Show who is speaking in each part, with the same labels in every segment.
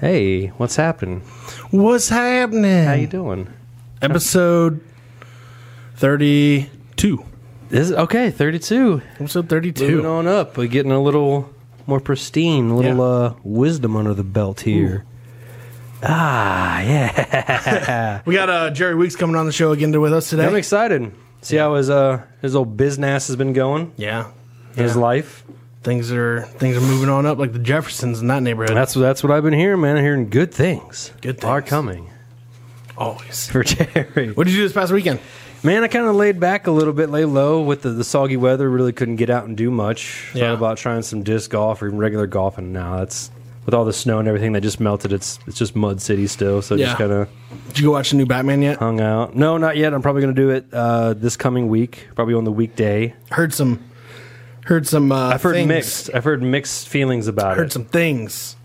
Speaker 1: Hey, what's happening?
Speaker 2: What's happening?
Speaker 1: How you doing?
Speaker 2: Episode 32.
Speaker 1: This is, okay, 32.
Speaker 2: Episode
Speaker 1: Moving
Speaker 2: 32.
Speaker 1: on up. We're getting a little more pristine, a little
Speaker 2: Yeah.
Speaker 1: uh, wisdom under the belt here. Ah, yeah.
Speaker 2: We got uh, Jerry Weeks coming on the show again to with us
Speaker 1: I'm
Speaker 2: today.
Speaker 1: excited. See how his, uh, his old business has been going,
Speaker 2: Yeah.
Speaker 1: his
Speaker 2: Yeah.
Speaker 1: life.
Speaker 2: Things are things are moving on up like the Jeffersons in that neighborhood.
Speaker 1: That's, that's what I've been hearing, man. I'm hearing good things.
Speaker 2: Good
Speaker 1: Are
Speaker 2: things.
Speaker 1: coming
Speaker 2: always.
Speaker 1: for Jerry.
Speaker 2: What did you do this past weekend?
Speaker 1: Man, I kind of laid back a little bit, lay low with the, the soggy weather. Really couldn't get out and do much. Thought
Speaker 2: Yeah.
Speaker 1: about trying some disc golf or even regular golf, and now that's with all the snow and everything that just melted. It's it's just mud city still, so
Speaker 2: Yeah.
Speaker 1: just kind of
Speaker 2: Did you go watch the new Batman yet?
Speaker 1: hung out. No, not yet. I'm probably gonna do it uh, this coming week, probably on the weekday.
Speaker 2: Heard some heard some uh
Speaker 1: I've heard
Speaker 2: things.
Speaker 1: mixed. I've heard mixed feelings about
Speaker 2: Heard
Speaker 1: it.
Speaker 2: some things.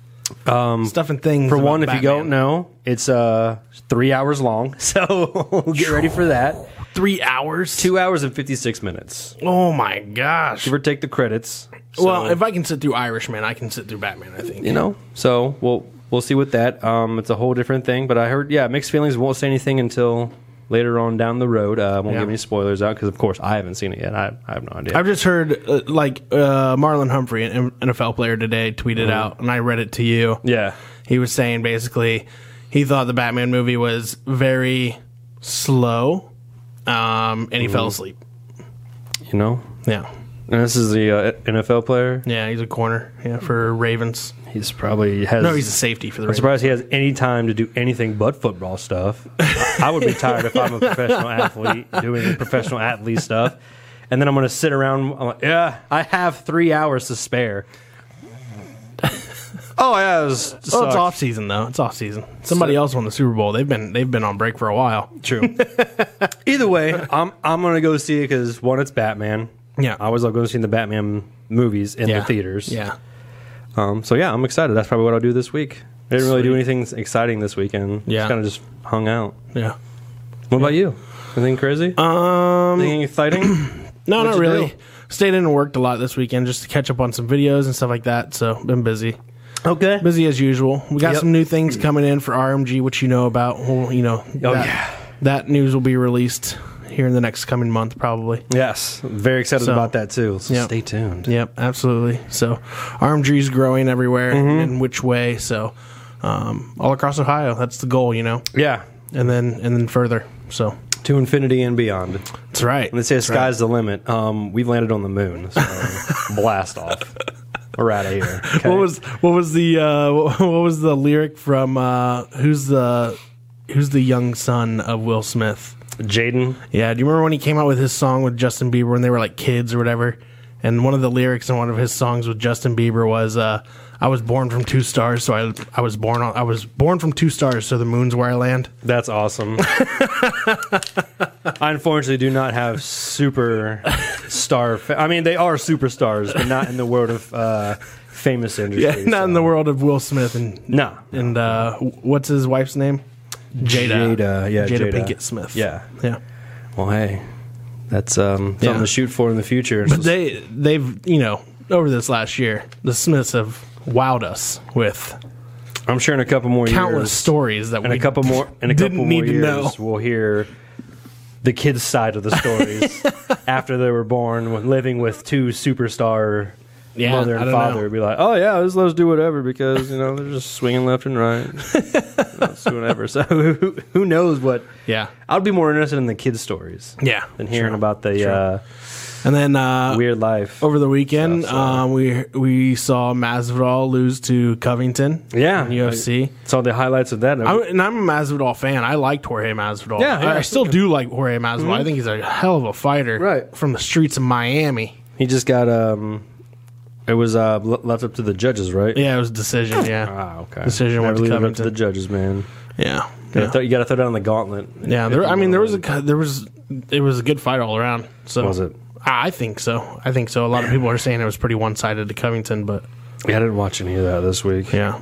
Speaker 2: Um stuff and things.
Speaker 1: For
Speaker 2: about
Speaker 1: one, if you don't
Speaker 2: Batman.
Speaker 1: know, it's uh, three hours long, so get ready for that.
Speaker 2: 3 hours.
Speaker 1: Two hours and fifty six minutes.
Speaker 2: Oh my gosh.
Speaker 1: Give or take the credits.
Speaker 2: Well,
Speaker 1: So-
Speaker 2: if I can sit through Irishman, I can sit through Batman, I think.
Speaker 1: you know so we'll we'll see with that um it's a whole different thing but i heard yeah mixed feelings won't say anything until later on down the road uh I won't
Speaker 2: Yeah.
Speaker 1: give any spoilers out because of course i haven't seen it yet i, I have no idea
Speaker 2: I've just heard uh, like uh, Marlon Humphrey, an NFL player today, tweeted out, and I read it to you.
Speaker 1: Mm-hmm. yeah
Speaker 2: He was saying basically he thought the Batman movie was very slow, um,
Speaker 1: Mm-hmm.
Speaker 2: and he fell asleep.
Speaker 1: you know
Speaker 2: Yeah,
Speaker 1: and this is the uh, nfl player
Speaker 2: yeah, he's a corner. Yeah, for Ravens.
Speaker 1: he's probably has
Speaker 2: No, he's a safety for the
Speaker 1: I'm
Speaker 2: Ravens.
Speaker 1: surprised he has any time to do anything but football stuff. I- I would be tired if I'm a professional athlete doing professional athlete stuff. And then I'm going to sit around. I'm like, yeah, I have three hours to spare. oh, yeah. It was,
Speaker 2: Oh, it's
Speaker 1: sucked.
Speaker 2: off season though. It's off season. Somebody
Speaker 1: So-
Speaker 2: else won the Super Bowl. They've been they've been on break for a while.
Speaker 1: True. Either way, I'm I'm gonna go see it because one, it's Batman.
Speaker 2: Yeah.
Speaker 1: I always love going to see the Batman movies in
Speaker 2: Yeah.
Speaker 1: the theaters.
Speaker 2: Yeah,
Speaker 1: Um. So yeah, I'm excited. That's probably what I'll do this week. I didn't really do anything exciting this weekend.
Speaker 2: Yeah.
Speaker 1: Just kind of just hung out.
Speaker 2: yeah.
Speaker 1: What about you? Anything crazy?
Speaker 2: Um,
Speaker 1: Anything exciting?
Speaker 2: no,
Speaker 1: what'd
Speaker 2: not
Speaker 1: you
Speaker 2: really.
Speaker 1: do?
Speaker 2: Stayed in and worked a lot this weekend just to catch up on some videos and stuff like that. So been busy.
Speaker 1: okay.
Speaker 2: busy as usual. We got
Speaker 1: Yep.
Speaker 2: some new things coming in for RMG, which you know about. Well, you know,
Speaker 1: Oh,
Speaker 2: that,
Speaker 1: yeah.
Speaker 2: that news will be released here in the next coming month, probably.
Speaker 1: Yes. Very excited
Speaker 2: So-
Speaker 1: about that too. So
Speaker 2: Yep.
Speaker 1: stay tuned.
Speaker 2: Yep, absolutely. So RMG is growing everywhere
Speaker 1: Mm-hmm.
Speaker 2: in which way. So um, all across Ohio, that's the goal, you know,
Speaker 1: Yeah.
Speaker 2: and then and then further. So
Speaker 1: To infinity and beyond.
Speaker 2: that's right.
Speaker 1: They say the
Speaker 2: That's right.
Speaker 1: sky's the limit. Um, we've landed on the moon. So blast off. We're out of here. Okay.
Speaker 2: What was what was the uh, what was the lyric from uh, who's the who's the young son of Will Smith?
Speaker 1: Jaden?
Speaker 2: Yeah, do you remember when he came out with his song with Justin Bieber when they were like kids or whatever? And one of the lyrics in one of his songs with Justin Bieber was, uh, "I was born from two stars, so I I was born on I was born from two stars, so the moon's where I land."
Speaker 1: That's awesome. I unfortunately do not have super star. Fa- I mean, they are superstars, but not in the world of uh, famous industry.
Speaker 2: Yeah, not in the world of Will Smith and
Speaker 1: No.
Speaker 2: and uh, what's his wife's name?
Speaker 1: Jada, yeah,
Speaker 2: Jada,
Speaker 1: Jada.
Speaker 2: Pinkett Smith.
Speaker 1: Yeah.
Speaker 2: yeah.
Speaker 1: Well, hey, that's um, something
Speaker 2: Yeah.
Speaker 1: to shoot for in the future.
Speaker 2: But they they've you know over this last year, the Smiths have wowed us with
Speaker 1: I'm sure in a couple more
Speaker 2: countless
Speaker 1: years,
Speaker 2: stories that
Speaker 1: in
Speaker 2: we
Speaker 1: a couple more, in a couple
Speaker 2: didn't need
Speaker 1: more
Speaker 2: to
Speaker 1: years,
Speaker 2: know.
Speaker 1: we'll hear the kids' side of the stories after they were born, when living with two superstar.
Speaker 2: Yeah,
Speaker 1: mother
Speaker 2: I
Speaker 1: and
Speaker 2: don't
Speaker 1: father
Speaker 2: know.
Speaker 1: would be like, "Oh yeah, just let us do whatever because you know they're just swinging left and right, Let's do whatever." So who, who knows what?
Speaker 2: Yeah,
Speaker 1: I'd be more interested in the kids' stories
Speaker 2: yeah.
Speaker 1: than hearing
Speaker 2: Sure.
Speaker 1: about the uh,
Speaker 2: and then uh,
Speaker 1: weird life.
Speaker 2: over the weekend.
Speaker 1: Stuff, so-
Speaker 2: Um, we we saw Masvidal lose to Covington.
Speaker 1: Yeah.
Speaker 2: in UFC.
Speaker 1: Saw the highlights of that.
Speaker 2: I'm, and I'm a Masvidal fan. I liked Jorge Masvidal.
Speaker 1: Yeah, yeah, Mm-hmm.
Speaker 2: I, I still do like Jorge Masvidal. I think he's a hell of a fighter.
Speaker 1: Right.
Speaker 2: from the streets of Miami.
Speaker 1: he just got um, it was uh le- left up to the judges, right?
Speaker 2: Yeah, it was a decision. Yeah,
Speaker 1: Ah, okay.
Speaker 2: Decision went
Speaker 1: Never
Speaker 2: to
Speaker 1: leave it up to
Speaker 2: Covington.
Speaker 1: the judges, man.
Speaker 2: yeah,
Speaker 1: Gotta
Speaker 2: yeah.
Speaker 1: throw- you got to throw down the gauntlet.
Speaker 2: Yeah, There, I mean, there was a co- there was it was a good fight all around. So
Speaker 1: Was it?
Speaker 2: I I think so. I think so. A lot of people are saying it was pretty one sided to Covington, but
Speaker 1: Yeah, I didn't watch any of that this week.
Speaker 2: yeah.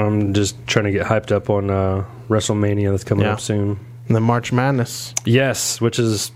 Speaker 1: I'm just trying to get hyped up on uh, WrestleMania that's coming
Speaker 2: Yeah.
Speaker 1: up soon.
Speaker 2: And then March Madness.
Speaker 1: Yes, which is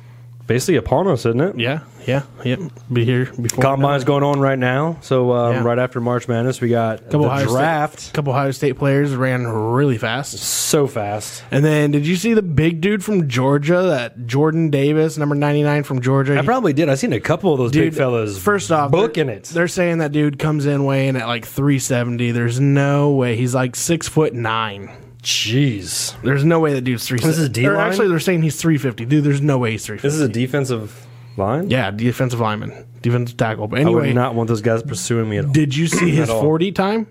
Speaker 1: basically upon us, isn't it?
Speaker 2: Yeah, yeah, yep. Be here before
Speaker 1: Combine's going on right now, so um,
Speaker 2: Yeah.
Speaker 1: right after March Madness, we got
Speaker 2: Couple
Speaker 1: the
Speaker 2: Ohio State-
Speaker 1: draft
Speaker 2: A couple Ohio State players ran really fast.
Speaker 1: so fast.
Speaker 2: And then, did you see the big dude from Georgia, that Jordan Davis, number 99 from Georgia?
Speaker 1: I probably did. I seen a couple of those
Speaker 2: dude,
Speaker 1: big fellas.
Speaker 2: First off,
Speaker 1: booking
Speaker 2: they're-
Speaker 1: it.
Speaker 2: They're saying that dude comes in weighing at like 370. There's no way. He's like six foot nine.
Speaker 1: Jeez,
Speaker 2: There's no way that dude's 370.
Speaker 1: is D
Speaker 2: Or
Speaker 1: line?
Speaker 2: Actually, they're saying he's 350. Dude, there's no way he's
Speaker 1: this
Speaker 2: 350.
Speaker 1: is a defensive line.
Speaker 2: yeah, defensive lineman, defensive tackle. But
Speaker 1: I would
Speaker 2: anyway,
Speaker 1: not want those guys pursuing me at all.
Speaker 2: did you see his
Speaker 1: At all.
Speaker 2: 40 time?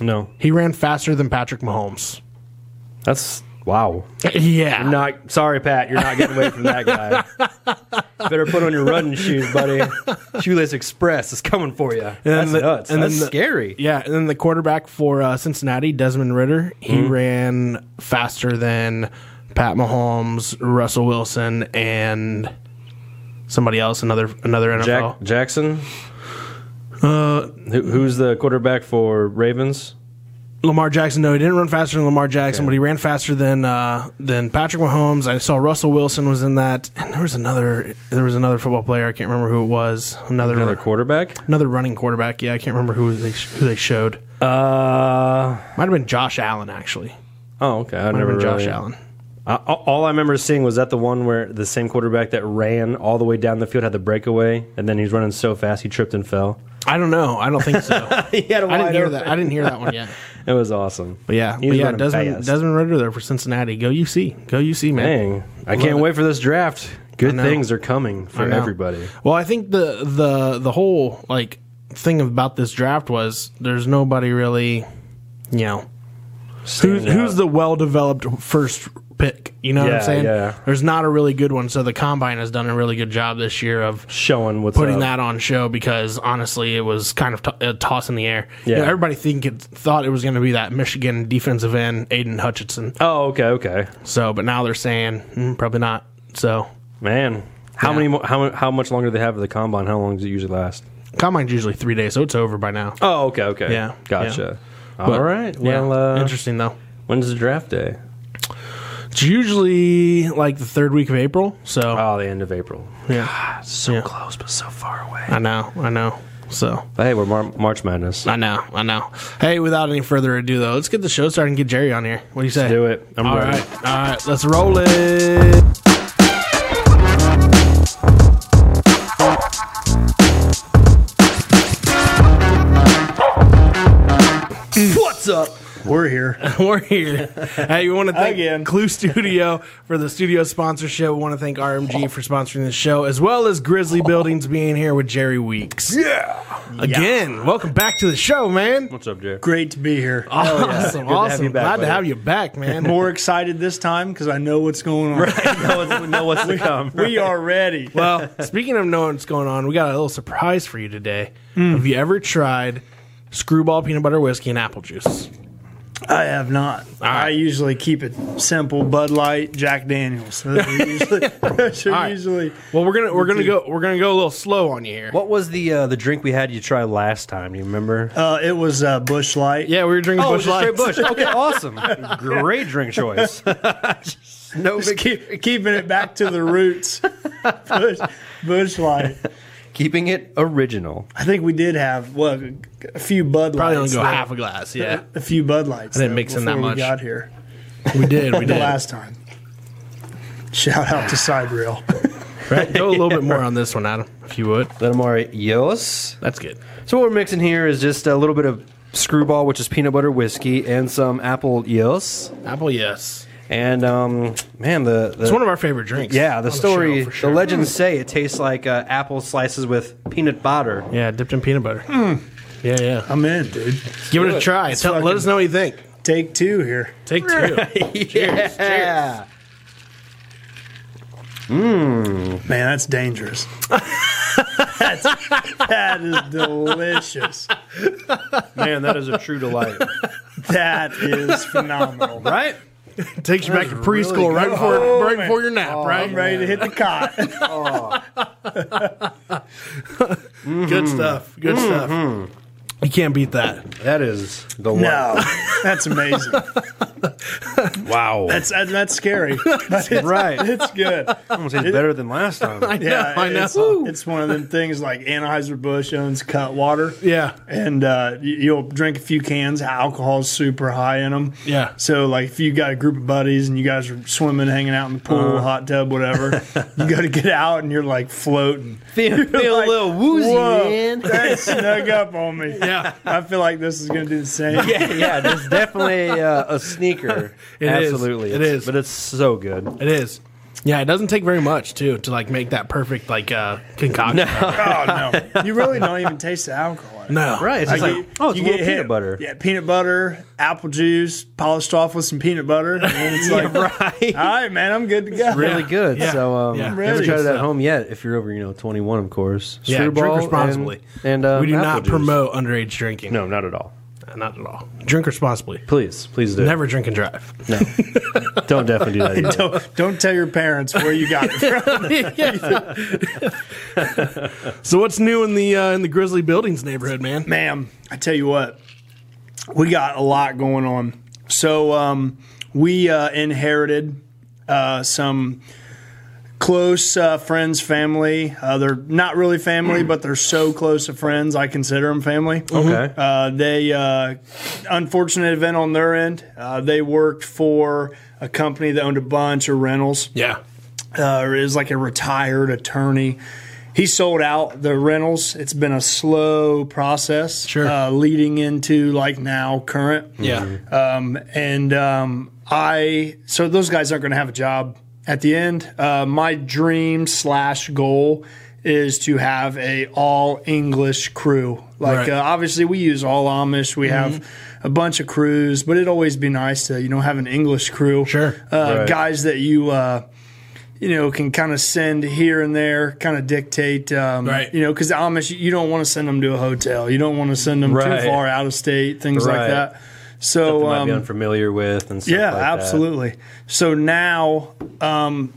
Speaker 1: no,
Speaker 2: He ran faster than Patrick Mahomes.
Speaker 1: that's wow.
Speaker 2: Yeah.
Speaker 1: Not sorry, Pat. You're not getting away from that guy. Better put on your running shoes, buddy. Shoelace Express is coming for you. that's
Speaker 2: the-
Speaker 1: nuts.
Speaker 2: and then
Speaker 1: that's
Speaker 2: the-
Speaker 1: scary.
Speaker 2: Yeah, and then the quarterback for uh, Cincinnati, Desmond Ritter, he
Speaker 1: Hmm?
Speaker 2: ran faster than Pat Mahomes, Russell Wilson, and somebody else, another another
Speaker 1: Jack
Speaker 2: NFL.
Speaker 1: Jackson,
Speaker 2: Uh,
Speaker 1: who, who's the quarterback for Ravens?
Speaker 2: Lamar Jackson, no, he didn't run faster than Lamar Jackson, but he ran faster than uh, than Patrick Mahomes. I saw Russell Wilson was in that, and there was another there was another football player. I can't remember who it was.
Speaker 1: Another
Speaker 2: Another another,
Speaker 1: quarterback? Uh, Oh,
Speaker 2: uh,
Speaker 1: Oh,
Speaker 2: "Mm,
Speaker 1: Oh, uh,
Speaker 2: Oh,
Speaker 3: Oh, um, uh,
Speaker 1: Oh,
Speaker 2: Mm.
Speaker 4: uh,
Speaker 2: Mm-hmm.
Speaker 1: Wow.
Speaker 4: That's that's, that's scary.
Speaker 1: right.
Speaker 4: it's good.
Speaker 1: I'm gonna say it's better than last time.
Speaker 4: Yeah,
Speaker 2: I know.
Speaker 4: It's, it's one of them things like Anheuser Busch owns Cutwater.
Speaker 2: Yeah.
Speaker 4: and uh, you- you'll drink a few cans. Alcohol's super high in them.
Speaker 2: Yeah.
Speaker 4: So like, if you got a group of buddies and you guys are swimming, hanging out in the pool, hot tub, whatever, you go to get out and you're like floating.
Speaker 3: Feel,
Speaker 4: You're
Speaker 3: feel
Speaker 4: like,
Speaker 3: a little woozy,
Speaker 4: "Whoa,
Speaker 3: man.
Speaker 4: That snuck up on me.
Speaker 2: Yeah.
Speaker 4: I feel like this is gonna do the same.
Speaker 3: Yeah,
Speaker 1: yeah, there's definitely uh, a sneaker.
Speaker 2: It is.
Speaker 1: Absolutely,
Speaker 2: It
Speaker 1: It's-
Speaker 2: is.
Speaker 1: but it's so good.
Speaker 2: It is. Yeah, it doesn't take very much too to like make that perfect like uh concoction.
Speaker 4: Oh no, you really don't even taste the alcohol. in it.
Speaker 2: No.
Speaker 1: Right? It's just
Speaker 4: Like,
Speaker 1: like, oh, it's a
Speaker 4: you
Speaker 1: little
Speaker 4: get
Speaker 1: peanut
Speaker 4: hit-
Speaker 1: butter.
Speaker 4: Yeah, peanut butter, apple juice, polished off with some peanut butter, and then it's like,
Speaker 1: right.
Speaker 4: all right, man, I'm good to go.
Speaker 1: Really
Speaker 2: Yeah.
Speaker 1: good.
Speaker 2: Yeah.
Speaker 1: So, um,
Speaker 2: Yeah.
Speaker 1: you haven't
Speaker 4: Really
Speaker 1: tried it
Speaker 2: good
Speaker 1: at
Speaker 2: stuff.
Speaker 1: home yet. If you're over, you know, 21, of course.
Speaker 2: Yeah, drink
Speaker 1: Screwball
Speaker 2: responsibly.
Speaker 1: And, and um,
Speaker 2: we do
Speaker 1: apple
Speaker 2: not
Speaker 1: juice.
Speaker 2: promote underage drinking.
Speaker 1: No, not at all.
Speaker 2: Not at all. Drink responsibly.
Speaker 1: Please, please do.
Speaker 2: Never drink and drive.
Speaker 1: No, don't definitely do that. either.
Speaker 4: don't, don't tell your parents where you got it from.
Speaker 2: So what's new in the uh, in the Grizzly Buildings neighborhood, man?
Speaker 4: Ma'am, I tell you what, we got a lot going on. So um, we uh, inherited uh, some close uh, friends, family. Uh, they're not really family, but they're so close to friends, I consider them family.
Speaker 1: Okay.
Speaker 4: Uh, they uh, unfortunate event on their end. Uh, they worked for a company that owned a bunch of rentals
Speaker 2: Yeah.
Speaker 4: uh, is like a retired attorney. He sold out the rentals. It's been a slow process,
Speaker 2: Sure.
Speaker 4: uh, leading into like now current.
Speaker 2: Yeah.
Speaker 4: Um, and um, I, so those guys aren't going to have a job at the end. Uh, my dream slash goal is to have a all English crew. Like
Speaker 2: Right. Mm-hmm.
Speaker 4: uh, obviously we use all Amish. We have a bunch of crews, but it'd always be nice to you know have an English crew.
Speaker 2: Sure.
Speaker 4: uh,
Speaker 1: Right.
Speaker 4: guys that you. Uh, you know, can kind of send here and there, kind of dictate, um,
Speaker 2: Right.
Speaker 4: you know, because Amish, you don't want to send them to a hotel. You don't want to send them
Speaker 1: Right.
Speaker 4: too far out of state, things
Speaker 1: Right.
Speaker 4: like that.
Speaker 1: That
Speaker 4: So,
Speaker 1: might be
Speaker 4: um,
Speaker 1: unfamiliar with and stuff
Speaker 4: yeah,
Speaker 1: like that.
Speaker 4: absolutely. So now, um,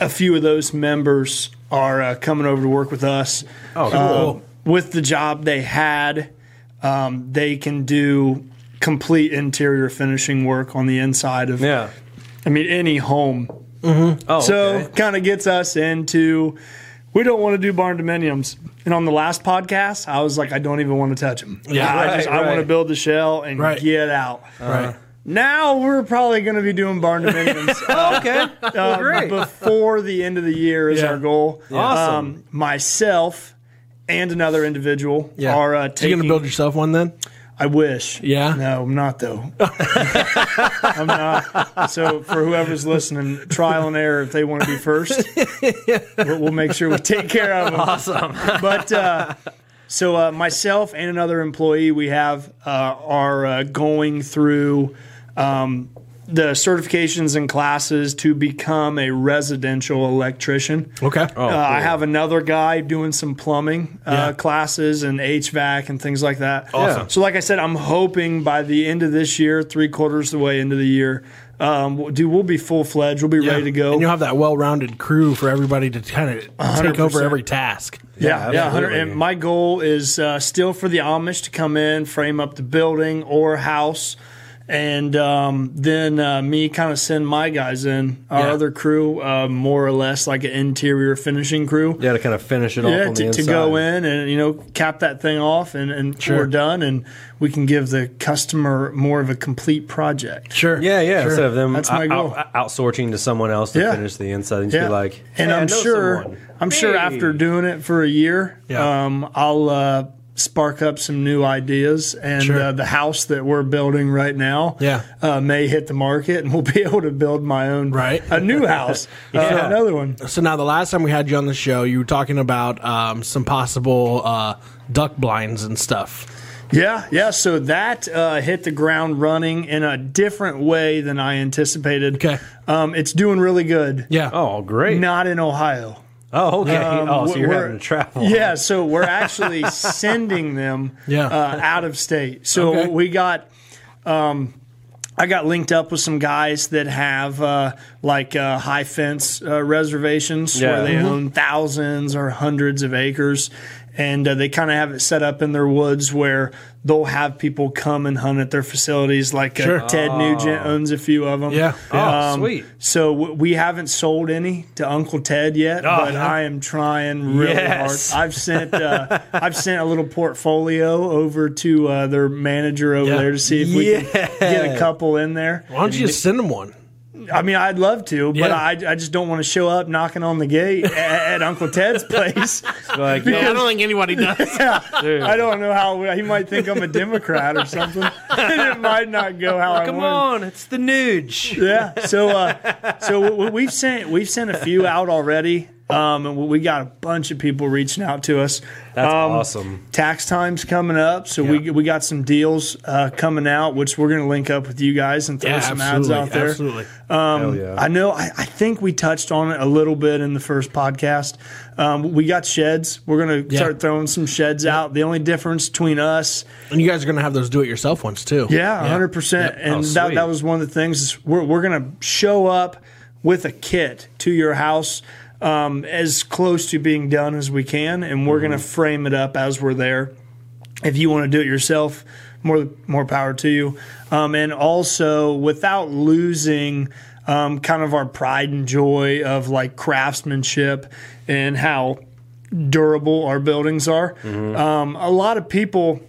Speaker 4: a few of those members are uh, coming over to work with us.
Speaker 1: Oh, cool.
Speaker 4: Um, with the job they had, um, they can do complete interior finishing work on the inside of,
Speaker 1: yeah.
Speaker 4: I mean, any home.
Speaker 1: Oh,
Speaker 4: So
Speaker 1: okay.
Speaker 4: kind of gets us into we don't want to do barn dominiums. And on the last podcast, I was like, I don't even want to touch them.
Speaker 2: Yeah,
Speaker 4: I
Speaker 1: right,
Speaker 4: just I
Speaker 1: right.
Speaker 4: want to build the shell and
Speaker 2: Right.
Speaker 4: get out.
Speaker 2: Right.
Speaker 4: Now we're probably going to be doing barn dominiums.
Speaker 1: okay.
Speaker 4: um,
Speaker 1: Oh, great.
Speaker 4: Before the end of the year is
Speaker 2: Yeah.
Speaker 4: our goal.
Speaker 1: Awesome.
Speaker 4: Um, myself and another individual are uh,
Speaker 2: you
Speaker 4: taking.
Speaker 2: gonna build yourself one then?
Speaker 4: I wish.
Speaker 2: Yeah?
Speaker 4: No, I'm not though. I'm not. So for whoever's listening, trial and error. If they want to be first, we'll, we'll make sure we take care of them. Awesome. But uh, so uh, myself and another employee we have uh, are uh, going through. Um, the certifications and classes to become a residential electrician.
Speaker 2: Okay.
Speaker 1: Oh,
Speaker 4: Uh, I
Speaker 1: cool.
Speaker 4: have another guy doing some plumbing uh,
Speaker 2: Yeah.
Speaker 4: classes and HVAC and things like that.
Speaker 1: Awesome.
Speaker 4: So, like I said, I'm hoping by the end of this year, three quarters of the way into the year, um, we'll- dude, we'll be full fledged. We'll be ready to go.
Speaker 2: And you'll have that well-rounded crew for everybody to kind of take over
Speaker 4: 100%.
Speaker 2: every task.
Speaker 4: yeah,
Speaker 1: Yeah,
Speaker 4: yeah. 100
Speaker 1: absolutely.
Speaker 4: and my goal is uh, still for the Amish to come in, frame up the building or house. And um, then uh, me kind of send my guys in, our
Speaker 2: Yeah.
Speaker 4: other crew, uh, more or less like an interior finishing crew.
Speaker 1: yeah, to kind of finish it off
Speaker 4: yeah,
Speaker 1: on
Speaker 4: to,
Speaker 1: the
Speaker 4: to
Speaker 1: inside.
Speaker 4: go in and you know cap that thing off and, and
Speaker 2: Sure.
Speaker 4: we're done and we can give the customer more of a complete project
Speaker 2: Sure.
Speaker 1: Yeah, yeah.
Speaker 2: Sure.
Speaker 1: Instead of them
Speaker 4: That's my
Speaker 1: out-
Speaker 4: goal.
Speaker 1: out- outsourcing to someone else to
Speaker 4: Yeah.
Speaker 1: finish the inside, and just be like,
Speaker 4: and
Speaker 1: "Hey, I
Speaker 4: i'm
Speaker 1: know
Speaker 4: sure
Speaker 1: someone."
Speaker 4: i'm sure
Speaker 1: Hey.
Speaker 4: after doing it for a year
Speaker 2: Yeah.
Speaker 4: um, i'll uh, spark up some new ideas and
Speaker 2: Sure.
Speaker 4: uh, the house that we're building right now
Speaker 2: Yeah.
Speaker 4: uh, may hit the market and we'll be able to build my own
Speaker 2: Right.
Speaker 4: a new house uh,
Speaker 1: Yeah.
Speaker 4: another one
Speaker 2: So now, the last time we had you on the show, you were talking about um, some possible uh, duck blinds and stuff.
Speaker 4: Yeah, yeah. So that uh, hit the ground running in a different way than I anticipated.
Speaker 2: Okay.
Speaker 4: Um, it's doing really good.
Speaker 2: Yeah.
Speaker 1: Oh, great.
Speaker 4: Not in Ohio.
Speaker 1: Oh, okay.
Speaker 4: Um,
Speaker 1: oh, so you're
Speaker 4: we're-
Speaker 1: having to travel.
Speaker 4: Yeah, so we're actually sending them
Speaker 2: Yeah.
Speaker 4: uh, out of state. So
Speaker 2: Okay.
Speaker 4: we got. Um, I got linked up with some guys that have uh, like uh, high fence uh, reservations
Speaker 1: Yeah.
Speaker 4: where they
Speaker 1: Mhm.
Speaker 4: own thousands or hundreds of acres, and uh, they kind of have it set up in their woods where they'll have people come and hunt at their facilities. Like uh,
Speaker 2: Sure.
Speaker 4: Ted Nugent owns a few of Um, them.
Speaker 2: Yeah.
Speaker 1: Ah. Oh, sweet.
Speaker 4: So w- we haven't sold any to Uncle Ted yet, but
Speaker 1: yeah.
Speaker 4: I am trying really
Speaker 1: Ah, Yes.
Speaker 4: hard. I've sent uh, I've sent a little portfolio over to uh, their manager over
Speaker 2: Yeah.
Speaker 4: there to see if we
Speaker 1: Yeah.
Speaker 4: can get a couple in there.
Speaker 2: Why don't you just send them one?
Speaker 4: I mean, I'd love to, but
Speaker 2: Yeah.
Speaker 4: I, I just don't want to show up knocking on the gate at, at Uncle Ted's place.
Speaker 1: Like,
Speaker 2: Yeah, I don't think anybody does.
Speaker 4: Yeah, I don't know how he might think I'm a Democrat or something. it might not go how I
Speaker 1: come
Speaker 4: want.
Speaker 1: on, it's the Nuge.
Speaker 4: Yeah. So, uh, so w- w- we've sent we've sent a few out already, um, and we got a bunch of people reaching out to us.
Speaker 1: That's
Speaker 4: Um,
Speaker 1: awesome.
Speaker 4: Tax time's coming up, so we we got some deals uh, coming out, which we're going to link up with you guys and throw
Speaker 2: Yeah,
Speaker 4: some
Speaker 2: absolutely,
Speaker 4: ads out there.
Speaker 2: absolutely.
Speaker 1: Hell
Speaker 4: Um, I know. I, I think we touched on it a little bit in the first podcast. Um, we got sheds. We're going to
Speaker 2: Yeah.
Speaker 4: start throwing some sheds out. The only difference between us,
Speaker 2: And you guys are gonna have those do-it-yourself ones too.
Speaker 4: yeah, hundred percent.
Speaker 2: Yep.
Speaker 4: And
Speaker 1: Oh,
Speaker 4: that,
Speaker 1: sweet.
Speaker 4: that was one of the things. Is we're we're going to show up with a kit to your house. Um, as close to being done as we can, and we're going to frame it up as we're there. if you want to do it yourself, more more power to you. Um, and also, without losing um, kind of our pride and joy of like craftsmanship and how durable our buildings are, um, a lot of people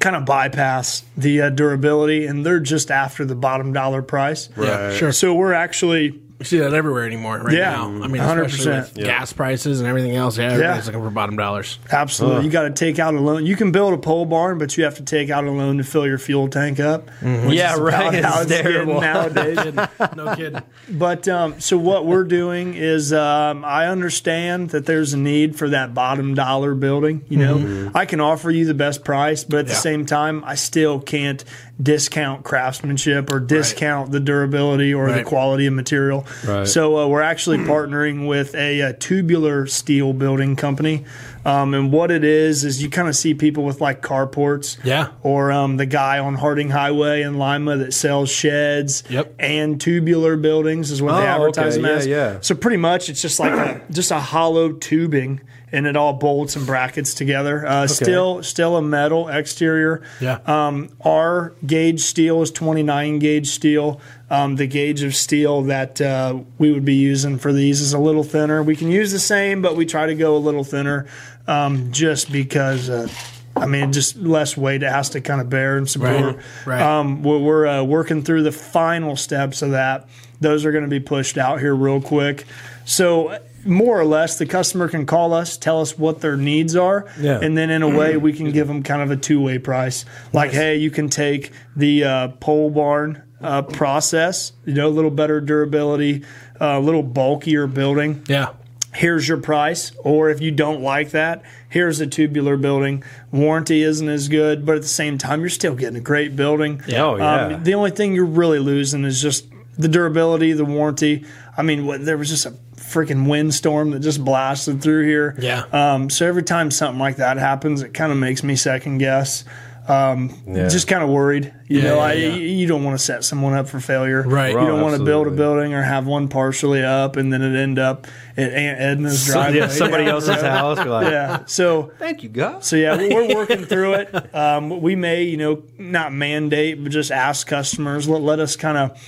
Speaker 4: kind of bypass the uh, durability and they're just after the bottom dollar price.
Speaker 2: Yeah, sure.
Speaker 4: So we're actually
Speaker 2: You see that everywhere anymore right
Speaker 4: Yeah,
Speaker 2: now. I mean,
Speaker 4: 100%.
Speaker 2: especially with gas prices and everything else. Yeah, everybody's looking for bottom dollars.
Speaker 4: Absolutely. You got to take out a loan. You can build a pole barn, but you have to take out a loan to fill your fuel tank up.
Speaker 2: Mm-hmm.
Speaker 4: which
Speaker 1: Yeah,
Speaker 4: is
Speaker 1: right.
Speaker 4: about
Speaker 1: It's
Speaker 4: How it's getting
Speaker 1: terrible.
Speaker 4: nowadays.
Speaker 2: no kidding.
Speaker 4: But um, so what we're doing is, um, I understand that there's a need for that bottom dollar building. You know, I can offer you the best price, but at
Speaker 2: Mm-hmm.
Speaker 4: the
Speaker 2: Yeah.
Speaker 4: same time, I still can't discount craftsmanship or discount the durability or the
Speaker 2: Right.
Speaker 4: quality of material.
Speaker 1: Right.
Speaker 4: So uh, we're actually partnering with a, uh tubular steel building company, um, and what it is is you kind of see people with like carports,
Speaker 2: Yeah.
Speaker 4: or um, the guy on Harding Highway in Lima that sells sheds
Speaker 2: Yep.
Speaker 4: and tubular buildings is what
Speaker 1: Oh,
Speaker 4: they advertise
Speaker 1: okay.
Speaker 4: them as.
Speaker 1: Yeah, yeah.
Speaker 4: So pretty much it's just like a, just a hollow tubing and it all bolts and brackets together. Uh, Still, still a metal exterior.
Speaker 2: Yeah.
Speaker 4: Um, our gauge steel is 29 gauge steel. Um, the gauge of steel that uh, we would be using for these is a little thinner. We can use the same, but we try to go a little thinner um, just because, uh, I mean, just less weight it has to kind of bear and support.
Speaker 2: Right, right.
Speaker 4: Um, we're we're uh, working through the final steps of that. Those are going to be pushed out here real quick. So, uh, more or less, the customer can call us, tell us what their needs are,
Speaker 1: Yeah.
Speaker 4: and then in a way, we can give them kind of a two way price. Like, hey, you can take the uh, pole barn uh, process, you know, a little better durability, uh, a little bulkier building
Speaker 2: Yeah.
Speaker 4: here's your price. Or if you don't like that, here's a tubular building. Warranty isn't as good, but at the same time, you're still getting a great building. Um,
Speaker 1: Yeah. Oh, yeah.
Speaker 4: the only thing you're really losing is just the durability, the warranty. I mean, what, there was just a freaking windstorm that just blasted through here.
Speaker 2: Yeah.
Speaker 4: Um, so every time something like that happens, it kind of makes me second guess. Um,
Speaker 1: Yeah.
Speaker 4: just kind of worried, you
Speaker 2: Yeah,
Speaker 4: know,
Speaker 2: yeah,
Speaker 4: I,
Speaker 2: yeah.
Speaker 4: you don't want to set someone up for failure.
Speaker 2: Right.
Speaker 4: You don't want to build a
Speaker 1: Absolutely.
Speaker 4: building or have one partially up and then it end up at Aunt Edna's driveway.
Speaker 1: yeah, somebody
Speaker 4: down the
Speaker 1: else's
Speaker 4: road.
Speaker 1: house. You're like,
Speaker 4: Yeah. So
Speaker 1: Thank you, guys.
Speaker 4: so yeah, we're working through it. Um, we may, you know, not mandate, but just ask customers. Let, let us kind of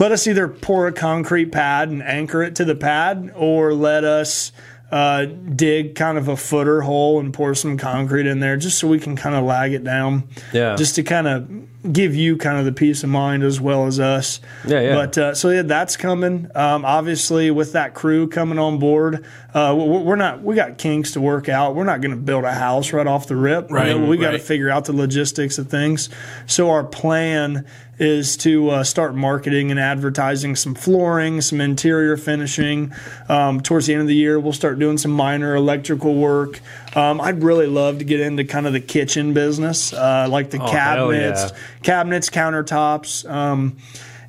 Speaker 4: let us either pour a concrete pad and anchor it to the pad, or let us uh, dig kind of a footer hole and pour some concrete in there, just so we can kind of lag it down.
Speaker 1: Yeah.
Speaker 4: Just to kind of give you kind of the peace of mind as well as us.
Speaker 1: Yeah, yeah.
Speaker 4: But uh, so yeah, that's coming. Um, obviously, with that crew coming on board, uh, we- we're not. We got kinks to work out. We're not going to build a house right off the rip.
Speaker 2: Right,
Speaker 4: we got to
Speaker 2: right.
Speaker 4: figure out the logistics of things. So our plan is to uh, start marketing and advertising some flooring, some interior finishing. Um, towards the end of the year, we'll start doing some minor electrical work. Um, I'd really love to get into kind of the kitchen business, uh, like the
Speaker 1: Oh, hell
Speaker 4: cabinets,
Speaker 1: yeah.
Speaker 4: cabinets, countertops. Um,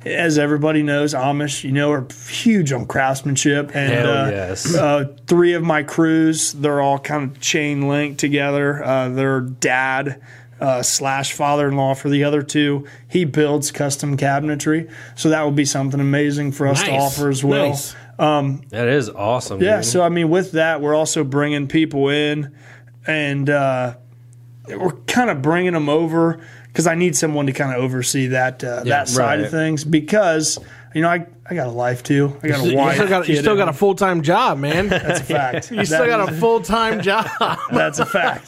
Speaker 4: as everybody knows, Amish, you know, are huge on craftsmanship. And
Speaker 1: Hell
Speaker 4: uh,
Speaker 1: yes.
Speaker 4: uh, three of my crews, they're all kind of chain linked together. Uh, their dad uh, slash father in law for the other two, he builds custom cabinetry. So that would be something amazing for us to
Speaker 2: Nice.
Speaker 4: offer as well.
Speaker 2: Nice.
Speaker 1: That is awesome.
Speaker 4: Yeah.
Speaker 1: dude.
Speaker 4: So, I mean, with that, we're also bringing people in and uh, we're kind of bringing them over because I need someone to kind of oversee that uh, that side
Speaker 1: right.
Speaker 4: of things because you know I, I got a life too. I got a
Speaker 2: You
Speaker 4: wife.
Speaker 2: still got, you
Speaker 4: kid,
Speaker 2: still got a
Speaker 4: and
Speaker 2: full time job, man.
Speaker 4: that's a fact.
Speaker 2: You still got a full time job.
Speaker 4: that's a fact.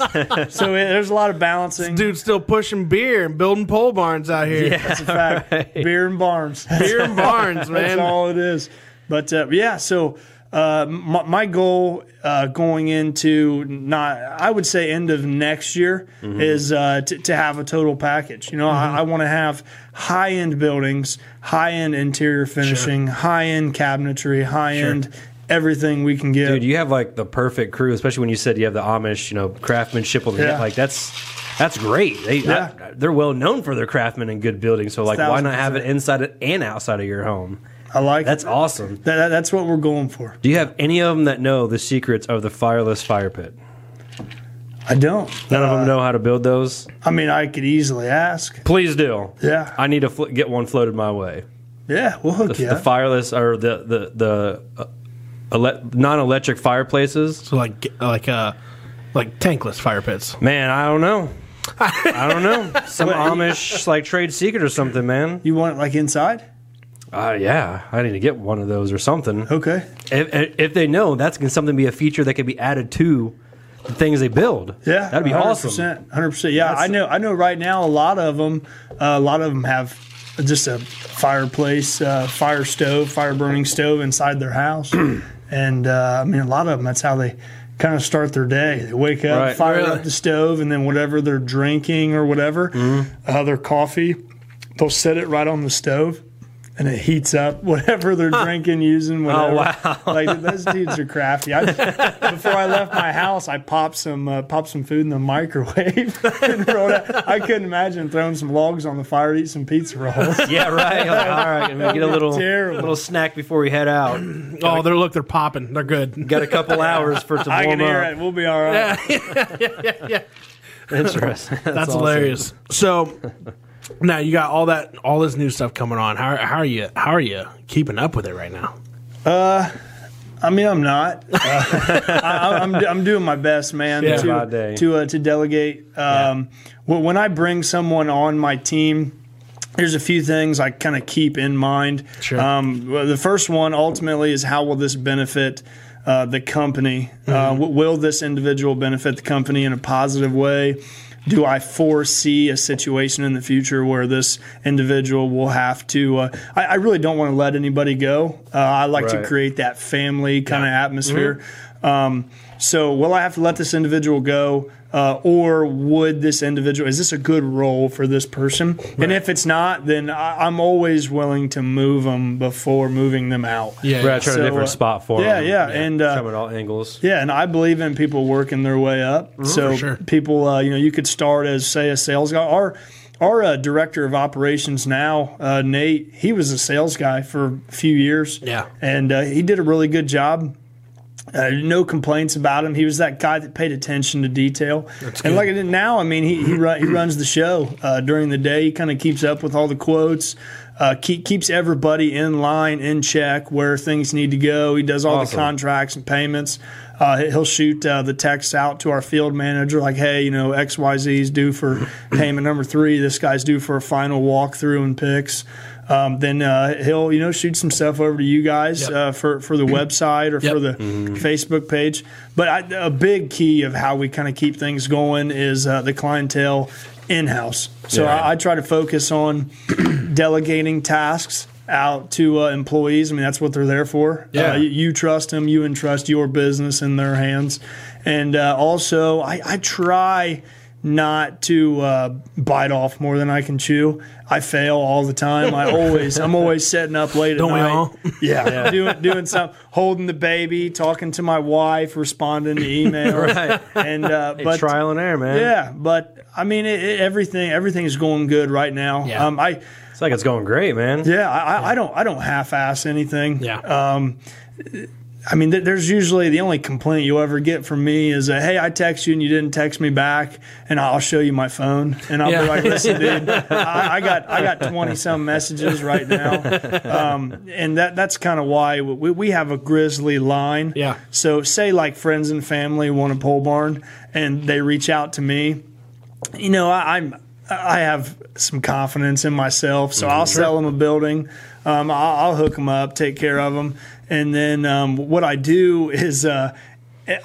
Speaker 4: So it, there's a lot of balancing.
Speaker 2: Dude's still pushing beer and building pole barns out here.
Speaker 4: That's a fact. Beer and barns.
Speaker 2: Beer and barns,
Speaker 4: That's
Speaker 2: man.
Speaker 4: all it is. But uh, yeah, so uh, my, my goal uh, going into not, I would say end of next year
Speaker 1: Mm-hmm.
Speaker 4: is uh, to, to have a total package. You know, I, I want to have high end buildings, high end interior finishing, high end cabinetry, high end everything we can get.
Speaker 1: Dude, you have like the perfect crew, especially when you said you have the Amish, you know, craftsmanship on the
Speaker 4: Yeah.
Speaker 1: like that's that's great. They
Speaker 4: Yeah.
Speaker 1: I- they're well known for their craftsmen and good building. So like why
Speaker 4: Thousand
Speaker 1: not have it
Speaker 4: percent.
Speaker 1: inside and outside of your home?
Speaker 4: I like
Speaker 1: That's
Speaker 4: it.
Speaker 1: awesome.
Speaker 4: That, that- that's what we're going for.
Speaker 1: Do you have any of them that know the secrets of the fireless fire pit?
Speaker 4: I don't.
Speaker 1: None of them know how to build those.
Speaker 4: I mean, I could easily ask.
Speaker 1: Please do.
Speaker 4: Yeah.
Speaker 1: I need to fl- get one floated my way.
Speaker 4: Yeah, we'll hook
Speaker 1: The,
Speaker 4: you
Speaker 1: the
Speaker 4: up.
Speaker 1: fireless or the the the uh, ele- non-electric fireplaces.
Speaker 2: So like like uh like tankless fire pits.
Speaker 1: Man, I don't know. I don't know. Some
Speaker 4: What-
Speaker 1: Amish like trade secret or something, man.
Speaker 4: you want it like inside?
Speaker 1: Uh, yeah, I need to get one of those or something.
Speaker 4: Okay.
Speaker 1: If, if they know, that's gonna- something be a feature that could be added to the things they build.
Speaker 4: Yeah,
Speaker 1: that'd be awesome.
Speaker 4: Hundred percent. Yeah, I know. I know. Right now, a lot of them, uh, a lot of them have just a fireplace, uh, fire stove, fire burning stove inside their house, and uh, I mean, a lot of them. That's how they kind of start their day. They wake up,
Speaker 1: Right.
Speaker 4: fire
Speaker 2: Really?
Speaker 4: up the stove, and then whatever they're drinking or whatever,
Speaker 1: Mm-hmm.
Speaker 4: uh, their coffee, they'll set it right on the stove. And it heats up whatever they're drinking, using, whatever.
Speaker 1: wow.
Speaker 4: Like those dudes are crafty. I, before I left my house, I popped some uh, popped some food in the microwave. and rolled out. I couldn't imagine throwing some logs on the fire to eat some pizza rolls.
Speaker 1: Yeah, right. Like, all right, and we get a little
Speaker 4: Terrible.
Speaker 1: little snack before we head out.
Speaker 2: Oh, they're look, they're popping. They're good.
Speaker 1: Got a couple hours for it to warm
Speaker 4: I can hear
Speaker 1: up.
Speaker 4: it. We'll be all right.
Speaker 1: Interesting. That's,
Speaker 2: That's
Speaker 1: awesome.
Speaker 2: hilarious. So now you got all that all this new stuff coming on. How how are you how are you keeping up with it right now?
Speaker 4: I mean, I'm not. Uh, I, I'm, I'm doing my best, man,
Speaker 2: Yeah.
Speaker 1: By
Speaker 4: to
Speaker 1: day.
Speaker 4: to, uh, to delegate. Um, well, When I bring someone on my team, there's a few things I kind of keep in mind.
Speaker 2: Sure.
Speaker 4: Um, well, the first one ultimately is how will this benefit uh, the company? Uh,
Speaker 2: Mm-hmm.
Speaker 4: w- will this individual benefit the company in a positive way? Do I foresee a situation in the future where this individual will have to? Uh, I, I really don't want to let anybody go. Uh, I like
Speaker 1: Right.
Speaker 4: to create that family kind of atmosphere. Um, so, will I have to let this individual go, uh, or would this individual? Is this a good role for this person? And if it's not, then I, I'm always willing to move them before moving them out.
Speaker 1: We're gonna try
Speaker 4: So,
Speaker 1: a different
Speaker 4: uh,
Speaker 1: spot for
Speaker 4: yeah,
Speaker 1: them.
Speaker 4: yeah, and, uh,
Speaker 1: from at all angles.
Speaker 4: Yeah, and I believe in people working their way up. so
Speaker 2: Mm-hmm. for sure.
Speaker 4: people, uh, you know, you could start as say a sales guy. Our our uh, director of operations now, uh, Nate, he was a sales guy for a few years.
Speaker 2: Yeah.
Speaker 4: and uh, he did a really good job. Uh, no complaints about him. He was that guy that paid attention to detail. and
Speaker 2: good.
Speaker 4: like I did now, I mean, he he, run, he runs the show uh, during the day. He kind of keeps up with all the quotes, uh, keep, keeps everybody in line, in check, where things need to go. He does all
Speaker 1: Awesome.
Speaker 4: the contracts and payments. Uh, he'll shoot uh, the text out to our field manager like, hey, you know, XYZ is due for payment number three. This guy's due for a final walkthrough and picks. Um, then uh, he'll, you know, shoot some stuff over to you guys
Speaker 2: Yep.
Speaker 4: uh, for, for the website or
Speaker 2: Yep. Mm-hmm.
Speaker 4: for the Facebook page. But I, a big key of how we kind of keep things going is uh, the clientele in house. So
Speaker 1: Yeah.
Speaker 4: I, I try to focus on delegating tasks out to uh, employees. I mean, that's what they're there for.
Speaker 2: Yeah.
Speaker 4: Uh, you, you trust them, you entrust your business in their hands. And uh, also, I, I try not to uh, bite off more than I can chew. I fail all the time. I always, I'm always setting up late
Speaker 2: Don't
Speaker 4: at
Speaker 2: we
Speaker 4: night.
Speaker 2: all?
Speaker 4: Yeah, doing doing some holding the baby, talking to my wife, responding to emails,
Speaker 1: Right.
Speaker 4: and uh, but
Speaker 1: Trial and error, man.
Speaker 4: yeah, but I mean it, it, everything everything is going good right now.
Speaker 2: Yeah.
Speaker 4: Um, I
Speaker 1: It's like it's going great, man.
Speaker 2: Um,
Speaker 4: yeah, I, I I don't I don't half ass anything.
Speaker 2: Yeah.
Speaker 4: Um, I mean, th- there's usually the only complaint you'll ever get from me is, a, "Hey, I text you and you didn't text me back, and I'll show you my phone." And I'll
Speaker 2: Yeah.
Speaker 4: be like, "Listen, dude, I, I got I got twenty some messages right now," um, and that that's kind of why we, we have a grizzly line.
Speaker 2: Yeah.
Speaker 4: So say like friends and family want a pole barn, and they reach out to me. You know, I, I'm I have some confidence in myself, so I'll sell them a building. Um, I'll, I'll hook them up, take care of them, and then um, what I do is. Uh,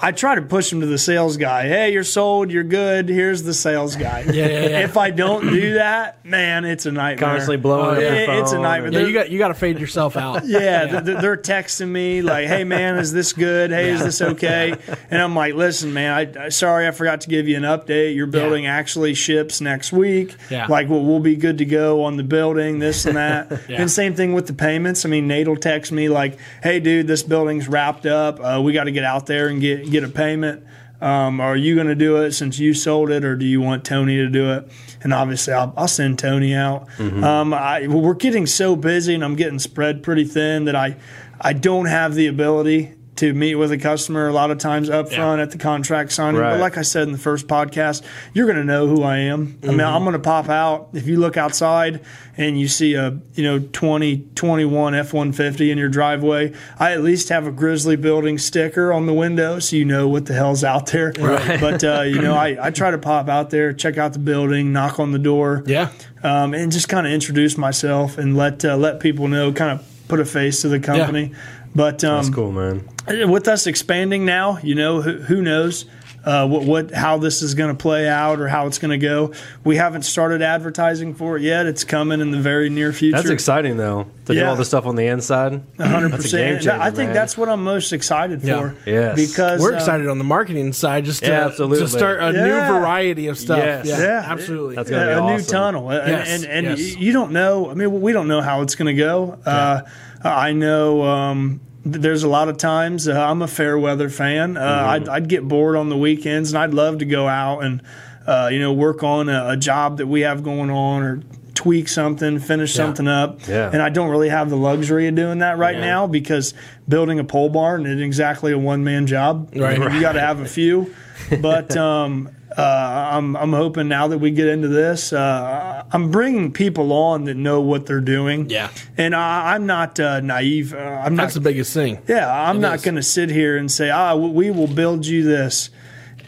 Speaker 4: I try to push them to the sales guy. Hey, you're sold. You're good. Here's the sales guy.
Speaker 2: yeah, yeah.
Speaker 4: If I don't do that, man, it's a nightmare.
Speaker 1: Constantly blowing up
Speaker 4: Oh, yeah.
Speaker 1: your phone.
Speaker 4: It's a nightmare.
Speaker 2: Yeah, you got you got to fade yourself out.
Speaker 4: Yeah, th- th- they're texting me like, "Hey man, is this good? Hey, is this okay?" And I'm like, "Listen, man, I, I sorry I forgot to give you an update. Your building actually ships next week.
Speaker 2: Yeah.
Speaker 4: Like, well, we'll be good to go on the building, this and that.
Speaker 2: Yeah.
Speaker 4: And same thing with the payments. I mean, Nate will text me like, "Hey, dude, this building's wrapped up. Uh, we got to get out there and get get a payment." Um, are you going to do it since you sold it, or do you want Tony to do it? And obviously, I'll, I'll send Tony out. Um, I, well, we're getting so busy, and I'm getting spread pretty thin that I, I don't have the ability to meet with a customer a lot of times up front at the contract signing.
Speaker 1: Right.
Speaker 4: But like I said in the first podcast, you're going to know who I am. I mean,
Speaker 1: Mm-hmm.
Speaker 4: I'm going to pop out. If you look outside and you see a, you know, 20, 21 F-150 in your driveway, I at least have a Grizzly Building sticker on the window so you know what the hell's out there. But, uh, you know, I, I try to pop out there, check out the building, knock on the door
Speaker 2: Yeah.
Speaker 4: um, and just kind of introduce myself and let uh, let people know, kind of put a face to the company. But um,
Speaker 1: That's cool, man.
Speaker 4: with us expanding now, you know, who, who knows uh, what, what how this is going to play out or how it's going to go. We haven't started advertising for it yet. It's coming in the very near future.
Speaker 1: That's exciting though. To do
Speaker 4: Yeah.
Speaker 1: all this stuff on the inside.
Speaker 4: hundred
Speaker 1: That's a game
Speaker 4: percent.
Speaker 1: changer,
Speaker 4: I think
Speaker 1: man.
Speaker 4: that's what I'm most excited
Speaker 2: Yeah.
Speaker 4: for.
Speaker 1: Yes.
Speaker 4: because
Speaker 2: We're
Speaker 4: uh,
Speaker 2: excited on the marketing side just to,
Speaker 1: Yeah, absolutely.
Speaker 2: to start a
Speaker 4: Yeah.
Speaker 2: new variety of stuff.
Speaker 1: Yes.
Speaker 2: Yeah,
Speaker 4: Yeah.
Speaker 2: absolutely.
Speaker 1: That's
Speaker 4: a,
Speaker 1: gonna be
Speaker 4: a new
Speaker 1: awesome.
Speaker 4: tunnel, and
Speaker 2: Yes,
Speaker 4: and, and
Speaker 2: yes.
Speaker 4: y- you don't know. I mean, we don't know how it's going to go. Uh, I know um, th- there's a lot of times uh, I'm a fair weather fan. Uh,
Speaker 2: Mm-hmm.
Speaker 4: I'd, I'd get bored on the weekends, and I'd love to go out and uh, you know work on a, a job that we have going on or tweak something, finish something up.
Speaker 1: Yeah.
Speaker 4: And I don't really have the luxury of doing that right now because building a pole barn isn't exactly a one man job.
Speaker 2: Right.
Speaker 4: You got to have a few. But um, uh, I'm, I'm hoping now that we get into this, uh, I'm bringing people on that know what they're doing.
Speaker 2: Yeah.
Speaker 4: And I, I'm not uh, naive. Uh, I'm not
Speaker 2: That's the biggest thing.
Speaker 4: yeah, I'm not
Speaker 2: is.
Speaker 4: going to sit here and say, ah, w- we will build you this.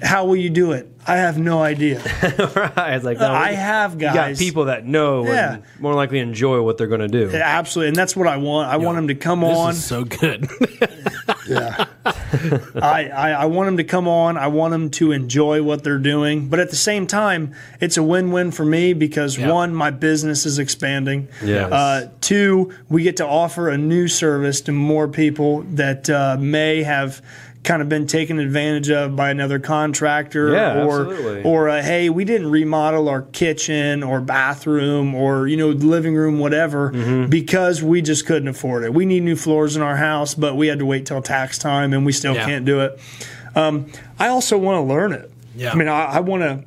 Speaker 4: How will you do it? I have no idea.
Speaker 1: right. It's like no,
Speaker 4: I
Speaker 1: we-
Speaker 4: have
Speaker 1: You got
Speaker 4: guys.
Speaker 1: people that know
Speaker 4: Yeah.
Speaker 1: and more likely enjoy what they're going to do.
Speaker 4: Absolutely. And that's what I want. I want them to come
Speaker 2: This
Speaker 4: on.
Speaker 2: is so good.
Speaker 4: I, I, I want them to come on. I want them to enjoy what they're doing. But at the same time, it's a win win for me because
Speaker 2: Yeah.
Speaker 4: one, my business is expanding.
Speaker 1: Yes.
Speaker 4: Uh, two, we get to offer a new service to more people that uh, may have kind of been taken advantage of by another contractor
Speaker 1: Yeah,
Speaker 4: or
Speaker 1: absolutely.
Speaker 4: or a, hey we didn't remodel our kitchen or bathroom or you know living room whatever
Speaker 2: Mm-hmm.
Speaker 4: because we just couldn't afford it we need new floors in our house but we had to wait till tax time and we still
Speaker 2: Yeah.
Speaker 4: can't do it um, i also want to learn it
Speaker 2: Yeah.
Speaker 4: i mean i, I want to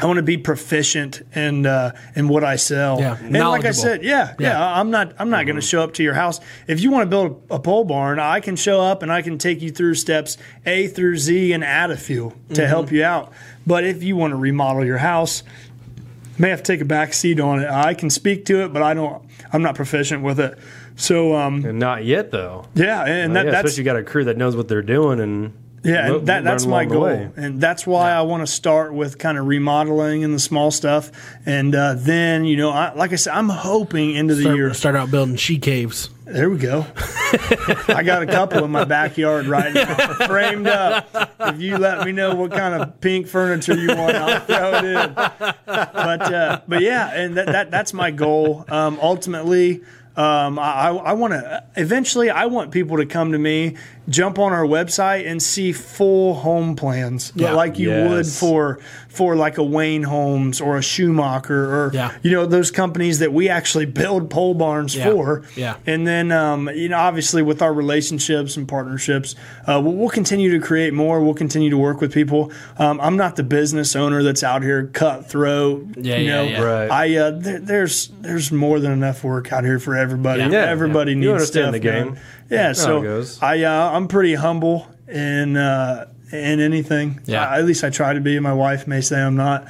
Speaker 4: I want to be proficient in uh, in what I sell.
Speaker 2: Yeah,
Speaker 4: and like I
Speaker 2: knowledgeable.
Speaker 4: said, yeah, yeah,
Speaker 2: Yeah.
Speaker 4: I'm not I'm not going to show up to your house. If you want to build a, a pole barn, I can show up and I can take you through steps A through Z and add a few to help you out. But if you want to remodel your house, may have to take a back seat on it. I can speak to it, but I don't. I'm not proficient with it. So um,
Speaker 1: And not yet though.
Speaker 4: yeah, and that,
Speaker 1: yeah,
Speaker 4: that's
Speaker 1: especially you got a crew that knows what they're doing and
Speaker 4: yeah,
Speaker 1: lo-
Speaker 4: and that,
Speaker 1: learn
Speaker 4: that's my
Speaker 1: along the
Speaker 4: goal,
Speaker 1: way.
Speaker 4: and that's why I want to start with kind of remodeling and the small stuff, and uh, then you know, I, like I said, I'm hoping into the year.
Speaker 2: start, start out building she caves.
Speaker 4: There we go. I got a couple in my backyard right now, framed up. If you let me know what kind of pink furniture you want, I'll throw it in. But uh, but yeah, and that, that that's my goal. Um, ultimately, um, I I want to eventually I want people to come to me, jump on our website and see full home plans,
Speaker 2: Yeah.
Speaker 4: like you would
Speaker 1: Yes.
Speaker 4: for for like a Wayne Homes or a Schumacher or
Speaker 2: Yeah.
Speaker 4: you know those companies that we actually build pole barns
Speaker 2: Yeah.
Speaker 4: for.
Speaker 2: Yeah.
Speaker 4: And then then, um, you know, obviously with our relationships and partnerships, uh, we'll, we'll continue to create more. We'll continue to work with people. Um, I'm not the business owner that's out here cutthroat.
Speaker 2: Yeah,
Speaker 4: you
Speaker 2: yeah,
Speaker 4: know,
Speaker 2: yeah.
Speaker 1: Right.
Speaker 4: I uh, there, there's there's more than enough work out here for everybody.
Speaker 2: Yeah. Yeah,
Speaker 4: everybody
Speaker 1: yeah.
Speaker 4: needs
Speaker 1: You understand
Speaker 4: stuff,
Speaker 1: the game.
Speaker 4: man. Yeah,
Speaker 1: it
Speaker 4: so
Speaker 1: goes.
Speaker 4: I uh, I'm pretty humble in uh, in anything.
Speaker 2: Yeah.
Speaker 4: Uh, at least I try to be. My wife may say I'm not,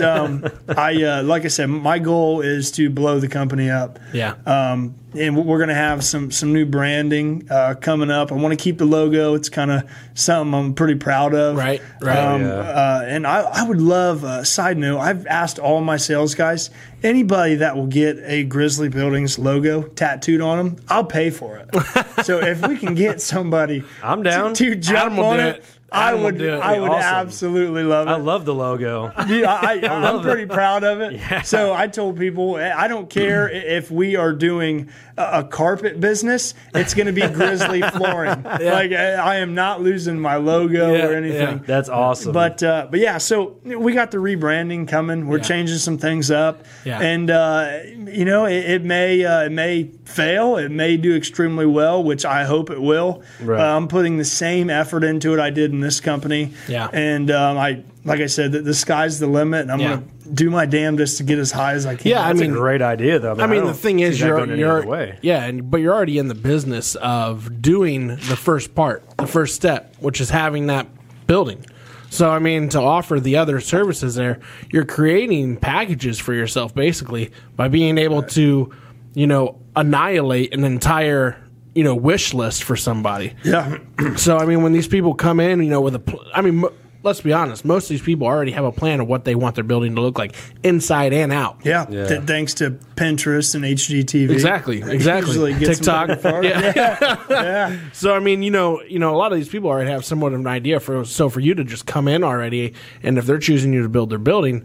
Speaker 4: um, I uh, like I said, my goal is to blow the company up.
Speaker 2: Yeah.
Speaker 4: Um, and we're going to have some some new branding uh, coming up. I want to keep the logo. It's kind of something I'm pretty proud of.
Speaker 2: Right, right.
Speaker 4: Um,
Speaker 1: Yeah.
Speaker 4: uh, and I, I would love. Uh, side note: I've asked all my sales guys, anybody that will get a Grizzly Buildings logo tattooed on them, I'll pay for it. so if we can get somebody,
Speaker 1: I'm down.
Speaker 4: to, to jump
Speaker 2: Adam will
Speaker 4: on
Speaker 2: do
Speaker 4: it.
Speaker 2: it.
Speaker 4: I
Speaker 2: Adam will
Speaker 4: would,
Speaker 2: do it.
Speaker 4: I
Speaker 2: It'd
Speaker 1: be
Speaker 4: would
Speaker 1: awesome.
Speaker 4: absolutely love it.
Speaker 1: I love the logo.
Speaker 4: Dude, I, I, I am
Speaker 1: love
Speaker 4: pretty proud of it. So I told people, eh, I don't care i- if we are doing a, a carpet business, it's going to be Grizzly Flooring. Like eh, I am not losing my logo
Speaker 2: Yeah,
Speaker 4: or anything.
Speaker 2: yeah.
Speaker 1: That's awesome.
Speaker 4: But uh, but yeah, so we got the rebranding coming. We're changing some things up,
Speaker 2: Yeah.
Speaker 4: and uh, you know it, it may uh, it may fail. It may do extremely well, which I hope it will.
Speaker 1: Right.
Speaker 4: Uh, I'm putting the same effort into it I did in this company.
Speaker 2: Yeah.
Speaker 4: and um, I like I said, the, the sky's the limit, and I'm
Speaker 2: Yeah.
Speaker 4: gonna do my damnedest to get as high as I can.
Speaker 2: Yeah, I
Speaker 1: that's
Speaker 2: mean-
Speaker 1: a great idea, though.
Speaker 2: I mean, the
Speaker 1: don't
Speaker 2: thing
Speaker 1: see
Speaker 2: is,
Speaker 1: that
Speaker 2: you're
Speaker 1: going any
Speaker 2: you're
Speaker 1: other way.
Speaker 2: yeah, and, but you're already in the business of doing the first part, the first step, which is having that building. So I mean, to offer the other services there, you're creating packages for yourself basically by being able to, you know, annihilate an entire you know wish list for somebody.
Speaker 4: yeah,
Speaker 2: So I mean, when these people come in, you know, with a, pl- I mean, mo- let's be honest, most of these people already have a plan of what they want their building to look like, inside and out.
Speaker 4: yeah. Th- thanks to Pinterest and HGTV,
Speaker 2: Exactly,
Speaker 4: I
Speaker 2: exactly.
Speaker 4: usually get
Speaker 2: TikTok.
Speaker 4: somebody far.
Speaker 2: Yeah.
Speaker 4: yeah, yeah.
Speaker 2: So I mean, you know, you know, a lot of these people already have somewhat of an idea for. So for you to just come in already, and if they're choosing you to build their building,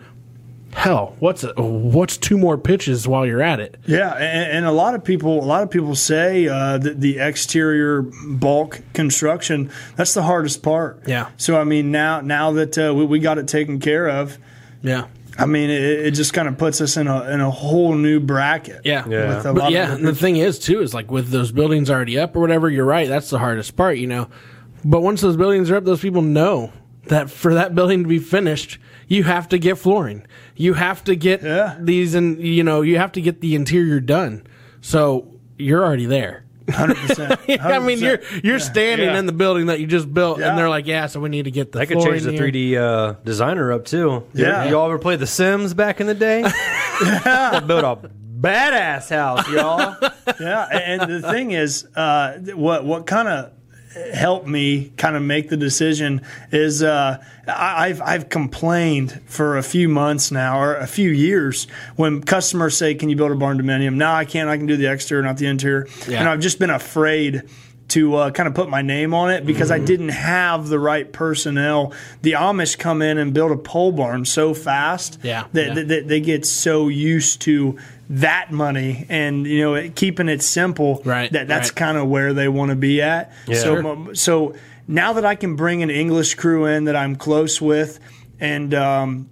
Speaker 2: hell, what's a, what's two more pitches while you're at it?
Speaker 4: Yeah, and, and a lot of people, a lot of people say uh, that the exterior bulk construction that's the hardest part.
Speaker 2: Yeah.
Speaker 4: So I mean, now now that uh, we, we got it taken care of,
Speaker 2: Yeah,
Speaker 4: I mean, it, it just kind of puts us in a in a whole new bracket.
Speaker 2: yeah,
Speaker 1: Yeah.
Speaker 4: With a lot
Speaker 2: But
Speaker 4: of
Speaker 2: yeah,
Speaker 4: different-
Speaker 2: and the thing is too is like with those buildings already up or whatever. You're right. That's the hardest part, you know. But once those buildings are up, those people know that for that building to be finished, you have to get flooring. You have to get
Speaker 4: Yeah.
Speaker 2: these, and you know, you have to get the interior done. So you're already there.
Speaker 4: 100%,
Speaker 2: I mean, you're you're standing
Speaker 1: Yeah.
Speaker 2: in the building that you just built,
Speaker 4: Yeah.
Speaker 2: and they're like, "Yeah, so we need to get the."
Speaker 1: I could change the
Speaker 2: three
Speaker 1: 3D uh, designer up too.
Speaker 4: Yeah.
Speaker 1: y'all ever played The Sims back in the day? yeah, built a badass house, y'all.
Speaker 4: yeah, and and the thing is, uh, th- what what kind of helped me kind of make the decision is uh, I, I've I've complained for a few months now or a few years when customers say, "Can you build a barn dominium?" No, I can't. I can do the exterior, not the interior.
Speaker 2: Yeah.
Speaker 4: And I've just been afraid. To uh, kind of put my name on it because I didn't have the right personnel. The Amish come in and build a pole barn so fast
Speaker 2: Yeah,
Speaker 4: that,
Speaker 2: yeah.
Speaker 4: that- that they get so used to that money and you know it, keeping it simple
Speaker 2: Right,
Speaker 4: that that's
Speaker 2: right.
Speaker 4: kind of where they want to be at so
Speaker 1: Sure.
Speaker 4: um, so now that i can bring an english crew in that i'm close with and um,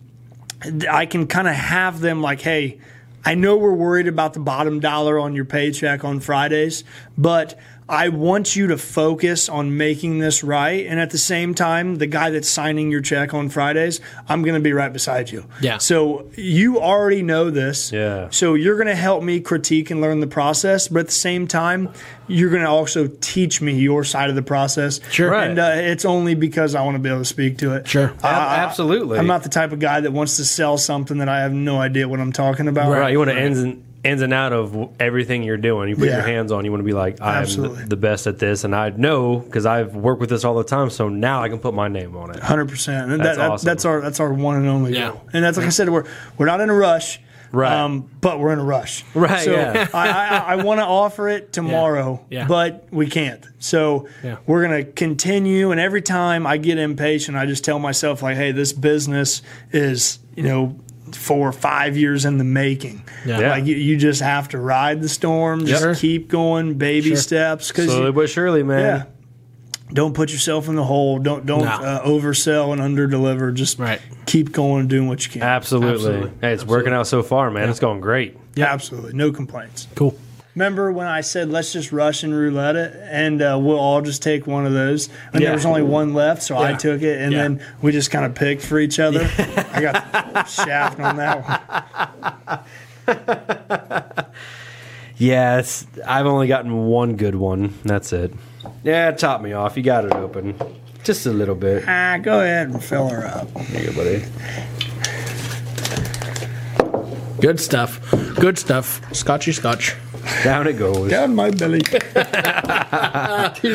Speaker 4: th- i can kind of have them like hey i know we're worried about the bottom dollar on your paycheck on fridays but I want you to focus on making this right. And at the same time, the guy that's signing your check on Fridays, I'm going to be right beside you.
Speaker 2: Yeah.
Speaker 4: So you already know this.
Speaker 1: Yeah.
Speaker 4: So you're going to help me critique and learn the process, but at the same time, you're going to also teach me your side of the process.
Speaker 2: Sure.
Speaker 1: Right.
Speaker 4: And uh, it's only because I want to be able to speak to it.
Speaker 2: Sure.
Speaker 4: I- I-
Speaker 1: absolutely.
Speaker 4: I'm not the type of guy that wants to sell something that I have no idea what I'm talking about.
Speaker 1: Right, you want to ends and ends and out of w- everything you're doing. You put
Speaker 4: Yeah.
Speaker 1: your hands on. You want to be like, I'm
Speaker 4: Absolutely.
Speaker 1: the, the best at this, and I know because I've worked with this all the time. So now I can put my name on it.
Speaker 4: Hundred percent. And that,
Speaker 1: That's
Speaker 4: that-
Speaker 1: awesome.
Speaker 4: that's our that's our one and only
Speaker 2: Yeah.
Speaker 4: goal. And that's like I said, we're we're not in a rush. um,
Speaker 1: Right.
Speaker 4: but we're in a rush.
Speaker 1: Right,
Speaker 4: So
Speaker 1: yeah.
Speaker 4: I, I, I want to offer it tomorrow,
Speaker 2: Yeah.
Speaker 4: but we can't. So
Speaker 2: Yeah.
Speaker 4: we're going to continue. And every time I get impatient, I just tell myself, like, hey, this business is, you know, four or five years in the making.
Speaker 2: Yeah.
Speaker 1: Yeah.
Speaker 4: Like, you, you just have to ride the storm, just
Speaker 2: Sure.
Speaker 4: keep going, baby
Speaker 2: Sure.
Speaker 4: steps. Because
Speaker 1: Slowly but surely,
Speaker 4: yeah.
Speaker 1: man.
Speaker 4: Don't put yourself in the hole. Don't don't
Speaker 2: No.
Speaker 4: uh, oversell and underdeliver. Just
Speaker 2: Right. Uh,
Speaker 4: keep going and doing what you can.
Speaker 1: Absolutely.
Speaker 2: Absolutely.
Speaker 1: Hey, it's working out so far, man. It's going great.
Speaker 4: Yeah, absolutely. No complaints.
Speaker 2: Cool.
Speaker 4: Remember when I said let's just Russian roulette it and uh, we'll all just take one of those? And
Speaker 1: Yeah.
Speaker 4: there was only one left, so I
Speaker 2: Yeah.
Speaker 4: took it, and
Speaker 2: Yeah.
Speaker 4: then we just kind of picked for each other. I got shaft on that one.
Speaker 1: Yeah, it's, I've only gotten one good one. That's it. Yeah, top me off. You got it open. Just a little bit.
Speaker 4: Ah, go ahead and fill her up.
Speaker 1: Here, buddy.
Speaker 2: Good stuff. Good stuff. Scotchy scotch.
Speaker 1: Down it goes.
Speaker 4: Down my belly. Dude,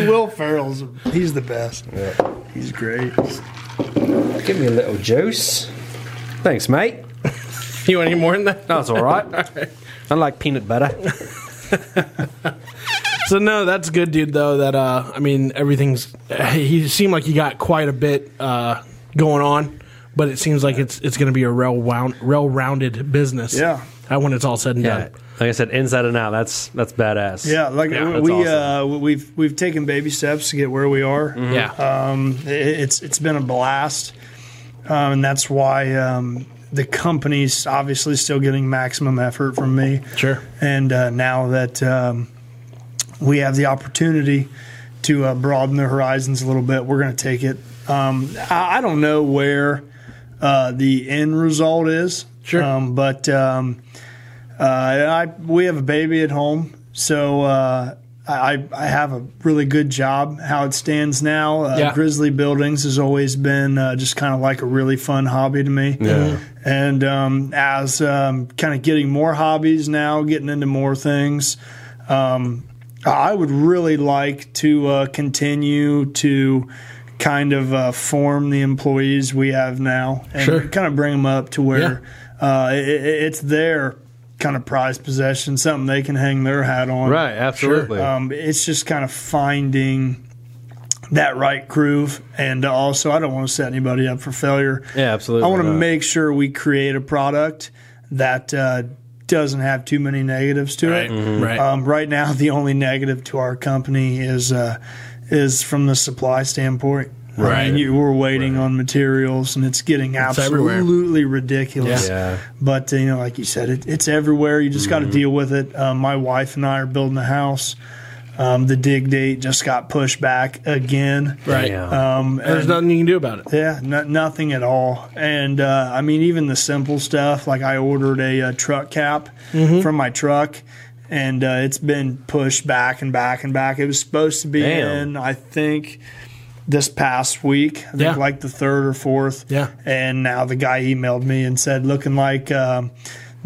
Speaker 4: Will Ferrell's he's the best. He's great.
Speaker 1: Give me a little juice. Thanks, mate.
Speaker 2: You want any more than that?
Speaker 1: That's all right. I like peanut butter.
Speaker 2: So no, that's good, dude. Though that uh, I mean, everything's. eh, He seemed like he got quite a bit uh, going on, but it seems like it's it's going to be a well wound, well rounded business.
Speaker 4: Yeah.
Speaker 2: Uh, when it's all said and
Speaker 1: Yeah.
Speaker 2: done.
Speaker 1: Like I said, inside and out. That's that's badass.
Speaker 4: Yeah, like
Speaker 2: Yeah,
Speaker 4: we
Speaker 1: that's
Speaker 4: we, uh, we've we've taken baby steps to get where we are.
Speaker 2: Yeah.
Speaker 4: Um, it, it's it's been a blast, um, and that's why um, the company's obviously still getting maximum effort from me.
Speaker 2: Sure.
Speaker 4: And uh, now that um, we have the opportunity to uh, broaden the horizons a little bit, we're going to take it. Um, I, I don't know where uh, the end result is.
Speaker 2: Sure.
Speaker 4: Um, but um, uh, I, we have a baby at home, so uh, I, I have a really good job. How it stands now, uh,
Speaker 2: Yeah.
Speaker 4: Grizzly Buildings has always been uh, just kind of like a really fun hobby to me.
Speaker 1: Yeah.
Speaker 2: Mm-hmm.
Speaker 4: And um, as um, kind of getting more hobbies now, getting into more things, um, I would really like to uh, continue to kind of uh, form the employees we have now and
Speaker 2: Sure.
Speaker 4: kind of bring them up to where uh, it, it- it's their kind of prized possession, something they can hang their hat on.
Speaker 1: Right. Absolutely.
Speaker 4: Um, it's just kind of finding that right groove. And also, I don't want to set anybody up for failure.
Speaker 1: yeah. Absolutely. Uh,
Speaker 4: I want to
Speaker 1: not.
Speaker 4: make sure we create a product that uh, doesn't have too many negatives to
Speaker 2: Right. Mm-hmm.
Speaker 4: it.
Speaker 2: Right.
Speaker 4: Um, right now, the only negative to our company is uh, is from the supply standpoint. I mean,
Speaker 2: Right.
Speaker 4: you were waiting on materials, and it's getting
Speaker 2: everywhere.
Speaker 4: absolutely ridiculous.
Speaker 1: Yeah.
Speaker 4: But uh, you know, like you said, it, it's everywhere. You just got
Speaker 2: Mm-hmm.
Speaker 4: to deal with it. Um, my wife and I are building a house. Um, the dig date just got pushed back again.
Speaker 2: right.
Speaker 1: Damn.
Speaker 4: Um,
Speaker 2: There's
Speaker 4: and-
Speaker 2: nothing you can do about it.
Speaker 4: yeah, no, nothing at all. And uh, I mean, even the simple stuff, like I ordered a, uh truck cap
Speaker 2: Mm-hmm.
Speaker 4: from my truck, and uh, it's been pushed back and back and back. It was supposed to be
Speaker 1: Damn.
Speaker 4: in, I think, this past week, I think
Speaker 2: Yeah.
Speaker 4: like the third or fourth.
Speaker 2: Yeah.
Speaker 4: And now the guy emailed me and said, looking like. Um,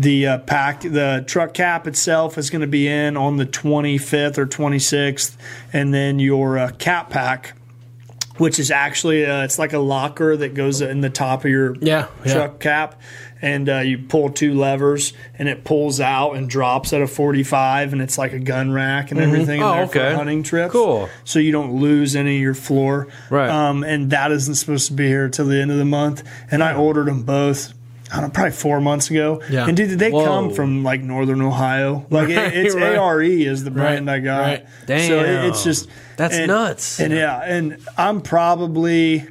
Speaker 4: the uh, pack, the truck cap itself is going to be in on the 25th or 26th, and then your uh, cap pack which is actually uh, it's like a locker that goes in the top of your
Speaker 2: Yeah, yeah.
Speaker 4: truck cap and uh, you pull two levers and it pulls out and drops at a 45 and it's like a gun rack and everything in
Speaker 1: Oh,
Speaker 4: there
Speaker 1: okay.
Speaker 4: for hunting trips
Speaker 1: Cool.
Speaker 4: so you don't lose any of your floor
Speaker 1: Right.
Speaker 4: um, and that isn't supposed to be here till the end of the month and i ordered them both I don't know, probably four months ago.
Speaker 2: Yeah.
Speaker 4: And dude, did they
Speaker 1: Whoa.
Speaker 4: come from like Northern Ohio? Like it, it's
Speaker 2: Right, right.
Speaker 4: ARE is the brand
Speaker 2: Right,
Speaker 4: I got.
Speaker 2: right.
Speaker 4: So it-
Speaker 1: Damn.
Speaker 4: it's just
Speaker 1: That's
Speaker 4: and-
Speaker 1: nuts.
Speaker 4: And yeah, and I'm probably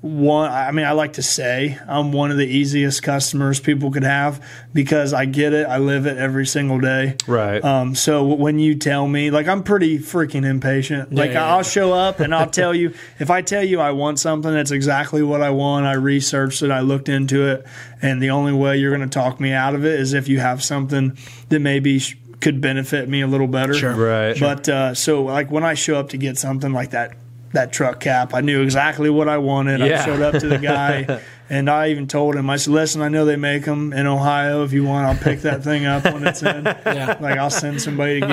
Speaker 4: one. I mean, I like to say I'm one of the easiest customers people could have because I get it. I live it every single day.
Speaker 1: Right.
Speaker 4: Um, so when you tell me, like, I'm pretty freaking impatient. Like,
Speaker 2: yeah,
Speaker 4: I'll
Speaker 2: yeah.
Speaker 4: show up and I'll tell you if I tell you I want something, that's exactly what I want. I researched it, I looked into it, and the only way you're going to talk me out of it is if you have something that maybe sh- could benefit me a little better.
Speaker 2: Sure.
Speaker 1: Right.
Speaker 4: But uh, so, like, when I show up to get something like that, that truck cap, I knew exactly what I wanted.
Speaker 1: Yeah.
Speaker 4: I showed up to the guy. And I even told him, I said, listen, I know they make them in Ohio. If you want, I'll pick that thing up when it's in.
Speaker 2: Yeah.
Speaker 4: Like I'll send somebody to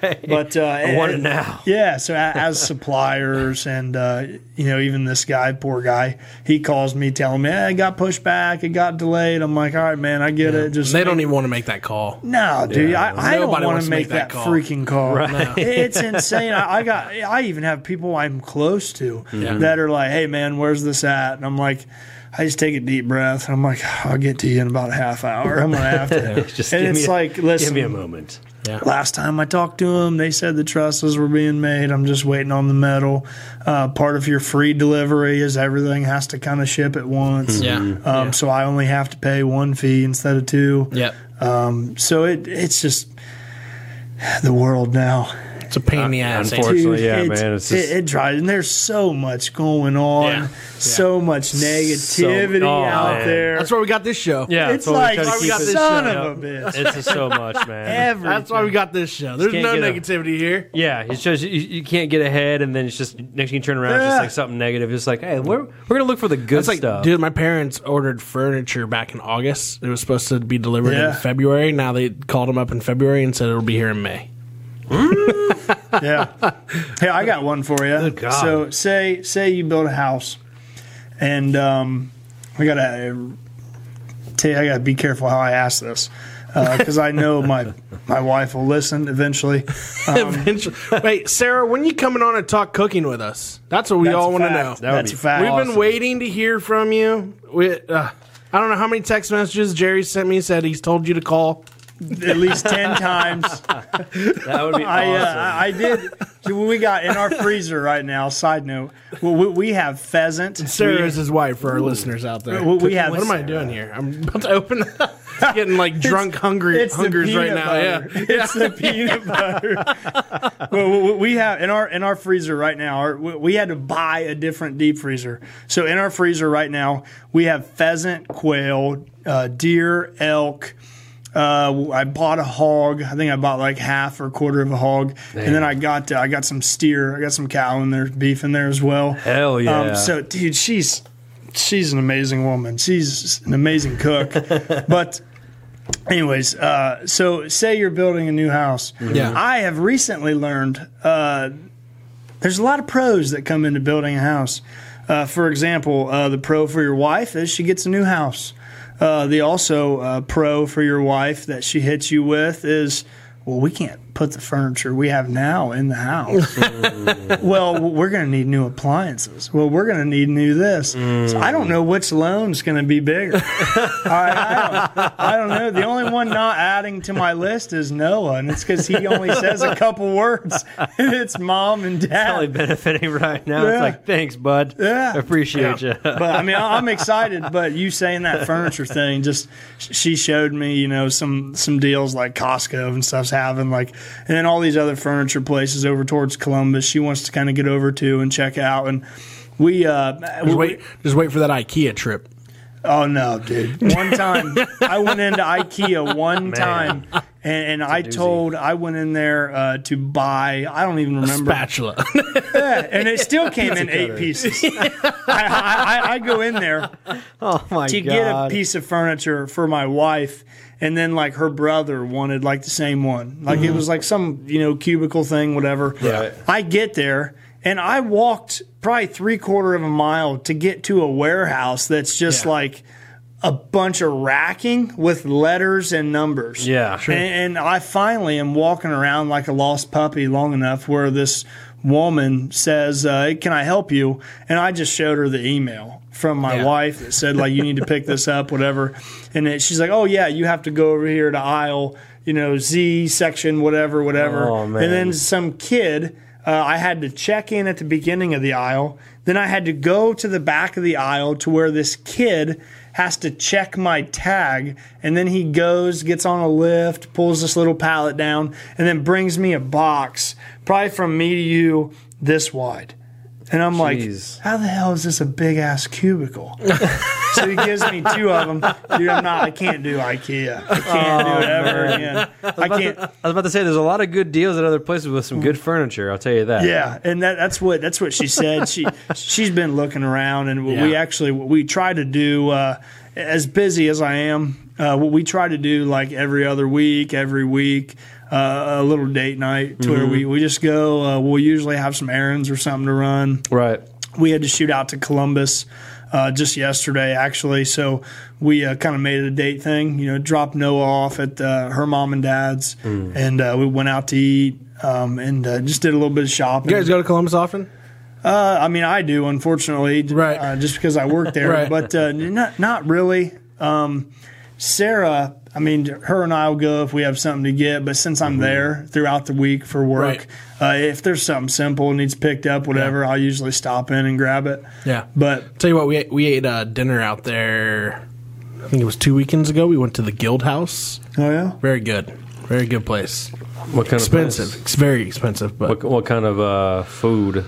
Speaker 4: get it. But uh,
Speaker 1: I want it
Speaker 4: and-
Speaker 1: now.
Speaker 4: Yeah. So a- as suppliers and uh, you know even this guy, poor guy, he calls me telling me eh, it got pushed back, it got delayed. I'm like, all right, man, I get it. Just
Speaker 2: They don't even want to make that call.
Speaker 4: no, dude, I, I don't
Speaker 2: Nobody
Speaker 4: want
Speaker 2: wants to
Speaker 4: to make
Speaker 2: make that
Speaker 4: that,
Speaker 2: call.
Speaker 4: freaking call.
Speaker 1: Right.
Speaker 4: It's insane. I, I got. I even have people I'm close to
Speaker 2: Yeah.
Speaker 4: that are like, "Hey, man, where's this at?" And I'm like, I just take a deep breath. And I'm like, I'll get to you in about a half hour. I'm gonna have to.
Speaker 1: Just
Speaker 4: and
Speaker 1: give
Speaker 4: it's
Speaker 1: me a-
Speaker 4: like, listen,
Speaker 1: Give me a moment.
Speaker 4: Last time I talked to them, they said the trusses were being made. I'm just waiting on the metal. Uh, part of your free delivery is everything has to kind of ship at once.
Speaker 2: Yeah.
Speaker 4: Um,
Speaker 2: Yeah.
Speaker 4: So I only have to pay one fee instead of two.
Speaker 2: Yep.
Speaker 4: Um, so it it's just the world now.
Speaker 2: It's a pain in the ass. ain't it?
Speaker 1: unfortunately. yeah, man, it's just-
Speaker 4: it, it drives, and there's so much going on,
Speaker 2: Yeah.
Speaker 4: so much negativity
Speaker 1: oh,
Speaker 4: out
Speaker 1: man.
Speaker 4: there.
Speaker 2: That's why we got this show.
Speaker 1: Yeah,
Speaker 4: it's like
Speaker 2: try to keep it-
Speaker 4: son
Speaker 1: Yep.
Speaker 4: of a bitch.
Speaker 1: It's just so much, man.
Speaker 4: Everything.
Speaker 2: That's why we got this show. There's
Speaker 1: can't
Speaker 2: no
Speaker 1: get a-
Speaker 2: negativity here.
Speaker 1: Yeah, it's just you, you can't get ahead, and then it's just next thing you turn around, it's just
Speaker 4: Yeah.
Speaker 1: like something negative. It's like, hey, we're we're gonna look for the good
Speaker 2: It's like,
Speaker 1: stuff.
Speaker 2: dude, my parents ordered furniture back in August. It was supposed to be delivered in
Speaker 4: Yeah.
Speaker 2: February. Now they called them up in February and said it'll be here in May.
Speaker 4: yeah. Hey, I got one for you.
Speaker 1: God.
Speaker 4: So say say you build a house, and um, I gotta tell you, I gotta be careful how I ask this because I know my my wife will listen eventually.
Speaker 2: Um, Eventually, wait, Sarah, when you coming on and talk cooking with us? That's what we
Speaker 4: That's
Speaker 2: all
Speaker 4: a
Speaker 2: want to
Speaker 4: fact.
Speaker 2: know.
Speaker 4: That would That's be a fact.
Speaker 2: We've been
Speaker 1: awesome.
Speaker 2: waiting to hear from you. We, uh, I don't know how many text messages Jerry sent me. Said he's told you to call.
Speaker 4: At least ten times.
Speaker 1: that would be
Speaker 4: I uh,
Speaker 1: awesome.
Speaker 4: I I did. We got in our freezer right now. Side note: well, we, we have pheasant.
Speaker 2: Sarah
Speaker 4: We-
Speaker 2: is his wife for our listeners out there.
Speaker 4: We- we have-
Speaker 2: what am I doing here? I'm about to open. it's getting like drunk, hungry,
Speaker 4: It's the
Speaker 2: hungers right
Speaker 4: peanut
Speaker 2: now.
Speaker 4: butter.
Speaker 2: Yeah.
Speaker 4: it's the peanut butter. well, we- we have in our in our freezer right now. Our, we we had to buy a different deep freezer. So in our freezer right now, we have pheasant, quail, uh, deer, elk. Uh, I bought a hog. I think I bought like half or a quarter of a hog, and then I got uh, I got some steer. I got some cow in there, beef in there as well. Um,
Speaker 1: Hell yeah.
Speaker 4: so, dude, she's she's an amazing woman. She's an amazing cook. but anyways, uh, so say you're building a new house.
Speaker 2: Yeah.
Speaker 4: I have recently learned uh, there's a lot of pros that come into building a house. Uh, for example, uh, the pro for your wife is she gets a new house. Uh, the also uh, pro for your wife that she hits you with is, well, we can't put the furniture we have now in the house well, we're going to need new appliances. Well, we're going to need new this. So I don't know which loan's going to be bigger. I, I, don't, I don't know. The only one not adding to my list is Noah, and it's because he only says a couple words, and it's mom and
Speaker 1: Probably
Speaker 4: dad.
Speaker 1: benefiting right now.
Speaker 4: Yeah.
Speaker 1: It's like, thanks, bud.
Speaker 4: Yeah.
Speaker 1: appreciate you.
Speaker 4: But I mean, I- I'm excited. But you saying that furniture thing, just she showed me, you know, some some deals like Costco and stuff's having like, and then all these other furniture places over towards Columbus. She wants to kind of get over to and check out and. We uh, we-
Speaker 2: Just wait. Just wait for that IKEA trip.
Speaker 4: Oh no, dude! One time I went into IKEA one time, and, and I told I went in there uh, to buy. I don't even remember,
Speaker 2: Spatula.
Speaker 4: Yeah, and it still came in eight pieces. I, I, I- I go in there
Speaker 1: oh my
Speaker 4: to
Speaker 1: god.
Speaker 4: get a piece of furniture for my wife, and then like her brother wanted like the same one, like it was like some you know cubicle thing, whatever.
Speaker 1: Mm-hmm. Right.
Speaker 4: I get there and I walked probably three quarter of a mile to get to a warehouse that's just
Speaker 2: Yeah.
Speaker 4: like a bunch of racking with letters and numbers.
Speaker 1: Yeah. Sure.
Speaker 4: And, and I finally am walking around like a lost puppy long enough where this woman says, uh, Can I help you? And I just showed her the email from my
Speaker 2: Yeah.
Speaker 4: wife that said, like, you need to pick this up, whatever. And it, she's like, Oh, yeah, you have to go over here to aisle, you know, Z section, whatever, whatever.
Speaker 1: Oh, man.
Speaker 4: And then some kid. Uh, I had to check in at the beginning of the aisle. Then I had to go to the back of the aisle to where this kid has to check my tag. And then he goes, gets on a lift, pulls this little pallet down, and then brings me a box, probably from me to you, this wide. And I'm
Speaker 1: Jeez.
Speaker 4: like, how the hell is this a big ass cubicle? so he gives me two of them. Dude, I'm not, I can't do IKEA. I can't
Speaker 1: Oh,
Speaker 4: do it ever again. I can't.
Speaker 1: I was about to say, there's a lot of good deals at other places with some good furniture. I'll tell you that.
Speaker 4: Mm-hmm. Yeah, and that, that's what that's what she said. She she's been looking around, and what we
Speaker 2: Yeah.
Speaker 4: actually what we try to do. Uh, as busy as I am, uh, what we try to do like every other week, every week, uh, a little date night to where we
Speaker 2: Mm-hmm.
Speaker 4: we just go. Uh, we'll usually have some errands or something to run
Speaker 1: Right.
Speaker 4: we had to shoot out to Columbus uh, just yesterday, actually. So we uh, kind of made it a date thing. You know, dropped Noah off at uh, her mom and dad's,
Speaker 2: Mm.
Speaker 4: and uh, we went out to eat um, and uh, just did a little bit of shopping.
Speaker 2: you guys go to Columbus often?
Speaker 4: Uh, I mean, I do, unfortunately, d-
Speaker 2: Right.
Speaker 4: uh, just because I work there,
Speaker 2: Right.
Speaker 4: but uh, n- not, not really. Um, Sarah, I mean, her and I will go if we have something to get, but since
Speaker 2: Mm-hmm.
Speaker 4: I'm there throughout the week for work, uh, if there's something simple needs picked up, whatever, I'll usually stop in and grab it.
Speaker 2: Yeah.
Speaker 4: But
Speaker 2: Tell you what, we ate, we ate uh, dinner out there. I think it was two weekends ago. We went to the Guild House.
Speaker 4: Oh yeah,
Speaker 2: Very good. Very good place.
Speaker 1: What kind
Speaker 2: Expensive.
Speaker 1: of place?
Speaker 2: It's very expensive, but
Speaker 1: What, what kind of uh, food?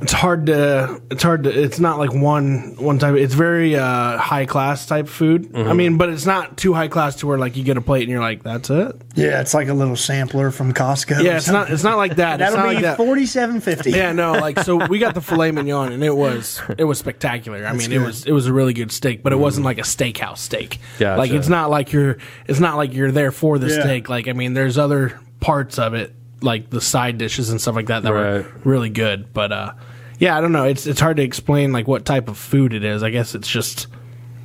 Speaker 2: it's hard to it's hard to it's not like one one type it's very uh high class type food i mean but it's not too high class to where like you get a plate and you're like that's it
Speaker 4: Yeah, it's like a little sampler from Costco.
Speaker 2: yeah it's not it's not like that it's
Speaker 4: That'll
Speaker 2: not
Speaker 4: be
Speaker 2: like that
Speaker 4: forty-seven fifty.
Speaker 2: yeah no like so we got the filet mignon and it was it was spectacular i mean it
Speaker 4: good.
Speaker 2: was it was a really good steak but it wasn't like a steakhouse steak
Speaker 1: Mm-hmm. Gotcha.
Speaker 2: like it's not like you're it's not like you're there for the
Speaker 4: Yeah.
Speaker 2: steak like i mean there's other parts of it like the side dishes and stuff like that that
Speaker 1: Right.
Speaker 2: were really good but uh yeah i don't know it's it's hard to explain like what type of food it is i guess it's just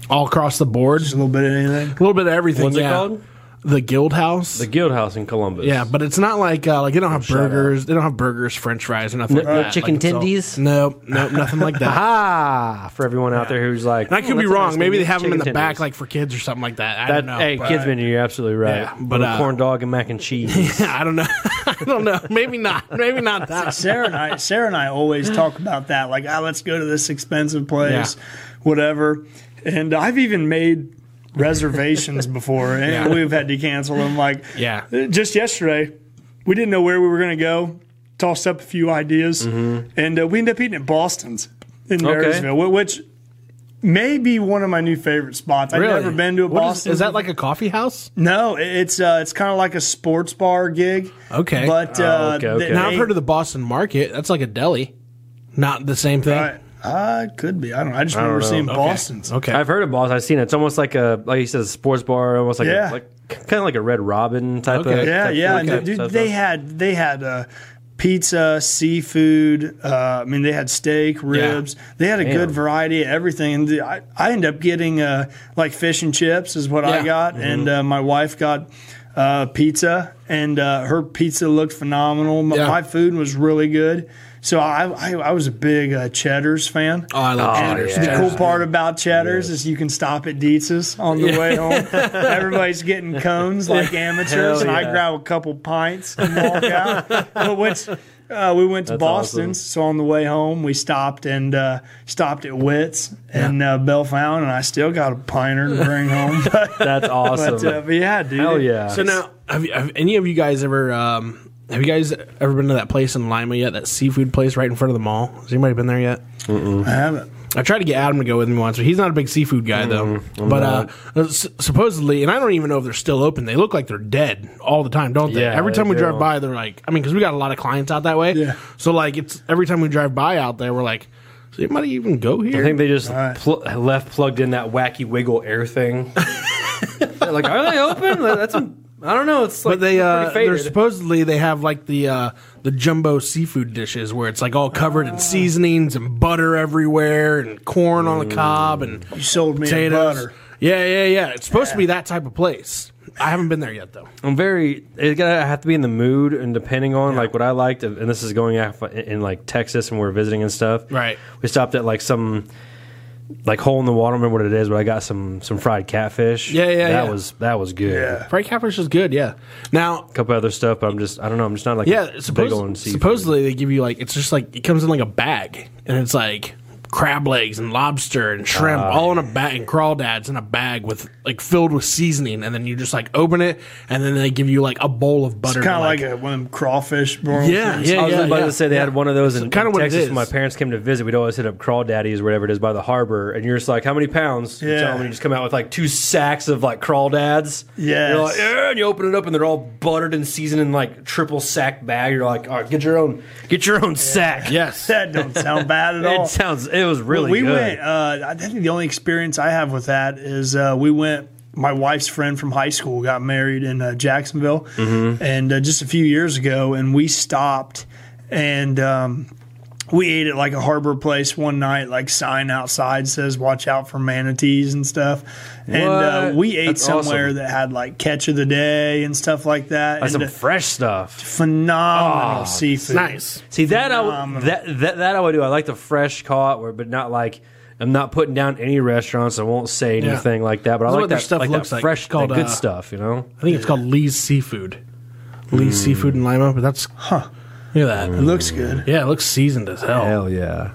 Speaker 2: all across the board
Speaker 4: Just
Speaker 2: a
Speaker 4: a little bit of anything.
Speaker 2: little bit of everything
Speaker 1: What's it
Speaker 2: yeah.
Speaker 1: called?
Speaker 2: the guild house
Speaker 1: The Guild House in Columbus.
Speaker 2: yeah, but it's not like uh, like they don't have burgers. They don't have burgers, French fries, or nothing.
Speaker 1: Oh, No-
Speaker 2: like
Speaker 1: no
Speaker 2: that.
Speaker 1: chicken
Speaker 2: Like, it's all-
Speaker 1: tendies?
Speaker 2: No, no, nothing like that.
Speaker 1: Ah, for everyone out there who's like,
Speaker 2: And I could
Speaker 1: "Hmm,
Speaker 2: be
Speaker 1: that's a
Speaker 2: wrong.
Speaker 1: nice
Speaker 2: Maybe they
Speaker 1: menu,
Speaker 2: have them in the
Speaker 1: chicken
Speaker 2: back,
Speaker 1: tenders."
Speaker 2: like for kids or something like that. I
Speaker 1: That,
Speaker 2: don't know.
Speaker 1: hey,
Speaker 2: but-
Speaker 1: kids menu. You're absolutely right.
Speaker 2: Yeah, but,
Speaker 1: but
Speaker 2: uh,
Speaker 1: corn dog and mac and cheese.
Speaker 2: I don't know. I don't know. Maybe not. Maybe not that.
Speaker 4: Sarah and I, Sarah and I always talk about that. Like, ah, let's go to this expensive place,
Speaker 2: Yeah.
Speaker 4: whatever. And I've even made reservations before, and
Speaker 2: Yeah.
Speaker 4: we've had to cancel them. Like,
Speaker 2: Yeah.
Speaker 4: just yesterday, we didn't know where we were going to go. Tossed up a few ideas,
Speaker 2: Mm-hmm.
Speaker 4: and uh, we ended up eating at Boston's in Marysville, whi- which may be one of my new favorite spots.
Speaker 2: Really?
Speaker 4: I've never been to a
Speaker 2: What is-
Speaker 4: Boston.
Speaker 2: Is, that like a coffee house?
Speaker 4: No, it- it's uh, it's kind of like a sports bar gig.
Speaker 2: Okay.
Speaker 4: but uh,
Speaker 1: okay, okay.
Speaker 4: they-
Speaker 2: now I've heard of the Boston Market. That's like a deli. Not the same thing.
Speaker 4: I, I Uh, could be. I don't. know. I just remember
Speaker 1: know.
Speaker 4: seeing
Speaker 2: Okay.
Speaker 4: Boston's.
Speaker 2: Okay.
Speaker 1: I've heard of Boss. I've seen it. It's almost like a, like you said, a sports bar. Almost like a,
Speaker 4: Yeah.
Speaker 1: like kind of like a Red Robin type
Speaker 2: Okay.
Speaker 1: of.
Speaker 4: Yeah,
Speaker 1: type
Speaker 4: yeah.
Speaker 1: food
Speaker 4: and
Speaker 1: type
Speaker 4: dude,
Speaker 1: stuff.
Speaker 4: they had they had uh, pizza, seafood. Uh, I mean, they had steak, ribs. They had a good variety of everything. And the- I, I ended up getting uh, like fish and chips is what I
Speaker 2: Yeah. Mm-hmm.
Speaker 4: got, and uh, my wife got. Uh, pizza and uh, her pizza looked phenomenal. My,
Speaker 2: Yeah.
Speaker 4: my food was really good, so I I, I was a big uh, Cheddar's fan.
Speaker 2: oh, I love
Speaker 1: Oh,
Speaker 2: cheddar.
Speaker 1: yeah.
Speaker 4: The cool part about Cheddar's is you can stop at Dietz's on the way home. Everybody's getting cones like amateurs,
Speaker 1: Hell
Speaker 4: and I
Speaker 1: yeah.
Speaker 4: grab a couple pints and walk out. but which uh, we went to
Speaker 1: That's
Speaker 4: Boston's, so on the way home we stopped and uh, stopped at Witt's and uh, Bellefontaine, and I still got a pinter to bring home. but,
Speaker 1: That's awesome.
Speaker 4: uh, but yeah, dude.
Speaker 1: Hell yeah.
Speaker 2: So now, have, you, have any of you guys ever? Um, have you guys ever been to that place in Lima yet? That seafood place right in front of the mall. Has anybody been there yet?
Speaker 4: I haven't.
Speaker 2: I tried to get Adam to go with me once, but he's not a big seafood guy
Speaker 4: Mm,
Speaker 2: though. But uh, s- supposedly, and I don't even know if they're still open. They look like they're dead all the time, don't they?
Speaker 1: Yeah,
Speaker 2: every
Speaker 1: they
Speaker 2: time we
Speaker 1: do.
Speaker 2: drive by, they're like, I mean, because we got a lot of clients out that way.
Speaker 4: Yeah.
Speaker 2: So like, it's every time we drive by out there, we're like, does anybody even go here?
Speaker 1: I think they just
Speaker 4: right.
Speaker 1: pl- left plugged in that wacky wiggle air thing. They're like, are they open? That's I don't know. It's like
Speaker 2: but they uh,
Speaker 1: pretty
Speaker 2: they're
Speaker 1: faded.
Speaker 2: supposedly they have like the uh, the jumbo seafood dishes where it's like all covered
Speaker 4: Ah.
Speaker 2: in seasonings and butter everywhere and corn on the cob and
Speaker 4: Mm. You sold me a
Speaker 2: potatoes.
Speaker 4: butter.
Speaker 2: Yeah, yeah, yeah. It's supposed to be that type of place. I haven't been there yet though.
Speaker 1: I'm very. It gotta I have to be in the mood, and depending on like what I liked, and this is going out in, in like Texas, and we we're visiting and stuff.
Speaker 2: Right.
Speaker 1: We stopped at like some like hole in the water. I don't remember what it is, but I got some some fried catfish.
Speaker 2: Yeah, yeah,
Speaker 1: That
Speaker 2: yeah.
Speaker 1: was that was good.
Speaker 4: Yeah.
Speaker 2: Fried catfish is good, yeah. Now,
Speaker 1: A couple other stuff, but I'm just I don't know. I'm just not like
Speaker 2: yeah,
Speaker 1: a
Speaker 2: suppose,
Speaker 1: big on seafood.
Speaker 2: supposedly they give you like it's just like it comes in like a bag, and it's like crab legs and lobster and shrimp
Speaker 1: Ah.
Speaker 2: all in a bag and crawdads in a bag with like filled with seasoning, and then you just like open it, and then they give you like a bowl of butter.
Speaker 4: Kind
Speaker 2: to,
Speaker 4: of like, a, one of them crawfish. broil
Speaker 2: Yeah,
Speaker 4: things.
Speaker 2: yeah.
Speaker 1: I was about to say they
Speaker 2: yeah.
Speaker 1: had one of those in,
Speaker 2: kinda
Speaker 1: in
Speaker 2: what it
Speaker 1: Texas.
Speaker 2: is.
Speaker 1: When my parents came to visit, we'd always hit up crawl daddies or whatever it is by the harbor, and you're just like, "How many pounds?" You
Speaker 4: Yeah.
Speaker 1: tell them, and you just come out with like two sacks of like crawl dads.
Speaker 4: Yes.
Speaker 1: You're like, "Yeah," and you open it up, and they're all buttered and seasoned in like triple sack bag. You're like, "All right, get your own, get your own sack."
Speaker 2: yes,
Speaker 4: That don't sound bad at all.
Speaker 1: It sounds. It was really
Speaker 4: we
Speaker 1: good.
Speaker 4: went uh, i think the only experience i have with that is uh, we went my wife's friend from high school got married in uh, jacksonville
Speaker 1: Mm-hmm.
Speaker 4: and uh, just a few years ago and we stopped and um, we ate at like a harbor place one night like sign outside says watch out for manatees and stuff and uh,
Speaker 1: What?
Speaker 4: we ate
Speaker 1: That's
Speaker 4: somewhere
Speaker 1: awesome.
Speaker 4: that had like catch of the day and stuff like
Speaker 1: Like
Speaker 4: that and
Speaker 1: some Oh,
Speaker 4: uh,
Speaker 1: fresh stuff.
Speaker 4: phenomenal seafood
Speaker 2: nice.
Speaker 1: See that I
Speaker 4: Phenomenal.
Speaker 1: would, that, that that I would do. I like the fresh caught, where, but not like I'm not putting down any restaurants. I won't say
Speaker 2: Yeah.
Speaker 1: anything like that. But I
Speaker 2: That's
Speaker 1: like
Speaker 2: what their
Speaker 1: that
Speaker 2: stuff
Speaker 1: like
Speaker 2: looks
Speaker 1: that
Speaker 2: like.
Speaker 1: fresh,
Speaker 2: It's called,
Speaker 1: that good
Speaker 2: uh,
Speaker 1: stuff. You know,
Speaker 2: I think it's called Lee's Seafood. Lee's
Speaker 1: Hmm.
Speaker 2: Seafood in Lima, but that's huh. Look at that.
Speaker 4: it looks good
Speaker 2: Yeah, it looks seasoned as hell.
Speaker 1: yeah.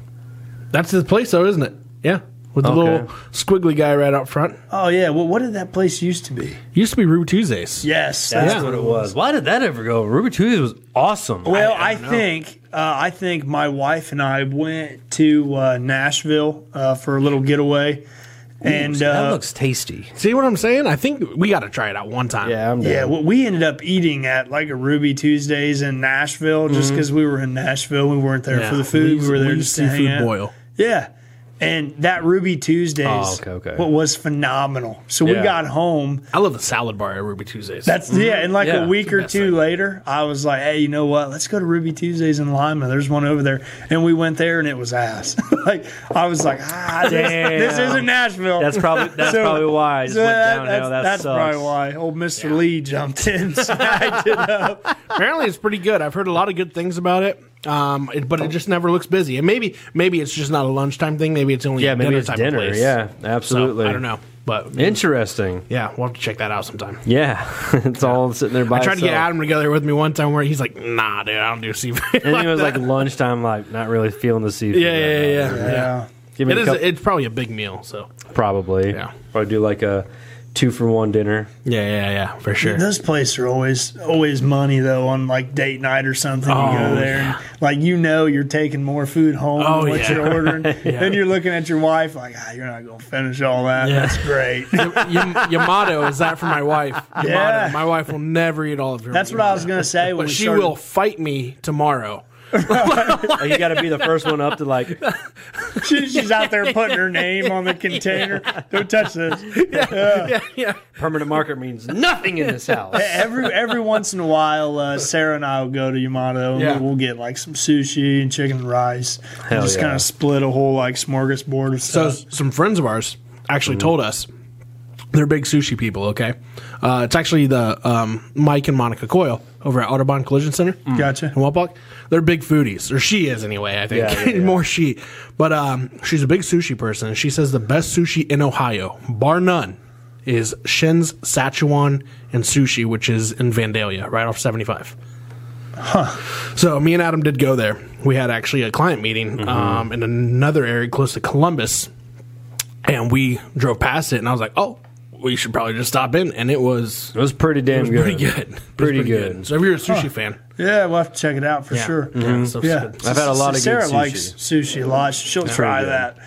Speaker 2: That's the place though, isn't it? Yeah. with the
Speaker 1: Okay.
Speaker 2: little squiggly guy right out front.
Speaker 4: Oh yeah. Well, what did that place used to be?
Speaker 2: Used to be Rue Tuesdays.
Speaker 4: Yes.
Speaker 1: That's
Speaker 2: Yeah.
Speaker 1: what it was. Why did that ever go? Ruby Tuesday was awesome.
Speaker 4: Well, I, think uh, I think my wife and I went to uh, Nashville uh, for a little getaway, and
Speaker 1: that
Speaker 4: uh,
Speaker 1: looks tasty.
Speaker 2: See what I'm saying? I think we got to try it out one time.
Speaker 1: I'm
Speaker 4: yeah, well, we ended up eating at like a Ruby Tuesdays in Nashville just because we were in Nashville. We weren't there
Speaker 2: Yeah,
Speaker 4: for the food. We,
Speaker 2: used-
Speaker 4: were there
Speaker 2: used
Speaker 4: just to hang
Speaker 2: seafood
Speaker 4: out.
Speaker 2: boil.
Speaker 4: Yeah. And that Ruby Tuesdays
Speaker 1: Oh, okay, okay.
Speaker 4: What was phenomenal. So we
Speaker 1: Yeah.
Speaker 4: got home.
Speaker 2: I love the salad bar at Ruby Tuesdays.
Speaker 4: That's yeah, and like
Speaker 1: Yeah,
Speaker 4: a week or
Speaker 2: best
Speaker 4: two
Speaker 2: thing.
Speaker 4: later, I was like, "Hey, you know what? Let's go to Ruby Tuesdays in Lima. There's one over there." And we went there, and it was ass. like I was like, "Ah, this,
Speaker 1: Damn.
Speaker 4: this isn't Nashville."
Speaker 1: That's probably that's
Speaker 4: So-
Speaker 1: probably why I just
Speaker 4: So
Speaker 1: went
Speaker 4: that-
Speaker 1: downhill.
Speaker 4: That's,
Speaker 1: That
Speaker 4: that's
Speaker 1: sucks.
Speaker 4: probably why old Mister Lee jumped in, smacked it up.
Speaker 2: Apparently, it's pretty good. I've heard a lot of good things about it. Um, it, but it just never looks busy. And maybe maybe it's just not a lunchtime thing. Maybe it's only
Speaker 1: Yeah, maybe
Speaker 2: dinner
Speaker 1: it's
Speaker 2: type of
Speaker 1: dinner.
Speaker 2: place.
Speaker 1: Yeah,
Speaker 2: So,
Speaker 1: absolutely.
Speaker 2: I don't know, but
Speaker 1: Interesting.
Speaker 2: yeah, we'll have to check that out sometime.
Speaker 1: Yeah, it's all sitting there by
Speaker 2: I tried to get
Speaker 1: itself.
Speaker 2: Adam together with me one time where he's like, "Nah, dude, I don't do seafood."
Speaker 1: And
Speaker 2: like
Speaker 1: it was
Speaker 2: that.
Speaker 1: like lunchtime, like not really feeling the seafood.
Speaker 2: yeah,
Speaker 1: right
Speaker 2: yeah,
Speaker 1: now.
Speaker 2: yeah, yeah.
Speaker 4: Yeah,
Speaker 1: Give me
Speaker 2: It
Speaker 1: a
Speaker 2: is.
Speaker 1: couple,
Speaker 2: It's probably a big meal. So
Speaker 1: probably.
Speaker 2: Yeah.
Speaker 1: Probably do like a two for one dinner.
Speaker 2: yeah, yeah, yeah, for sure.
Speaker 4: those places are always always money though on like date night or something. you
Speaker 2: Oh,
Speaker 4: go there, and like you know, you're taking more food home
Speaker 2: Oh,
Speaker 4: than what
Speaker 2: yeah.
Speaker 4: you're ordering.
Speaker 2: Yeah.
Speaker 4: Then you're looking at your wife like, "Ah, you're not gonna finish all that.
Speaker 2: Yeah.
Speaker 4: That's great."
Speaker 2: Yam- Yamato is that for my wife? Yamato.
Speaker 4: Yeah.
Speaker 2: My wife will never eat all of your.
Speaker 4: That's what I was gonna say.
Speaker 2: But
Speaker 4: When we
Speaker 2: she
Speaker 4: started-
Speaker 2: will fight me tomorrow.
Speaker 1: Like Oh, you got to be the first one up to like.
Speaker 4: She, she's out there putting her name on the container. Don't touch this.
Speaker 2: Yeah, yeah.
Speaker 1: Permanent market means nothing in this house.
Speaker 4: Every every once in a while, uh, Sarah and I will go to Yamato. And
Speaker 2: Yeah.
Speaker 4: We'll get like some sushi and chicken and rice.
Speaker 1: Hell
Speaker 4: and just
Speaker 1: yeah.
Speaker 4: kind of split a whole like smorgasbord of
Speaker 2: So
Speaker 4: stuff.
Speaker 2: s- some friends of ours actually
Speaker 4: Mm-hmm.
Speaker 2: told us they're big sushi people. Okay, uh, it's actually the um, Mike and Monica Coyle over at Audubon Collision Center.
Speaker 4: Mm-hmm. Gotcha.
Speaker 2: In Wapak, they're big foodies, or she is anyway. I think
Speaker 1: Yeah, yeah, yeah.
Speaker 2: more she, but um, she's a big sushi person. She says the best sushi in Ohio, bar none, is Shin's Szechuan and Sushi, which is in Vandalia, right off seventy five. So me and Adam did go there. We had actually a client meeting
Speaker 1: Mm-hmm.
Speaker 2: um, in another area close to Columbus, and we drove past it, and I was like, "Oh, we should probably just stop in." And it was
Speaker 1: It was pretty damn
Speaker 2: it was
Speaker 1: good.
Speaker 2: pretty good, It was
Speaker 1: Pretty good.
Speaker 2: So if you're a sushi fan,
Speaker 4: yeah, we'll have to check it out for sure.
Speaker 2: yeah, so it's
Speaker 4: Yeah,
Speaker 2: good.
Speaker 1: I've had a lot of
Speaker 4: Sarah
Speaker 1: good
Speaker 4: likes sushi a lot. She'll try
Speaker 1: good.
Speaker 4: that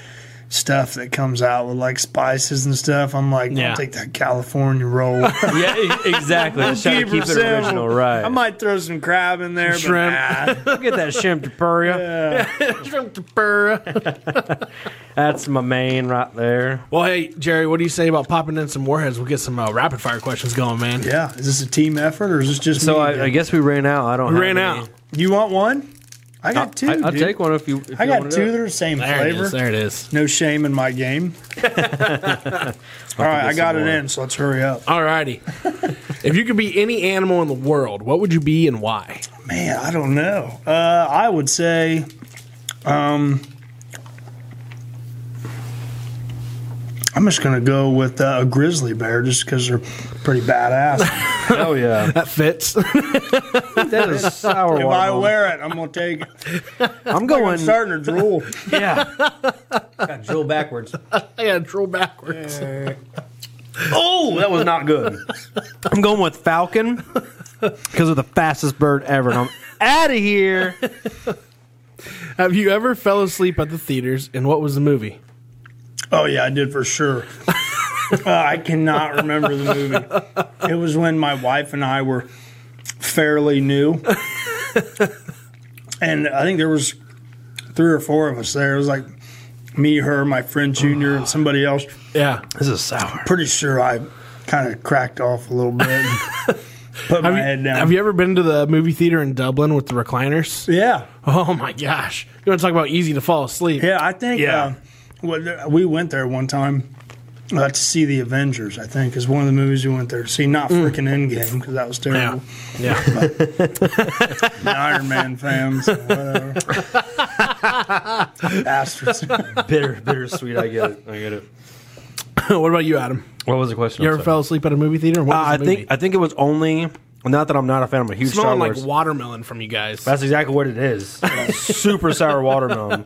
Speaker 4: stuff that comes out with like spices and stuff. I'm like,
Speaker 2: Yeah.
Speaker 4: I'll take that California roll.
Speaker 1: Yeah, e- exactly. Just trying to
Speaker 4: Keep her
Speaker 1: keep it
Speaker 4: simple.
Speaker 1: original, right?
Speaker 4: I might throw some crab in there.
Speaker 2: Shrimp.
Speaker 4: But nah.
Speaker 1: get that shrimp tapuria.
Speaker 2: Shrimp to burr.
Speaker 1: That's my main right there.
Speaker 2: Well, hey Jerry, what do you say about popping in some warheads? We'll get some uh, rapid fire questions going, man.
Speaker 4: Yeah, is this a team effort or is this just
Speaker 1: So
Speaker 4: me
Speaker 1: I,
Speaker 4: again?
Speaker 1: I guess we ran out. I don't.
Speaker 2: We
Speaker 1: have
Speaker 2: ran
Speaker 1: any.
Speaker 2: out.
Speaker 4: You want one? I got two.
Speaker 1: I, I'll
Speaker 4: dude.
Speaker 1: take one if you. If
Speaker 4: I
Speaker 1: you
Speaker 4: got
Speaker 1: want
Speaker 4: two
Speaker 1: It
Speaker 4: that are the same
Speaker 2: There it
Speaker 4: flavor.
Speaker 2: is. There it is.
Speaker 4: No shame in my game. All right, I
Speaker 1: some
Speaker 4: got it
Speaker 1: more.
Speaker 4: in, so let's hurry up.
Speaker 2: Alrighty. if you could be any animal in the world, what would you be and why?
Speaker 4: Man, I don't know. Uh, I would say, um, I'm just gonna go with uh, a grizzly bear just because they're pretty badass.
Speaker 1: up. Hell yeah!
Speaker 2: That fits.
Speaker 1: that is sour.
Speaker 4: if I
Speaker 1: watermelon.
Speaker 4: wear it, I'm gonna take it.
Speaker 1: I'm going.
Speaker 4: I'm starting to drool.
Speaker 1: yeah. Got drill backwards.
Speaker 2: I gotta troll backwards.
Speaker 1: Oh, that was not good. I'm going with falcon because of the fastest bird ever, and I'm out of here.
Speaker 2: Have you ever fell asleep at the theaters and what was the movie?
Speaker 4: Oh yeah, I did for sure. Uh, I cannot remember the movie. It was when my wife and I were fairly new, and I think there was three or four of us there. It was like me, her, my friend Junior, and somebody else.
Speaker 2: Yeah.
Speaker 1: This is sour.
Speaker 4: Pretty sure I kind of cracked off a little bit. and Put my
Speaker 2: Have
Speaker 4: head
Speaker 2: you,
Speaker 4: down.
Speaker 2: have you ever been to the movie theater in Dublin with the recliners?
Speaker 4: yeah,
Speaker 2: Oh my gosh. You want to talk about easy to fall asleep?
Speaker 4: yeah. I think.
Speaker 1: Yeah.
Speaker 4: Uh, what there- we went there one time. Uh, to see the Avengers, I think is one of the movies we went there to see. Not freaking Endgame because that was
Speaker 2: Yeah. Yeah.
Speaker 4: terrible. an Iron Man fans. Whatever. Bastards.
Speaker 1: Bitter, bittersweet. I get it. I get it.
Speaker 2: what about you, Adam?
Speaker 1: What was the question?
Speaker 2: You
Speaker 1: I'm
Speaker 2: ever
Speaker 1: sorry.
Speaker 2: fell asleep at a movie theater? and What
Speaker 1: Uh,
Speaker 2: was
Speaker 1: I
Speaker 2: the movie?
Speaker 1: think I think it was only Not that I'm not a fan. I'm a huge Star
Speaker 2: Smelling like
Speaker 1: Wars.
Speaker 2: watermelon from you guys.
Speaker 1: That's exactly what it is. Super sour watermelon.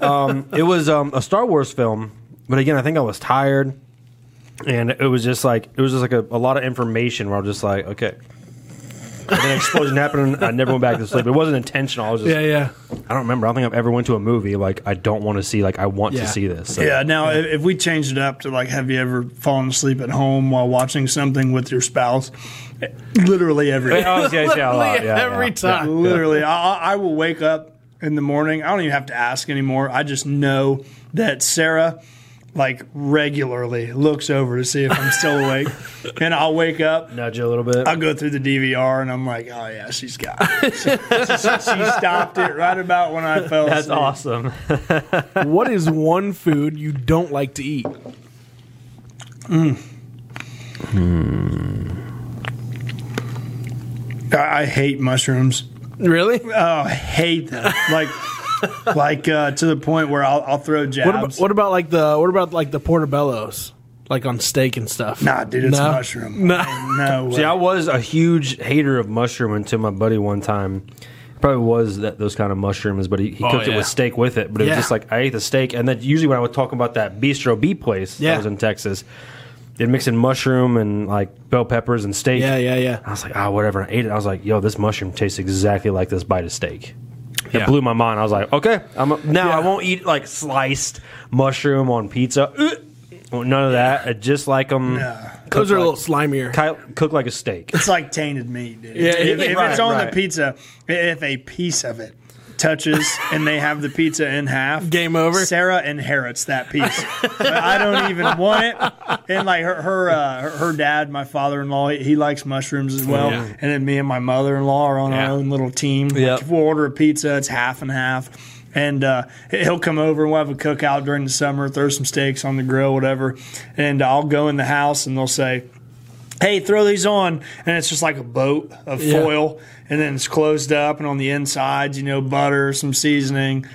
Speaker 1: um, it was um, a Star Wars film, but again, I think I was tired, and it was just like it was just like a, a lot of information where I was just like, okay. And then an explosion happened. And I never went back to sleep. It wasn't intentional. I was just,
Speaker 2: yeah, yeah.
Speaker 1: I don't remember. I don't think I've ever went to a movie like I don't want to see. Like I want
Speaker 2: Yeah.
Speaker 1: to see this. So-
Speaker 4: Yeah. Now, if, if we changed it up to like, have you ever fallen asleep at home while watching something with your spouse? Literally every day.
Speaker 1: Oh, yeah, yeah, a lot. Yeah,
Speaker 2: Every
Speaker 1: yeah.
Speaker 2: time.
Speaker 4: Literally, I, I- I will wake up in the morning. I don't even have to ask anymore. I just know that Sarah, like regularly, looks over to see if I'm still awake, and I'll wake up.
Speaker 1: Nudge you a little bit.
Speaker 4: I'll go through the DVR, and I'm like, oh yeah, she's got. It. She, she- she stopped it right about when I fell.
Speaker 1: That's
Speaker 4: asleep.
Speaker 1: awesome.
Speaker 2: what is one food you don't like to eat?
Speaker 4: I, I hate mushrooms.
Speaker 2: Really?
Speaker 4: Oh, I hate them. Like. like uh, to the point where I'll, I'll throw jabs.
Speaker 2: What about, what about like the what about like the portobellos, like on steak and stuff?
Speaker 4: nah, dude, it's
Speaker 2: No.
Speaker 4: mushroom. No, way.
Speaker 1: See, I was a huge hater of mushroom until my buddy one time. It probably was that those kind of mushrooms, but he, he
Speaker 2: Oh,
Speaker 1: cooked it
Speaker 2: yeah.
Speaker 1: with steak with it. But it
Speaker 2: Yeah.
Speaker 1: was just like I ate the steak, and then usually when I would talk about that bistro B place
Speaker 2: Yeah.
Speaker 1: that was in Texas, they'd mix in mushroom and like bell peppers and steak.
Speaker 2: Yeah, yeah,
Speaker 1: I
Speaker 2: yeah.
Speaker 1: was like, ah, whatever. And I ate it. I was like, yo, this mushroom tastes exactly like this bite of steak. It
Speaker 2: Yeah.
Speaker 1: blew my mind. I was like, okay, I'm a, now I won't eat like sliced mushroom on pizza. Ugh. Well, None of that. I just like them.
Speaker 2: Those are a little slimier.
Speaker 1: Cook like a steak.
Speaker 4: It's like tainted meat, dude.
Speaker 2: Yeah,
Speaker 4: if, if
Speaker 1: right,
Speaker 4: it's on
Speaker 1: right.
Speaker 4: the pizza, i- if a piece of it touches and they have the pizza in half,
Speaker 2: Game over.
Speaker 4: Sarah inherits that piece. but I don't even want it. And like her, her, uh, her- her dad, my father-in-law, he, he likes mushrooms as well.
Speaker 2: Yeah.
Speaker 4: And then me and my mother-in-law are on
Speaker 2: Yeah.
Speaker 4: our own little team. Like,
Speaker 1: Yep.
Speaker 4: if we'll order a pizza, it's half and half. And uh, he'll come over and we'll have a cookout during the summer, throw some steaks on the grill, whatever. And I'll go in the house and they'll say, hey, throw these on. And it's just like a boat of
Speaker 2: Yeah.
Speaker 4: foil. And then it's closed up. And on the insides, you know, butter, some seasoning,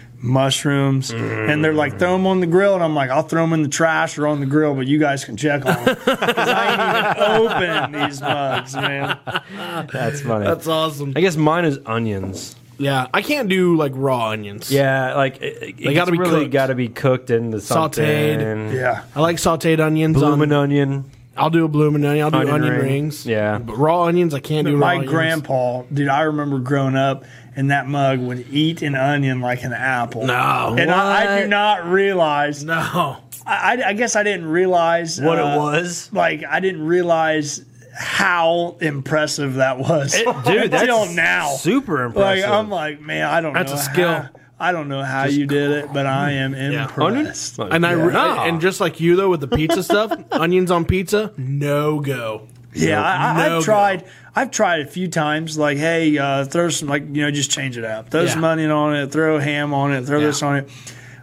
Speaker 4: mushrooms.
Speaker 2: Mm.
Speaker 4: And they're like, throw them on the grill. And I'm like, I'll throw them in the trash or on the grill, but you guys can check on them. 'Cause I ain't even opening these mugs, man.
Speaker 1: That's funny.
Speaker 2: That's awesome.
Speaker 1: I guess mine is onions.
Speaker 2: Yeah, I can't do like raw onions.
Speaker 1: Yeah, like it, it
Speaker 2: They gotta
Speaker 1: it's
Speaker 2: be
Speaker 1: really
Speaker 2: cooked.
Speaker 1: got to be cooked into something.
Speaker 2: Sautéed.
Speaker 4: Yeah.
Speaker 2: I like sautéed onions.
Speaker 1: Bloomin'
Speaker 2: on,
Speaker 1: onion,
Speaker 2: I'll do a bloomin' onion. I'll do
Speaker 1: onion
Speaker 2: onion,
Speaker 1: ring.
Speaker 2: rings.
Speaker 1: Yeah.
Speaker 2: but raw onions I can't do. raw
Speaker 4: My
Speaker 2: onions.
Speaker 4: grandpa, dude, I remember growing up, and that mug would eat an onion like an apple.
Speaker 2: No.
Speaker 4: And I, I do
Speaker 1: What?
Speaker 4: not realize.
Speaker 2: No.
Speaker 4: I, I- I guess I didn't realize
Speaker 1: what
Speaker 4: uh,
Speaker 1: it was.
Speaker 4: like I didn't realize how impressive that was,
Speaker 1: Dude, that's
Speaker 4: until now.
Speaker 1: super
Speaker 4: like
Speaker 1: impressive.
Speaker 4: I'm like, man, I don't.
Speaker 2: That's
Speaker 4: know
Speaker 2: a skill.
Speaker 4: How, I don't know how you did it, but I
Speaker 1: Mm-hmm.
Speaker 4: am impressed.
Speaker 1: Onion?
Speaker 2: And I
Speaker 1: Yeah.
Speaker 2: re- I- and just like you though with the pizza stuff, onions on pizza, no go.
Speaker 4: Yeah, I, I,
Speaker 2: No
Speaker 4: I've tried. I've tried a few times. Like, hey, uh, throw some like you know, just change it up. Throw some
Speaker 2: Yeah.
Speaker 4: onion on it. Throw ham on it. Throw
Speaker 2: Yeah.
Speaker 4: this on it.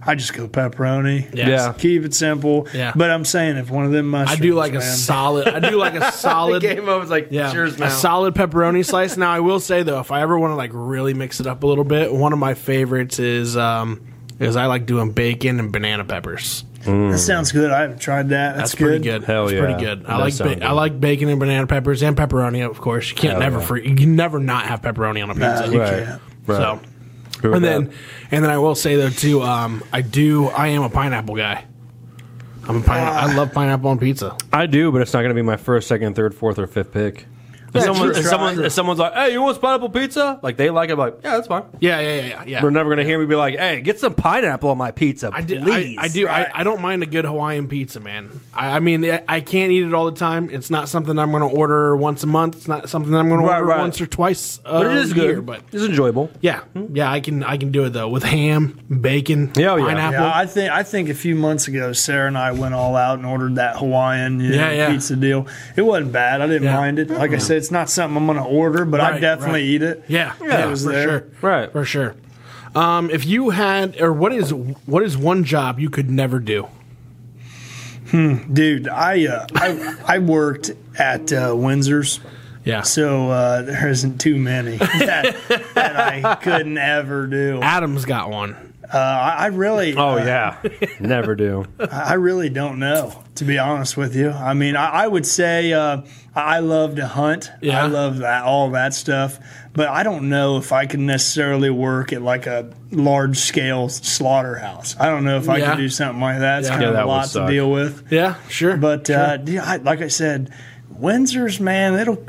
Speaker 4: I just go pepperoni.
Speaker 2: Yes.
Speaker 1: Yeah.
Speaker 4: Keep it simple.
Speaker 2: Yeah.
Speaker 4: But I'm saying if one of them
Speaker 2: I
Speaker 4: mushrooms,
Speaker 2: do like a
Speaker 4: man,
Speaker 2: solid. I do like a solid.
Speaker 1: over was like,
Speaker 2: Yeah, a solid pepperoni slice. Now, I will say though, if I ever want to like really mix it up a little bit, one of my favorites is um is I like doing bacon and banana peppers.
Speaker 1: Mm-hmm.
Speaker 4: That sounds good. I haven't tried that. That's,
Speaker 2: That's pretty good.
Speaker 1: Hell
Speaker 2: That's
Speaker 1: yeah.
Speaker 2: pretty good. I
Speaker 1: That
Speaker 2: like
Speaker 1: sounds
Speaker 2: ba-
Speaker 1: good.
Speaker 2: I like bacon and banana peppers and pepperoni, of course. You can't
Speaker 1: Hell
Speaker 2: never
Speaker 1: yeah.
Speaker 2: free. You can never not have pepperoni on a pizza.
Speaker 4: you
Speaker 1: Right.
Speaker 4: can't.
Speaker 1: Right.
Speaker 2: So, and then and then I will say though too, um, I do. I am a pineapple guy. I'm a pineapple. I love pineapple on pizza.
Speaker 1: I do, but it's not going to be my first, second, third, fourth, or fifth pick. If,
Speaker 4: Yeah,
Speaker 1: someone,
Speaker 4: true.
Speaker 1: if, someone, if someone's like, "Hey, you want pineapple pizza?" Like they like it, I'm like yeah, that's fine.
Speaker 2: Yeah, yeah, yeah, yeah.
Speaker 1: They're never going to hear me be like, "Hey, get some pineapple on my pizza,
Speaker 2: I do. I,
Speaker 1: please."
Speaker 2: I do. I, I don't mind a good Hawaiian pizza, man. I, I mean, I- I can't eat it all the time. It's not something I'm going to order once a month. It's not something I'm going to
Speaker 1: Right,
Speaker 2: order
Speaker 1: right.
Speaker 2: once or twice a
Speaker 1: But it is good.
Speaker 2: year. But
Speaker 1: it's enjoyable.
Speaker 2: yeah, yeah, I can I can do it though with ham, bacon,
Speaker 1: Yeah, oh, yeah.
Speaker 2: pineapple.
Speaker 4: Yeah, I think I think a few months ago, Sarah and I went all out and ordered that Hawaiian you know,
Speaker 2: Yeah, yeah.
Speaker 4: pizza deal. It wasn't bad. I didn't
Speaker 2: Yeah.
Speaker 4: mind it.
Speaker 1: Mm-hmm.
Speaker 4: Like I said, it's not something I'm going to order, but I
Speaker 2: Right,
Speaker 4: definitely
Speaker 2: right.
Speaker 4: eat it.
Speaker 2: Yeah,
Speaker 4: If
Speaker 2: yeah,
Speaker 4: it was
Speaker 2: for
Speaker 4: there.
Speaker 2: sure,
Speaker 1: Right.
Speaker 2: for sure. Um, if you had, or what is what is one job you could never do?
Speaker 4: dude. I uh, I, I worked at uh, Windsor's.
Speaker 2: Yeah,
Speaker 4: So uh, there isn't too many that, that I couldn't ever do.
Speaker 2: Adam's got one.
Speaker 4: Uh, I, I really, uh,
Speaker 1: Oh yeah, never do.
Speaker 4: I really don't know, to be honest with you. I mean, I, I would say uh, I I love to hunt.
Speaker 2: Yeah.
Speaker 4: I love that, all that stuff. But I don't know if I can necessarily work at like a large scale slaughterhouse. I don't know if I
Speaker 2: Yeah.
Speaker 4: can do something like that. It's
Speaker 2: Yeah.
Speaker 4: kind
Speaker 1: Yeah,
Speaker 4: of
Speaker 1: that
Speaker 4: a
Speaker 1: would
Speaker 4: lot to
Speaker 1: suck.
Speaker 4: deal with.
Speaker 2: Yeah, sure.
Speaker 4: But uh, yeah, I, like I said, Windsor's man, it'll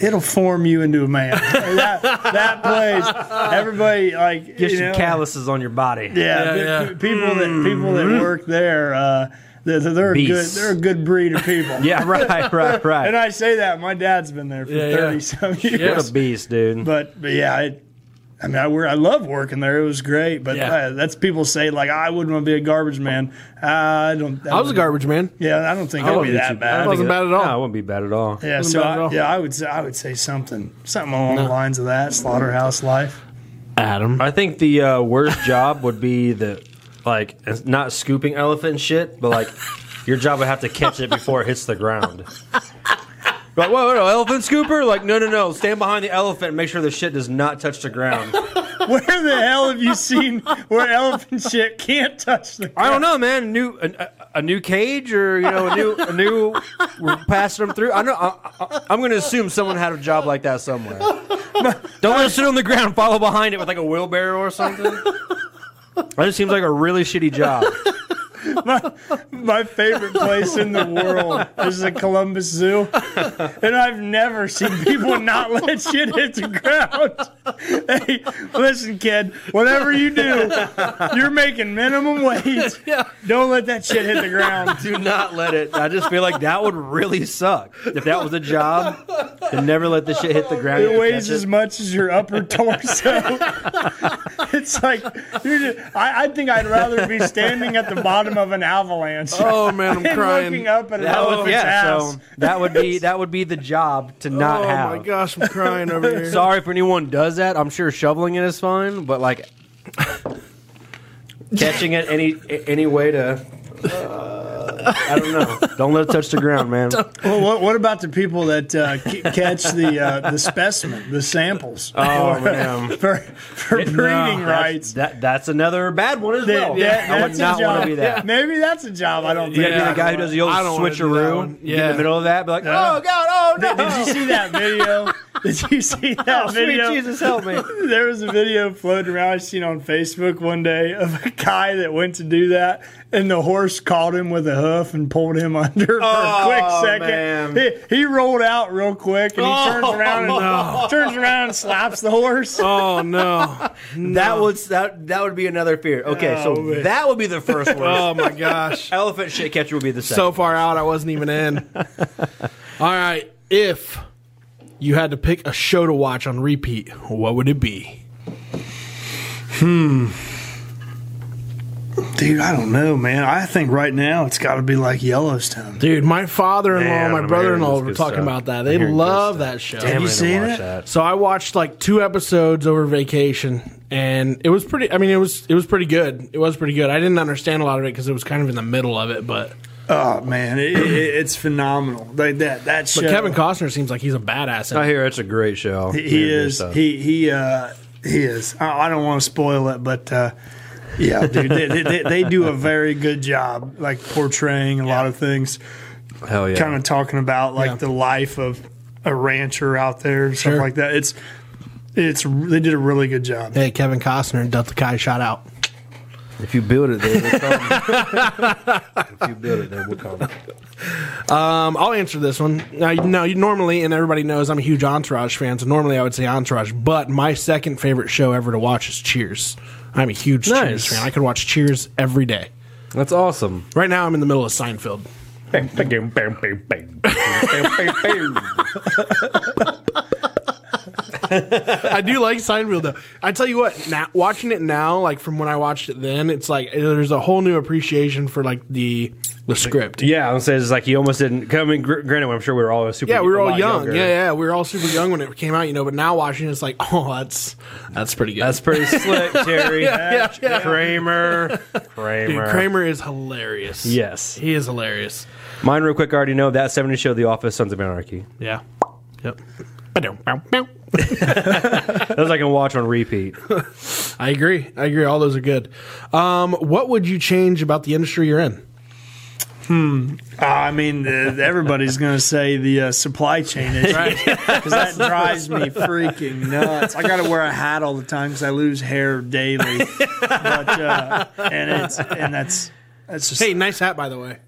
Speaker 4: it'll form you into a man. that, that place, everybody like
Speaker 1: Get
Speaker 4: you
Speaker 1: some
Speaker 4: know,
Speaker 1: calluses on your body.
Speaker 4: yeah,
Speaker 2: Yeah,
Speaker 4: pe-
Speaker 2: yeah.
Speaker 4: pe- people that people that work there, uh, they're, they're a good
Speaker 1: Beasts.
Speaker 4: they're a good breed of people.
Speaker 1: Yeah, right, right,
Speaker 4: and
Speaker 1: right.
Speaker 4: I say that my dad's been there for
Speaker 2: Yeah, yeah.
Speaker 4: thirty some years.
Speaker 1: What a beast, dude.
Speaker 4: But but yeah, I, I mean, I wor- I love working there. It was great. But
Speaker 2: Yeah.
Speaker 4: uh, that's people say like I wouldn't want to be a garbage man. I don't.
Speaker 2: I was a garbage man.
Speaker 4: Yeah, I don't think I'd
Speaker 1: wouldn't
Speaker 4: be
Speaker 1: be
Speaker 4: that
Speaker 1: too-
Speaker 4: bad.
Speaker 1: I don't think
Speaker 2: Wasn't bad
Speaker 1: it-
Speaker 2: at all.
Speaker 1: No, it wouldn't be bad at all.
Speaker 4: Yeah,
Speaker 2: Wasn't
Speaker 4: so
Speaker 2: bad at
Speaker 4: I,
Speaker 2: all.
Speaker 4: yeah, I would say, I would say something something along the lines of that slaughterhouse life.
Speaker 2: Adam.
Speaker 1: I think the uh, worst job would be the like it's not scooping elephant shit, but like your job would have to catch it before it hits the ground. Like, whoa, whoa, whoa, elephant scooper? Like, no, no, no. Stand behind the elephant and make sure the shit does not touch the ground.
Speaker 4: Where the hell have you seen where elephant shit can't touch the?
Speaker 1: I don't know, man. New a, a, a new cage or you know a new a new we're passing them through. I know. I, I, I'm going to assume someone had a job like that somewhere. Don't let it sit on the ground. Follow behind it with like a wheelbarrow or something. That just seems like a really shitty job.
Speaker 4: My favorite place in the world is the Columbus Zoo, and I've never seen people not let shit hit the ground. Hey, listen, kid, whatever you do, you're making minimum wage. Don't let that shit hit the ground.
Speaker 1: Do not let it. I just feel like that would really suck if that was a job. To never let the shit hit the ground.
Speaker 4: It
Speaker 1: You
Speaker 4: weighs
Speaker 1: catch
Speaker 4: as much as your upper torso. it's like you're just, I, I think I'd rather be standing at the bottom of an avalanche
Speaker 2: Oh man, I'm
Speaker 4: and
Speaker 2: crying.
Speaker 4: looking up at an
Speaker 1: That
Speaker 4: elephant's
Speaker 1: would, yeah,
Speaker 4: ass.
Speaker 1: so that would be that would be the job to not
Speaker 2: oh
Speaker 1: have.
Speaker 2: my gosh, I'm crying over here.
Speaker 1: Sorry if anyone does that. I'm sure shoveling it is fine, but like catching it any any way to uh, I don't know. Don't let it touch the ground, man.
Speaker 4: Well, what, what about the people that uh, c- catch the uh, the specimen, the samples
Speaker 1: Oh man.
Speaker 4: for for breeding
Speaker 1: No,
Speaker 4: rights?
Speaker 1: That's, that, that's another bad one as well.
Speaker 4: That-
Speaker 1: I would
Speaker 4: that's a
Speaker 1: not want
Speaker 4: job.
Speaker 1: to be that.
Speaker 4: Maybe that's a job. I don't
Speaker 1: You
Speaker 4: think.
Speaker 1: gotta be
Speaker 2: Yeah.
Speaker 1: the guy who does the old
Speaker 2: I don't wanna do that one.
Speaker 1: switcheroo. Get in
Speaker 2: Yeah.
Speaker 1: the middle of that, be like,
Speaker 4: Yeah.
Speaker 1: oh god, oh no.
Speaker 4: Did you see that video? Did you see that
Speaker 1: Oh, sweet
Speaker 4: video?
Speaker 1: Jesus, help me.
Speaker 4: There was a video floating around I seen on Facebook one day of a guy that went to do that, and the horse caught him with a hoof and pulled him under for
Speaker 1: Oh,
Speaker 4: a quick second.
Speaker 1: man. Oh,
Speaker 4: He, he rolled out real quick, and he turns around and turns around and slaps the horse.
Speaker 2: Oh no.
Speaker 1: That would that that would be another fear. Okay, so
Speaker 4: Oh, man.
Speaker 1: that would be the first one.
Speaker 2: Oh my gosh.
Speaker 1: Elephant shit catcher would be the second.
Speaker 2: so far out I wasn't even in. All right, if you had to pick a show to watch on repeat, what would it be?
Speaker 4: Dude, I don't know, man. I think right now it's got to be like Yellowstone.
Speaker 2: Dude, my father-in-law,
Speaker 1: Man,
Speaker 2: my
Speaker 1: I'm
Speaker 2: brother-in-law
Speaker 1: hearing
Speaker 2: were
Speaker 1: this good stuff.
Speaker 2: talking about that.
Speaker 1: I'm
Speaker 2: They
Speaker 1: hearing good
Speaker 2: love
Speaker 1: stuff.
Speaker 2: that show.
Speaker 1: Damn, I
Speaker 4: you
Speaker 1: didn't
Speaker 4: seen
Speaker 1: watch
Speaker 4: it?
Speaker 1: that.
Speaker 2: So I watched like two episodes over vacation, and it was pretty. I mean, it was it was pretty good. It was pretty good. I didn't understand a lot of it because it was kind of in the middle of it. But
Speaker 4: Oh man, it, it, it's phenomenal. Like that that show.
Speaker 2: but Kevin Costner seems like he's a badass. In
Speaker 1: I
Speaker 2: it.
Speaker 1: hear it's a great show.
Speaker 4: He- he is. He he uh, he is. I, I don't want to spoil it, but uh, yeah, dude, they, they- they, they do a very good job, like portraying a lot of things,
Speaker 1: Hell yeah.
Speaker 4: kind of talking about like
Speaker 2: Yeah.
Speaker 4: the life of a rancher out there and stuff
Speaker 2: Sure.
Speaker 4: like that. It's it's they did a really good job.
Speaker 2: Hey, Kevin Costner and Delta Kai shot out.
Speaker 1: if you build it, they will come. if you build it, they will come.
Speaker 2: Um, I'll answer this one. Now, you know, you normally, and everybody knows I'm a huge Entourage fan, so normally I would say Entourage, but my second favorite show ever to watch is Cheers. I'm a huge
Speaker 1: Nice.
Speaker 2: Cheers fan. I could watch Cheers every day.
Speaker 1: That's awesome.
Speaker 2: Right now, I'm in the middle of Seinfeld. I do like Seinfeld though. I tell you what, now, watching it now, like from when I watched it then, it's like there's a whole new appreciation for like the the script.
Speaker 1: Yeah, I would say it's like he almost didn't come. I mean, gr- granted, I'm sure we were all super.
Speaker 2: Yeah, we were
Speaker 1: a
Speaker 2: all
Speaker 1: lot
Speaker 2: young.
Speaker 1: younger.
Speaker 2: Yeah, yeah, we were all super young when it came out, you know. But now watching, it, it's like, oh, that's that's pretty good.
Speaker 1: That's pretty slick, Terry.
Speaker 2: yeah, yeah.
Speaker 1: Kramer. Kramer.
Speaker 2: Dude, Kramer is hilarious.
Speaker 1: Yes.
Speaker 2: he is hilarious.
Speaker 1: Mine, real quick, I already know that 70 show, The Office, Sons of Anarchy.
Speaker 2: Yeah. Yep.
Speaker 1: Those I can watch on repeat.
Speaker 2: I agree. I agree. All those are good. Um, what would you change about the industry you're in?
Speaker 4: Uh, I mean, uh, everybody's going to say the uh, supply chain issue because that drives me freaking nuts. I got to wear a hat all the time because I lose hair daily, but, uh, and it's and that's that's just
Speaker 2: Hey,
Speaker 4: hey,
Speaker 2: nice hat by the way.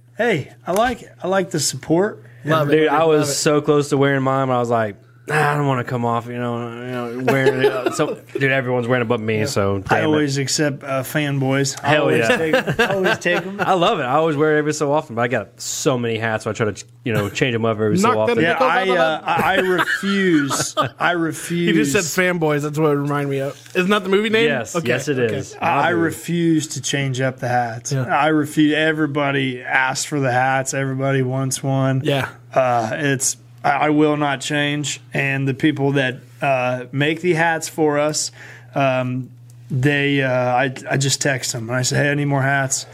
Speaker 4: I like it. I like the support.
Speaker 2: Love
Speaker 1: Dude, I
Speaker 2: Love
Speaker 1: was so close to wearing mine, but I was like, "Ah, I don't want to come off, you know, you know wearing it. So, dude, everyone's wearing it but me, so damn
Speaker 4: I
Speaker 1: it.
Speaker 4: always accept uh, fanboys. I
Speaker 1: Hell
Speaker 4: always
Speaker 1: yeah.
Speaker 4: take, I always take them.
Speaker 1: I love it. I always wear it every so often, but I got so many hats, so I try to, you know, change them up every
Speaker 2: Knock
Speaker 1: so
Speaker 2: that
Speaker 1: often.
Speaker 4: Yeah,
Speaker 2: Nickel,
Speaker 4: I,
Speaker 2: blah, blah,
Speaker 4: uh, I I refuse. I refuse.
Speaker 2: You just said fanboys. That's what it reminded me of. Isn't that the movie name?
Speaker 1: Yes, yes, it
Speaker 2: okay.
Speaker 1: is.
Speaker 4: I, I
Speaker 1: Oddly.
Speaker 4: refuse to change up the hats.
Speaker 2: Yeah.
Speaker 4: I refuse. Everybody asks for the hats. Everybody wants one.
Speaker 2: Yeah.
Speaker 4: Uh, it's I, I will not change. And the people that uh, make the hats for us, um, they uh, I I just text them and I say, hey, any more hats?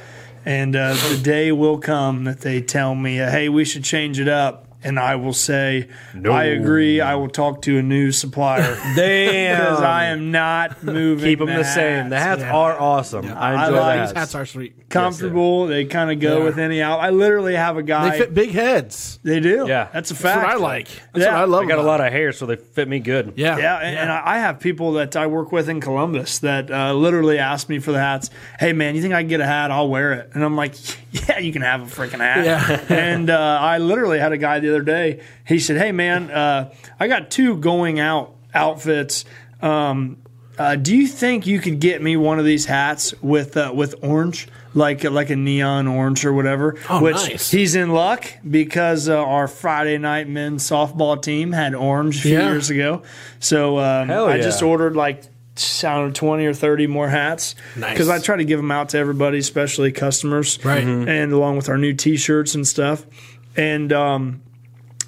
Speaker 4: And uh, the day will come that they tell me, uh, hey, we should change it up. And I will say, I agree. I will talk to a new supplier because
Speaker 1: Damn.
Speaker 4: I am not moving.
Speaker 1: Keep them the,
Speaker 4: hats.
Speaker 1: same. The hats
Speaker 2: yeah.
Speaker 1: are awesome. I
Speaker 4: I
Speaker 1: enjoy
Speaker 4: like-
Speaker 1: the hats.
Speaker 2: Hats are sweet.
Speaker 4: comfortable. they kind of go
Speaker 2: Yeah.
Speaker 4: with any out. I literally have a guy.
Speaker 2: They
Speaker 4: They,
Speaker 2: fit big heads.
Speaker 4: do.
Speaker 1: Yeah.
Speaker 4: that's a fact.
Speaker 2: That's what I like. That's
Speaker 4: Yeah.
Speaker 2: what I love.
Speaker 1: I got a
Speaker 2: about
Speaker 1: lot
Speaker 2: it.
Speaker 1: of hair, so they fit me good.
Speaker 2: Yeah.
Speaker 4: Yeah, and, and I I have people that I work with in Columbus that uh, literally ask me for the hats. Hey, man, you think I can get a hat? I'll wear it. And I'm like, yeah, you can have a freaking hat.
Speaker 2: Yeah.
Speaker 4: and uh, I literally had a guy the other day. He said, hey, man, uh, I got two going out outfits. Um, uh, do you think you could get me one of these hats with uh, with orange, like like a neon orange or whatever?
Speaker 2: Oh,
Speaker 4: which
Speaker 2: nice.
Speaker 4: he's in luck because uh, our Friday night men's softball team had orange a few
Speaker 2: Yeah.
Speaker 4: years ago. So um,
Speaker 1: Hell
Speaker 4: I
Speaker 1: yeah.
Speaker 4: just ordered like I don't know, 20 or 30 more hats
Speaker 2: Nice.
Speaker 4: because I try to give them out to everybody, especially customers, Mm-hmm.
Speaker 2: Right. Mhm.
Speaker 4: And along with our new T-shirts and stuff, and um,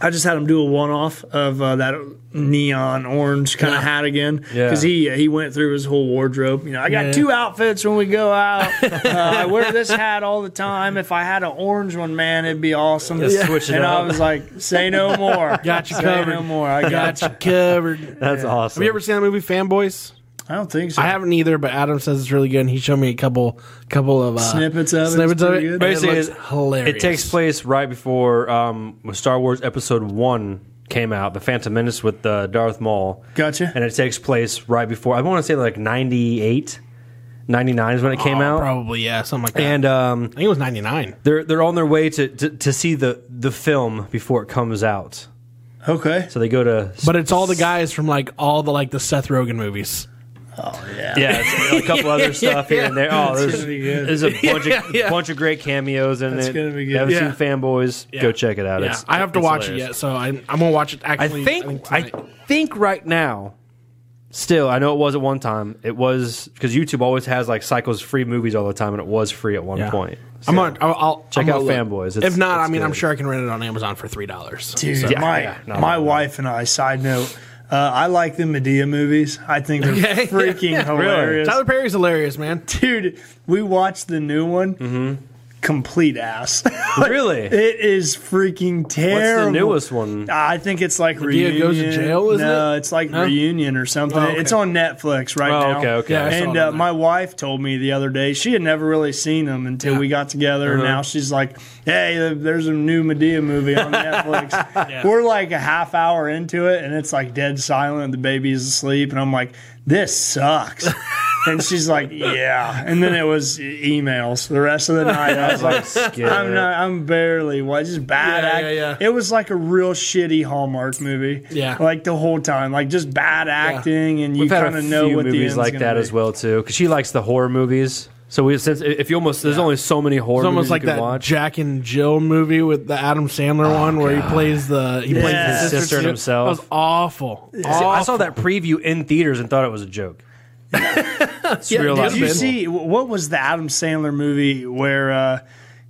Speaker 4: I just had him do a one-off of uh, that neon orange kind of
Speaker 2: Yeah.
Speaker 4: hat again
Speaker 1: Yeah.
Speaker 4: because he he went through his whole wardrobe. You know, I got
Speaker 2: Yeah.
Speaker 4: two outfits when we go out. uh, I wear this hat all the time. If I had an orange one, man, it'd be awesome.
Speaker 1: Yeah. switch it
Speaker 4: and
Speaker 1: up.
Speaker 4: I was like, say no more.
Speaker 2: Got you
Speaker 4: say
Speaker 2: covered.
Speaker 4: No more. I got
Speaker 2: Got you covered.
Speaker 1: That's awesome.
Speaker 2: Have you ever seen that movie Fanboys?
Speaker 4: I don't think so.
Speaker 2: I haven't either, but Adam says it's really good. and He showed me a couple, couple of uh,
Speaker 4: Snippets of it.
Speaker 2: Snippets
Speaker 4: It's
Speaker 2: of
Speaker 4: pretty
Speaker 2: it.
Speaker 4: good.
Speaker 2: and
Speaker 1: Basically,
Speaker 2: it
Speaker 1: it-
Speaker 2: looks hilarious.
Speaker 1: It takes place right before um, Star Wars Episode One came out, The Phantom Menace with uh, Darth Maul.
Speaker 4: Gotcha.
Speaker 1: And it takes place right before. I want to say like 98, 99 is when it came
Speaker 2: Oh,
Speaker 1: out.
Speaker 2: probably yeah, something like that.
Speaker 1: And um,
Speaker 2: I think it was ninety nine.
Speaker 1: they're they're on their way to, to, to see the, the film before it comes out.
Speaker 4: Okay.
Speaker 1: So they go to
Speaker 2: But it's all the guys from like all the like the Seth Rogen movies.
Speaker 1: yeah, it's a couple other stuff here and there. Oh, there's,
Speaker 4: gonna be good.
Speaker 1: there's a bunch
Speaker 2: Yeah,
Speaker 1: of
Speaker 2: yeah.
Speaker 1: bunch of great cameos in
Speaker 4: That's
Speaker 1: it.
Speaker 4: gonna be good.
Speaker 1: You haven't
Speaker 2: Yeah.
Speaker 1: seen Fanboys? Go check it out.
Speaker 2: Yeah,
Speaker 1: It's-
Speaker 2: I have to
Speaker 1: it's
Speaker 2: watch
Speaker 1: hilarious.
Speaker 2: it yet, so I, I'm gonna watch it.
Speaker 1: I
Speaker 2: Actually,
Speaker 1: think I
Speaker 2: tonight.
Speaker 1: think right now, still, I know it was at one time. It was because YouTube always has like cycles free movies all the time, and it was free at one
Speaker 2: Yeah.
Speaker 1: point.
Speaker 2: I'm gonna. I'll, I'll
Speaker 1: Check
Speaker 2: I'm
Speaker 1: out
Speaker 2: gonna look.
Speaker 1: Fanboys. It's-
Speaker 2: if not, I
Speaker 1: it's
Speaker 2: mean, I'm
Speaker 1: good.
Speaker 2: sure I can rent it on Amazon for three dollars.
Speaker 4: Dude, my
Speaker 1: yeah, no,
Speaker 4: my
Speaker 1: no, no.
Speaker 4: wife and I. Side note, uh, I like the Medea movies. I think they're
Speaker 2: Okay.
Speaker 4: freaking hilarious.
Speaker 2: Tyler Perry's hilarious, man.
Speaker 4: Dude, we watched the new one.
Speaker 1: Mm-hmm.
Speaker 4: Complete ass.
Speaker 1: Really?
Speaker 4: it is freaking
Speaker 1: What's
Speaker 4: terrible.
Speaker 1: the newest one?
Speaker 4: I think it's like
Speaker 2: Medea
Speaker 4: reunion.
Speaker 2: goes to jail, isn't
Speaker 4: no,
Speaker 2: it?
Speaker 4: it's like
Speaker 2: No?
Speaker 4: reunion or something.
Speaker 2: Oh, okay.
Speaker 4: It's on Netflix right
Speaker 1: Oh,
Speaker 4: now.
Speaker 1: okay, okay.
Speaker 2: Yeah, I saw
Speaker 4: and
Speaker 2: it on
Speaker 4: uh,
Speaker 2: there.
Speaker 4: my wife told me the other day she had never really seen them until
Speaker 2: Yeah. Uh-huh.
Speaker 4: we got together. And now she's like, "Hey, there's a new Medea movie on Netflix." We're like a half hour into it, and it's like dead silent. The baby's asleep, and I'm like, "This sucks." and she's like, "Yeah." And then it was e- emails the rest of the night. I was like,
Speaker 1: Skip.
Speaker 4: I'm not. I'm barely. Why? Just bad
Speaker 2: Yeah,
Speaker 4: act.
Speaker 2: yeah, yeah.
Speaker 4: It was like a real shitty Hallmark movie.
Speaker 2: Yeah.
Speaker 4: Like the whole time, like just bad acting, and you
Speaker 1: We've had
Speaker 4: kind
Speaker 1: a
Speaker 4: of know
Speaker 1: few
Speaker 4: what the
Speaker 1: movies
Speaker 4: end's
Speaker 1: like that as well too, because she likes the horror movies. So we since if you almost there's only so many horror
Speaker 2: It's
Speaker 1: movies
Speaker 2: almost like
Speaker 1: you can
Speaker 2: that
Speaker 1: watch. Oh,
Speaker 2: Jack and Jill movie with the Adam Sandler one where he plays the he plays
Speaker 4: Yeah.
Speaker 2: the
Speaker 4: His
Speaker 1: sister and
Speaker 2: too.
Speaker 1: himself.
Speaker 2: That was awful.
Speaker 1: See,
Speaker 2: awful.
Speaker 1: I saw that preview in theaters and thought it was a joke. it's real
Speaker 2: did
Speaker 1: life.
Speaker 4: Did you
Speaker 1: people.
Speaker 4: see wh- what was the Adam Sandler movie where uh,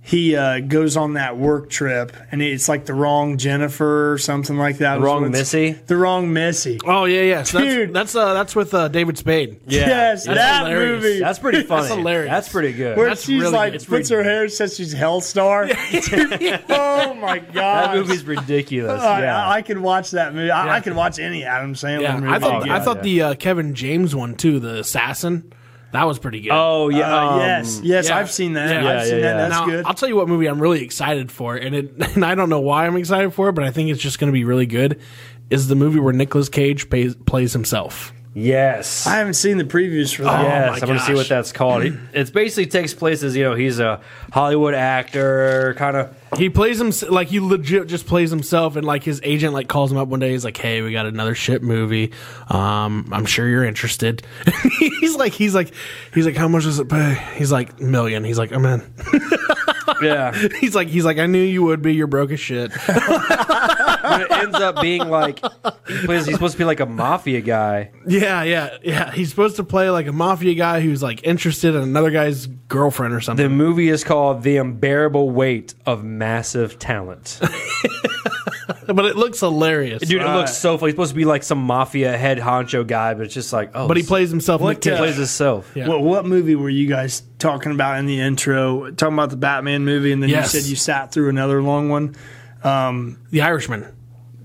Speaker 4: he uh, goes on that work trip, and it's like the wrong Jennifer or something like that.
Speaker 1: The wrong
Speaker 4: It's-
Speaker 1: Missy?
Speaker 4: The wrong Missy.
Speaker 2: Oh yeah, yeah. So that's
Speaker 4: Dude.
Speaker 2: that's uh, that's with uh, David Spade.
Speaker 1: Yeah,
Speaker 4: yes,
Speaker 1: that's
Speaker 4: that
Speaker 2: hilarious.
Speaker 4: movie.
Speaker 1: That's pretty funny.
Speaker 2: That's hilarious.
Speaker 1: That's pretty good.
Speaker 4: where
Speaker 2: that's
Speaker 4: she's
Speaker 2: really
Speaker 4: like
Speaker 2: good. It's
Speaker 4: puts her hair, says she's Hellstar. oh my
Speaker 1: that
Speaker 4: god,
Speaker 1: movie's ridiculous.
Speaker 4: I,
Speaker 1: yeah.
Speaker 4: I, I could watch that movie. I,
Speaker 2: Yeah.
Speaker 4: I could watch any Adam Sandler
Speaker 2: Yeah,
Speaker 4: movie.
Speaker 2: I thought
Speaker 1: Oh,
Speaker 2: I
Speaker 1: yeah,
Speaker 2: thought
Speaker 1: yeah.
Speaker 2: the uh, Kevin James one too, the assassin. That was pretty good.
Speaker 1: oh yeah.
Speaker 4: Uh,
Speaker 1: um,
Speaker 4: yes, yes,
Speaker 2: yeah.
Speaker 4: I've seen that.
Speaker 2: Yeah.
Speaker 4: I've
Speaker 1: Yeah,
Speaker 4: seen
Speaker 1: yeah,
Speaker 4: that.
Speaker 1: yeah.
Speaker 4: That's
Speaker 2: now,
Speaker 4: good.
Speaker 2: I'll tell you what movie I'm really excited for, and it and I don't know why I'm excited for it, but I think it's just going to be really good. Is the movie where Nicolas Cage pays, plays himself?
Speaker 1: Yes.
Speaker 4: I oh haven't seen the previews for that.
Speaker 1: Yes,
Speaker 2: my
Speaker 1: I'm going to see
Speaker 2: gosh.
Speaker 1: what that's called. It it's basically takes place as you know he's a Hollywood actor, kind of.
Speaker 2: He plays him like he legit just plays himself, and like his agent like calls him up one day. He's like, "Hey, we got another shit movie. Um, I'm sure you're interested." he's like, he's like, he's like, "How much does it pay?" He's like, million. He's like, "I'm in."
Speaker 1: Yeah,
Speaker 2: He's like, he's like, "I knew you would be. You're broke as shit."
Speaker 1: but it ends up being like he plays, he's supposed to be like a mafia guy.
Speaker 2: yeah, yeah, yeah. He's supposed to play like a mafia guy who's like interested in another guy's girlfriend or something.
Speaker 1: The movie is called "The Unbearable Weight of Massive Talent."
Speaker 2: but it looks hilarious,
Speaker 1: Dude, it looks so funny. He's supposed to be like some mafia head honcho guy, but it's just like oh,
Speaker 2: But he plays himself. in
Speaker 1: He
Speaker 2: Nick Cage.
Speaker 1: plays himself.
Speaker 2: Yeah.
Speaker 4: What, what movie were you guys talking about in the intro? Talking about the Batman movie, and then
Speaker 2: Yes.
Speaker 4: you said you sat through another long one. Um,
Speaker 2: the Irishman.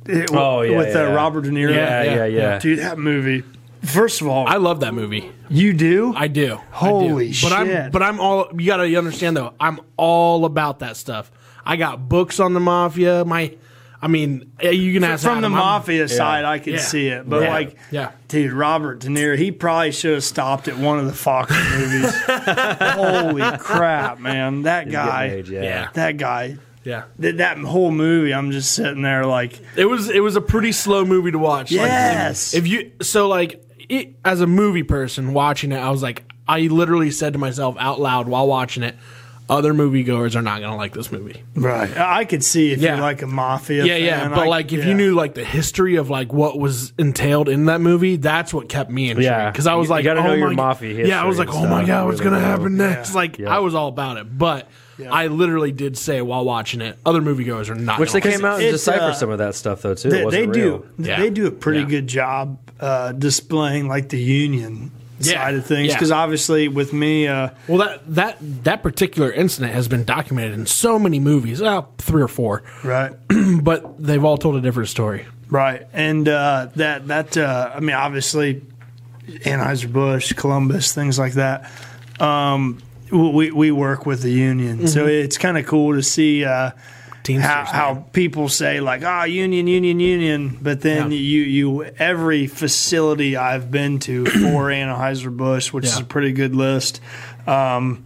Speaker 4: it-
Speaker 1: Oh, yeah,
Speaker 4: with
Speaker 1: yeah.
Speaker 4: Uh, Robert De Niro.
Speaker 1: Yeah, yeah, yeah.
Speaker 2: Yeah, yeah.
Speaker 4: dude, that movie. First of all,
Speaker 2: I love that movie.
Speaker 4: you do.
Speaker 2: I do. I do.
Speaker 4: Holy
Speaker 2: but
Speaker 4: shit.
Speaker 2: I'm but I'm all you gotta understand though, I'm all about that stuff. I got books on the mafia, my I mean eh, you can ask
Speaker 4: from the
Speaker 2: Adam, I'm-
Speaker 4: mafia side, I could
Speaker 2: Yeah.
Speaker 4: see it, but
Speaker 2: Yeah.
Speaker 4: like,
Speaker 2: Yeah.
Speaker 4: dude, Robert De Niro, he probably should have stopped at one of the Fox movies. Holy crap, man, that guy,
Speaker 1: Getting Age, yeah.
Speaker 2: Yeah.
Speaker 4: that guy,
Speaker 2: Yeah.
Speaker 4: that, that whole movie, I'm just sitting there like,
Speaker 2: It was it was a pretty slow movie to watch. Like,
Speaker 4: Yes.
Speaker 2: if you so like it, as a movie person watching it, I was like I literally said to myself out loud while watching it, other moviegoers are not gonna like this movie.
Speaker 4: right? I could see if
Speaker 2: Yeah.
Speaker 4: you're like a mafia,
Speaker 2: Yeah, yeah.
Speaker 4: fan,
Speaker 2: But
Speaker 4: I-
Speaker 2: like, if
Speaker 4: yeah.
Speaker 2: you knew like the history of like what was entailed in that movie, that's what kept me intrigued.
Speaker 1: Yeah.
Speaker 2: Because I was
Speaker 1: You- you
Speaker 2: like,
Speaker 1: gotta
Speaker 2: oh
Speaker 1: know your
Speaker 2: my-
Speaker 1: mafia
Speaker 2: Yeah, I was
Speaker 1: history
Speaker 2: like,
Speaker 1: and
Speaker 2: oh my
Speaker 1: stuff.
Speaker 2: god, what's gonna
Speaker 1: Really
Speaker 2: happen
Speaker 1: know.
Speaker 2: next? Like, I was all about it, but. I literally did say while watching it, other moviegoers are not.
Speaker 1: Which they
Speaker 2: gonna like
Speaker 1: came out and
Speaker 4: it's,
Speaker 1: deciphered
Speaker 4: uh,
Speaker 1: some of that stuff though too. It
Speaker 4: they, they
Speaker 1: wasn't real.
Speaker 4: do
Speaker 2: Yeah.
Speaker 4: they do a pretty
Speaker 2: Yeah.
Speaker 4: good job uh, displaying like the union
Speaker 2: Yeah.
Speaker 4: side of things
Speaker 2: Yeah.
Speaker 4: because obviously with me, uh,
Speaker 2: it. Well, that that that particular incident has been documented in so many movies, uh, three or four,
Speaker 4: right.
Speaker 2: but they've all told a different story.
Speaker 4: Right, and uh, that that uh, I mean, obviously, Anheuser Busch, Columbus, things like that. Um, w- we we work with the union, so it's kind of cool to see uh,
Speaker 2: Mm-hmm. Teamsters,
Speaker 4: how, how people say like, "Ah, union, union, union," but then
Speaker 2: Yeah.
Speaker 4: you you every facility I've been to for Anheuser Busch, which is
Speaker 2: Yeah.
Speaker 4: a pretty good list. Um,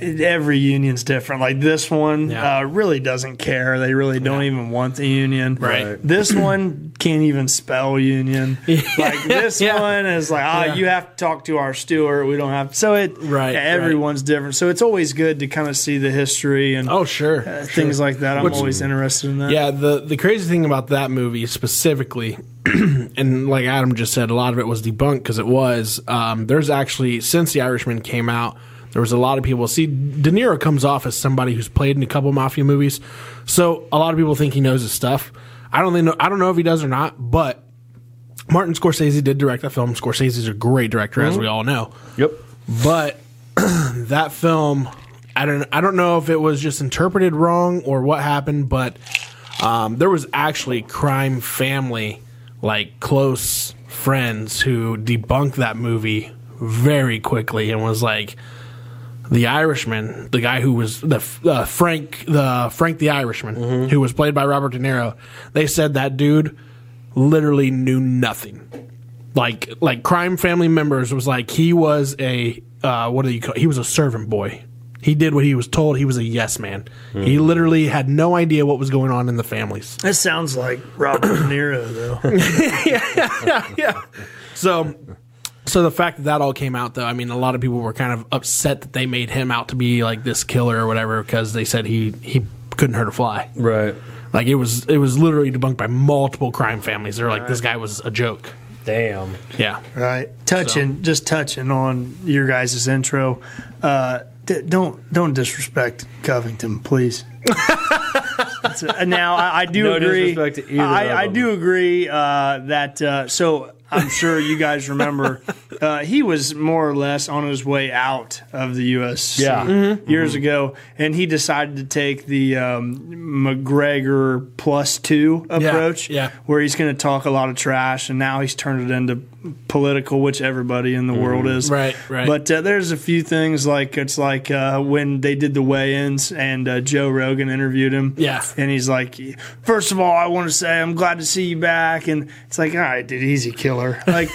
Speaker 4: every union's different. Like this one
Speaker 2: Yeah.
Speaker 4: uh, really doesn't care. They really don't even want the union.
Speaker 2: Right.
Speaker 4: This one can't even spell union. like this
Speaker 2: Yeah.
Speaker 4: one is like, ah,
Speaker 2: Yeah.
Speaker 4: you have to talk to our steward. We don't have so it.
Speaker 2: Right,
Speaker 4: Everyone's different. So it's always good to kind of see the history and
Speaker 2: Oh, sure,
Speaker 4: uh,
Speaker 2: sure.
Speaker 4: things like that. I'm
Speaker 2: Which-
Speaker 4: always interested in that.
Speaker 2: Yeah, the the crazy thing about that movie specifically, and like Adam just said, a lot of it was debunked because it was. Um, there's actually since The Irishman came out, there was a lot of people. See, De Niro comes off as somebody who's played in a couple mafia movies, so a lot of people think he knows his stuff. I don't think I don't know if he does or not, but Martin Scorsese did direct that film. Scorsese's a great director, as we all know
Speaker 1: Yep.
Speaker 2: but that film I don't I don't know if it was just interpreted wrong or what happened but um, there was actually crime family like close friends who debunked that movie very quickly and was like the Irishman, the guy who was the uh, Frank, the Frank the Irishman, who was played by Robert De Niro, they said that dude literally knew nothing. Like, like crime family members was like he was a uh, what do you call? He was a servant boy. He did what he was told. He was a yes man. He literally had no idea what was going on in the families.
Speaker 4: That sounds like Robert De Niro, though.
Speaker 2: yeah. So, so the fact that that all came out, though, I mean, a lot of people were kind of upset that they made him out to be like this killer or whatever because they said he he couldn't hurt a fly.
Speaker 1: Right.
Speaker 2: Like it was it was literally debunked by multiple crime families. They're like, this guy was a joke.
Speaker 1: Damn.
Speaker 2: Yeah.
Speaker 4: right. Touching, just touching on your guys' intro. Uh, D- don't don't disrespect Covington, please. It's a- now I, I do
Speaker 1: No
Speaker 4: agree.
Speaker 1: disrespect to either
Speaker 4: I,
Speaker 1: of
Speaker 4: I
Speaker 1: them.
Speaker 4: do agree uh, that uh, so. I'm sure you guys remember uh, he was more or less on his way out of the U.S.
Speaker 1: Yeah. Mm-hmm.
Speaker 4: years ago, and he decided to take the um, McGregor plus two approach,
Speaker 2: yeah.
Speaker 4: where he's going to talk a lot of trash, and now he's turned it into political, which everybody in the world is,
Speaker 2: Right, right.
Speaker 4: But uh, there's a few things like it's like uh, when they did the weigh-ins and uh, Joe Rogan interviewed him,
Speaker 2: Yeah.
Speaker 4: and he's like, first of all, I want to say I'm glad to see you back, and it's like, all right, dude, easy killer. Like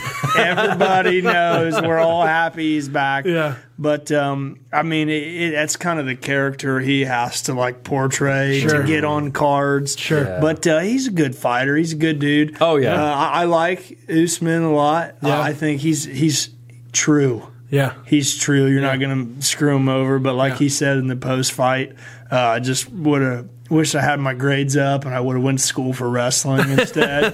Speaker 4: everybody knows we're all happy he's back,
Speaker 2: Yeah.
Speaker 4: But um, I mean, it, it, that's kind of the character he has to like portray
Speaker 2: Sure.
Speaker 4: to get on cards,
Speaker 2: Sure.
Speaker 1: Yeah.
Speaker 4: But uh, he's a good fighter. He's a good dude.
Speaker 1: Oh, yeah.
Speaker 4: Uh, I, I like Usman a lot.
Speaker 2: Yeah.
Speaker 4: I think he's he's true
Speaker 2: Yeah.
Speaker 4: he's true. You're not going to screw him over. But like
Speaker 2: Yeah.
Speaker 4: he said in the post fight, uh, I just would have wish I had my grades up and I would have went to school for wrestling instead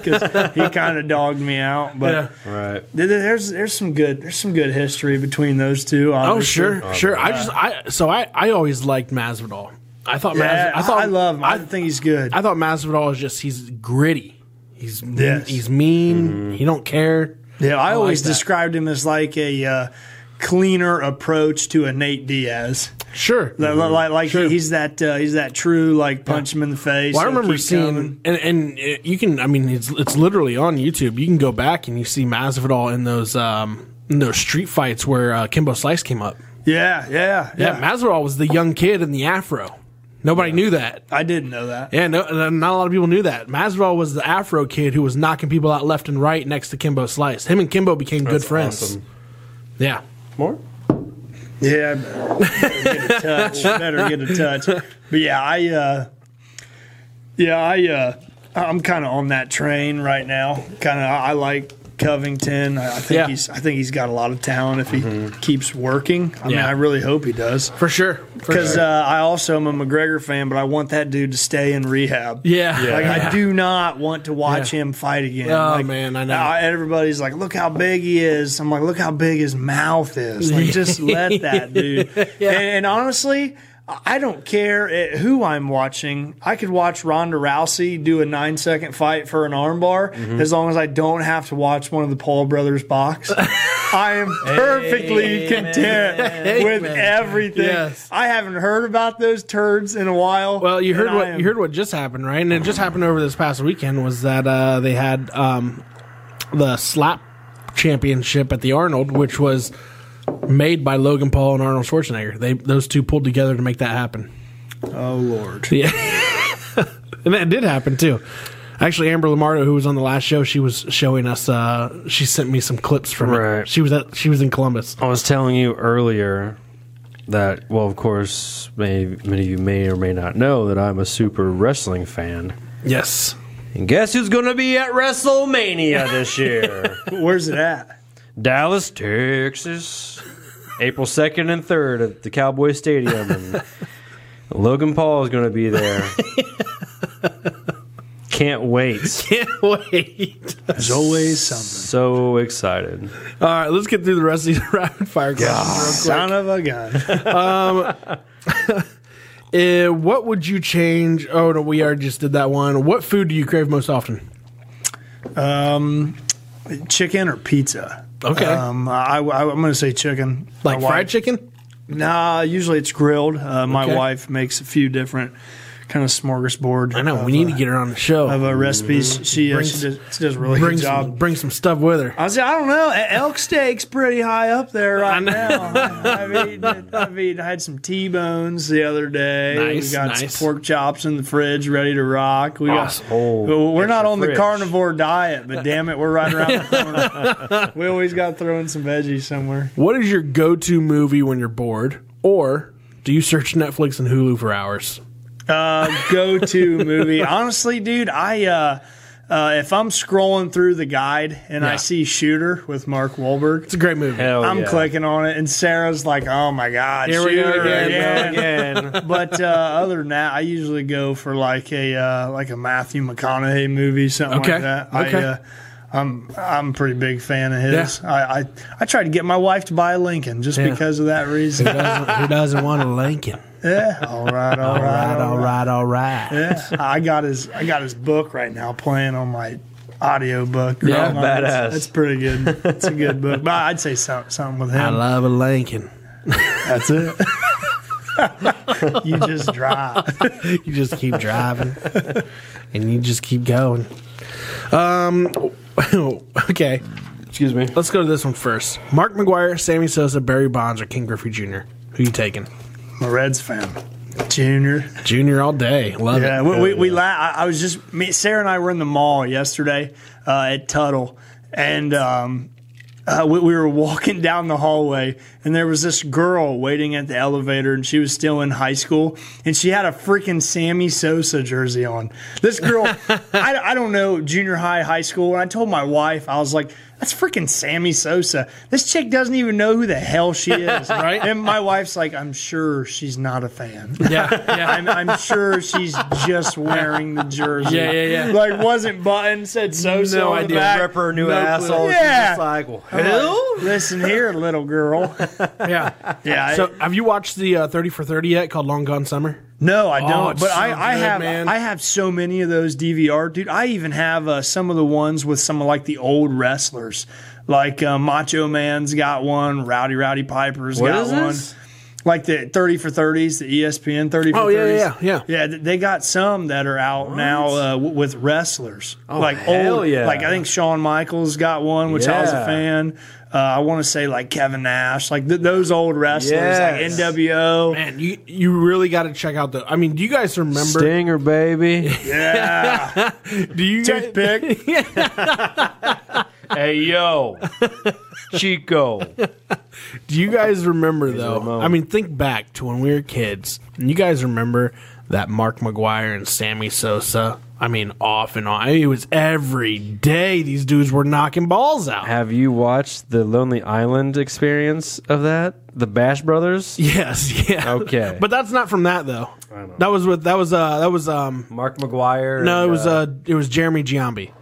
Speaker 4: because he kind of dogged me out. But
Speaker 2: Yeah.
Speaker 1: Right.
Speaker 4: th- th- there's there's some good there's some good history between those two.
Speaker 2: Oh
Speaker 4: Obviously.
Speaker 2: sure, sure. I just I so I I always liked Masvidal. I thought
Speaker 4: Yeah,
Speaker 2: Mas, I thought
Speaker 4: I love him. I,
Speaker 2: I,
Speaker 4: think he's good.
Speaker 2: I thought Masvidal is just he's gritty. He's
Speaker 4: Yes. Mm-hmm.
Speaker 2: he's mean. He don't care.
Speaker 4: yeah, I, always
Speaker 2: that.
Speaker 4: described him as like a uh, cleaner approach to a Nate Diaz.
Speaker 2: Sure.
Speaker 4: Like, like, like
Speaker 2: Sure.
Speaker 4: he's that uh, he's that true like punch him in the face.
Speaker 2: Well, I
Speaker 4: he'll
Speaker 2: remember
Speaker 4: keep
Speaker 2: seeing,
Speaker 4: coming.
Speaker 2: and, and uh, you can, I mean, it's it's literally on YouTube. You can go back and you see Masvidal in those um, in those street fights where uh, Kimbo Slice came up.
Speaker 4: Yeah, yeah,
Speaker 2: Yeah,
Speaker 4: yeah.
Speaker 2: Masvidal was the young kid in the afro. Nobody knew that.
Speaker 4: I didn't know that.
Speaker 2: Yeah, no, uh, not a lot of people knew that. Masvidal was the afro kid who was knocking people out left and right next to Kimbo Slice. Him and Kimbo became good friends.
Speaker 1: awesome.
Speaker 2: Yeah.
Speaker 1: More?
Speaker 4: Yeah, better get a touch. Better get a touch. But yeah, I, uh, yeah, I, uh, I'm kind of on that train right now. Kind of, I I like Covington. I, I think
Speaker 2: Yeah.
Speaker 4: he's, I think he's got a lot of talent if he keeps working. I mean,
Speaker 2: Yeah.
Speaker 4: I really hope he does.
Speaker 2: For sure. For
Speaker 4: Because
Speaker 2: sure.
Speaker 4: uh, I also am a McGregor fan, but I want that dude to stay in rehab.
Speaker 2: yeah.
Speaker 1: Yeah.
Speaker 4: Like
Speaker 2: Yeah.
Speaker 4: I do not want to watch
Speaker 2: Yeah.
Speaker 4: him fight again.
Speaker 2: Oh,
Speaker 4: like,
Speaker 2: man, I know.
Speaker 4: I- everybody's like, "Look how big he is." I'm like, "Look how big his mouth is." Like, just let that dude. and, and honestly, I I don't care eh, who I'm watching. I could watch Ronda Rousey do a nine second fight for an armbar
Speaker 2: Mm-hmm.
Speaker 4: as long as I don't have to watch one of the Paul brothers box. I am perfectly content with
Speaker 2: Amen.
Speaker 4: everything.
Speaker 2: Yes.
Speaker 4: I haven't heard about those turds in a while.
Speaker 2: Well, you heard
Speaker 4: and I
Speaker 2: what
Speaker 4: am-
Speaker 2: you heard what just happened, right? And it just happened over this past weekend was that uh, they had um, the slap championship at the Arnold, which was made by Logan Paul and Arnold Schwarzenegger. They those two pulled together to make that happen.
Speaker 4: Oh Lord.
Speaker 2: And that did happen too. Actually, Amber Lamardo, who was on the last show, she was showing us. Uh, she sent me some clips from it.
Speaker 1: Right.
Speaker 2: She was at she was in Columbus.
Speaker 1: I was telling you earlier that, well, of course, may, many of you may or may not know that I'm a super wrestling fan.
Speaker 2: Yes.
Speaker 1: And guess who's going to be at WrestleMania this year?
Speaker 4: Where's it at?
Speaker 1: Dallas, Texas, April 2nd and 3rd at the Cowboy Stadium. And Logan Paul is going to be there. Can't wait.
Speaker 2: Can't wait.
Speaker 4: There's always something.
Speaker 1: So excited.
Speaker 2: All right, let's get through the rest of these rapid fire questions. real quick.
Speaker 4: Son of a gun.
Speaker 2: Uh, what would you change? Oh no, we already just did that one. What food do you crave most often?
Speaker 4: chicken or pizza?
Speaker 2: Okay.
Speaker 4: Um, I, am going to say chicken.
Speaker 2: Like
Speaker 4: My wife-
Speaker 2: fried chicken?
Speaker 4: Nah, usually it's grilled. Uh, my
Speaker 2: Okay.
Speaker 4: wife makes a few different kind of smorgasbord.
Speaker 2: I know
Speaker 4: of,
Speaker 2: we need
Speaker 4: uh,
Speaker 2: to get her on the show.
Speaker 4: of uh, recipes. She, uh,
Speaker 2: Bring
Speaker 4: she,
Speaker 2: s-
Speaker 4: does, she does a really
Speaker 2: bring
Speaker 4: good
Speaker 2: some,
Speaker 4: job.
Speaker 2: bring some stuff with her.
Speaker 4: I was, I don't know. e- Elk steak's pretty high up there right
Speaker 2: know.
Speaker 4: now. I've eaten, I've eaten, I had some T-bones the other day.
Speaker 2: Nice,
Speaker 4: we got
Speaker 2: nice.
Speaker 4: some pork chops in the fridge ready to rock. We got,
Speaker 1: Awesome. Oh,
Speaker 4: Well, we're not
Speaker 1: extra
Speaker 4: on the
Speaker 1: fridge.
Speaker 4: carnivore diet, but damn it, we're right around the corner. we always got to throw in some veggies somewhere.
Speaker 2: What is your go-to movie when you're bored, or do you search Netflix and Hulu for hours?
Speaker 4: uh, go to movie. Honestly, dude, I uh, uh, if I'm scrolling through the guide and
Speaker 2: Yeah.
Speaker 4: I see Shooter with Mark Wahlberg,
Speaker 2: It's a great movie.
Speaker 1: Hell
Speaker 4: I'm
Speaker 1: Oh, yeah.
Speaker 4: clicking on it, and Sarah's like, "Oh my god,
Speaker 2: Here we go
Speaker 4: Shooter
Speaker 2: again,
Speaker 4: again."
Speaker 1: Again.
Speaker 4: but uh, other than that, I usually go for like a uh, like a Matthew McConaughey movie, something
Speaker 2: Okay,
Speaker 4: like that.
Speaker 2: okay.
Speaker 4: I, uh, I'm I'm a pretty big fan of his. I, I I tried to get my wife to buy a Lincoln just
Speaker 2: Yeah.
Speaker 4: because of that reason.
Speaker 2: Who doesn't want a Lincoln?
Speaker 4: yeah. All right. All right. All right.
Speaker 2: all right.
Speaker 4: Yeah. I got his I got his book right now playing on my audio book.
Speaker 2: Yeah,
Speaker 1: badass.
Speaker 4: That's, that's pretty good. It's a good book. But I'd say something, something with him.
Speaker 2: love a Lincoln.
Speaker 4: That's it. you just drive.
Speaker 2: you just keep driving and you just keep going. Um, okay,
Speaker 1: Excuse me.
Speaker 2: let's go to this one first. Mark McGuire, Sammy Sosa, Barry Bonds, or King Griffey Jr. Who you taking?
Speaker 4: I'm a Reds fan. Junior.
Speaker 2: Junior all day. Love
Speaker 4: Yeah,
Speaker 2: it.
Speaker 4: we, we, we la- I, I was just me, Sarah and I were in the mall yesterday uh, at Tuttle, and um, uh, we, we were walking down the hallway, and there was this girl waiting at the elevator, and she was still in high school, and she had a freaking Sammy Sosa jersey on. This girl, I, I don't know, junior high, high school, and I told my wife, I was like. That's freaking Sammy Sosa. This chick doesn't even know who the hell she is, right? And my wife's like, "I'm sure she's not a fan."
Speaker 2: Yeah, yeah.
Speaker 4: I'm, I'm sure she's just wearing the jersey.
Speaker 2: Yeah, yeah, yeah.
Speaker 4: Like wasn't buttoned, said so so.
Speaker 1: No
Speaker 4: on the
Speaker 1: idea.
Speaker 4: back.
Speaker 1: Ripper, new
Speaker 2: No
Speaker 1: asshole.
Speaker 4: clue.
Speaker 1: She's
Speaker 4: Yeah.
Speaker 1: just like, well,
Speaker 4: I'm
Speaker 1: who?
Speaker 4: like, Listen here, little girl.
Speaker 2: yeah.
Speaker 4: Yeah. I-
Speaker 2: So, have you watched the uh, 30 for 30 yet called Long Gone Summer?
Speaker 4: no, I
Speaker 2: Oh,
Speaker 4: don't.
Speaker 2: it's
Speaker 4: but
Speaker 2: so
Speaker 4: I, I
Speaker 2: good,
Speaker 4: have
Speaker 2: man.
Speaker 4: I have so many of those DVR, dude. I even have uh, some of the ones with some of like the old wrestlers, like uh, Macho Man's got one, Rowdy Rowdy Piper's
Speaker 1: What
Speaker 4: got
Speaker 1: is
Speaker 4: one.
Speaker 1: this?
Speaker 4: Like the thirty for thirties, the E ESPN thirty for
Speaker 2: Oh, yeah,
Speaker 4: thirties.
Speaker 2: yeah, yeah.
Speaker 4: Yeah, th- they got some that are out now uh, w- with wrestlers. Oh, like
Speaker 1: hell
Speaker 4: old,
Speaker 1: yeah.
Speaker 4: Like I think Shawn Michaels got one, which I was a
Speaker 1: Yeah.
Speaker 4: fan. Uh, I want to say like Kevin Nash, like th- those old wrestlers,
Speaker 1: Yes.
Speaker 4: like NWO.
Speaker 2: Man, you you really got to check out the. I mean, do you guys remember?
Speaker 1: Stinger, baby.
Speaker 4: Yeah,
Speaker 2: Do you guys-
Speaker 4: toothpick.
Speaker 1: hey, yo. Chico.
Speaker 2: Do you guys remember though?
Speaker 1: Ramon.
Speaker 2: I mean, think back to when we were kids. And you guys remember that Mark McGuire and Sammy Sosa? I mean, off and on. I mean, it was every day these dudes were knocking balls out.
Speaker 1: Have you watched the Lonely Island experience of that? The Bash Brothers?
Speaker 2: Yes, yeah.
Speaker 1: Okay.
Speaker 2: But that's not from that though. That was with that was uh that was um
Speaker 1: Mark McGuire.
Speaker 2: no, it
Speaker 1: and,
Speaker 2: was uh it was Jeremy Giambi.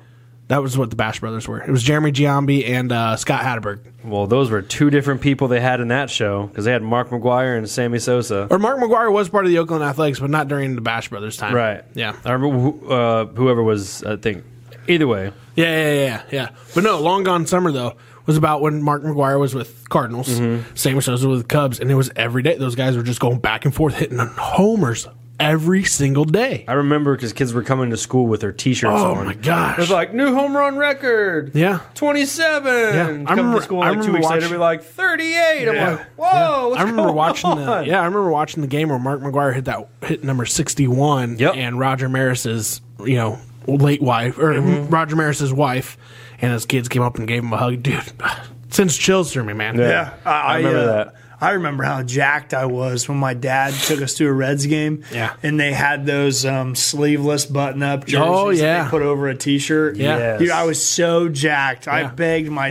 Speaker 2: That was what the Bash Brothers were. It was Jeremy Giambi and uh, Scott Hatterberg.
Speaker 1: Well, those were two different people they had in that show because they had Mark McGuire and Sammy Sosa.
Speaker 2: Or Mark McGuire was part of the Oakland Athletics, but not during the Bash Brothers time.
Speaker 1: Right.
Speaker 2: Yeah.
Speaker 1: I remember who, uh, whoever was, I think. Either way,
Speaker 2: Yeah, yeah, yeah, yeah. But no, Long Gone Summer though was about when Mark McGuire was with Cardinals,
Speaker 1: Mm-hmm.
Speaker 2: Sammy Sosa with Cubs, and it was every day. Those guys were just going back and forth hitting on homers every single day.
Speaker 1: I remember because kids were coming to school with their T-shirts
Speaker 2: Oh
Speaker 1: on.
Speaker 2: my gosh!
Speaker 1: It was like new home run record.
Speaker 2: yeah.
Speaker 1: 27.
Speaker 2: Yeah, I
Speaker 1: Yeah, Come
Speaker 2: remember-
Speaker 1: to school
Speaker 2: I
Speaker 1: like two
Speaker 2: remember
Speaker 1: weeks
Speaker 2: watching-
Speaker 1: later, be like 38.
Speaker 4: Yeah.
Speaker 1: I'm like, whoa.
Speaker 2: I remember watching the
Speaker 1: that.
Speaker 2: yeah, I remember watching the game where Mark McGuire hit that hit number sixty one,
Speaker 1: Yep.
Speaker 2: and Roger Maris's you know late wife or
Speaker 1: Mm-hmm.
Speaker 2: Roger Maris's wife, and his kids came up and gave him a hug, dude. Sends chills through me, man.
Speaker 4: Yeah, I, I,
Speaker 1: remember
Speaker 4: uh,
Speaker 1: that.
Speaker 4: I remember how jacked I was when my dad took us to a Reds game.
Speaker 2: Yeah.
Speaker 4: and they had those um, sleeveless button-up jerseys.
Speaker 2: Oh,
Speaker 4: that
Speaker 2: yeah.
Speaker 4: they put over a T-shirt.
Speaker 2: Yeah. Yes.
Speaker 4: dude, I was so jacked. I
Speaker 2: Yeah.
Speaker 4: begged my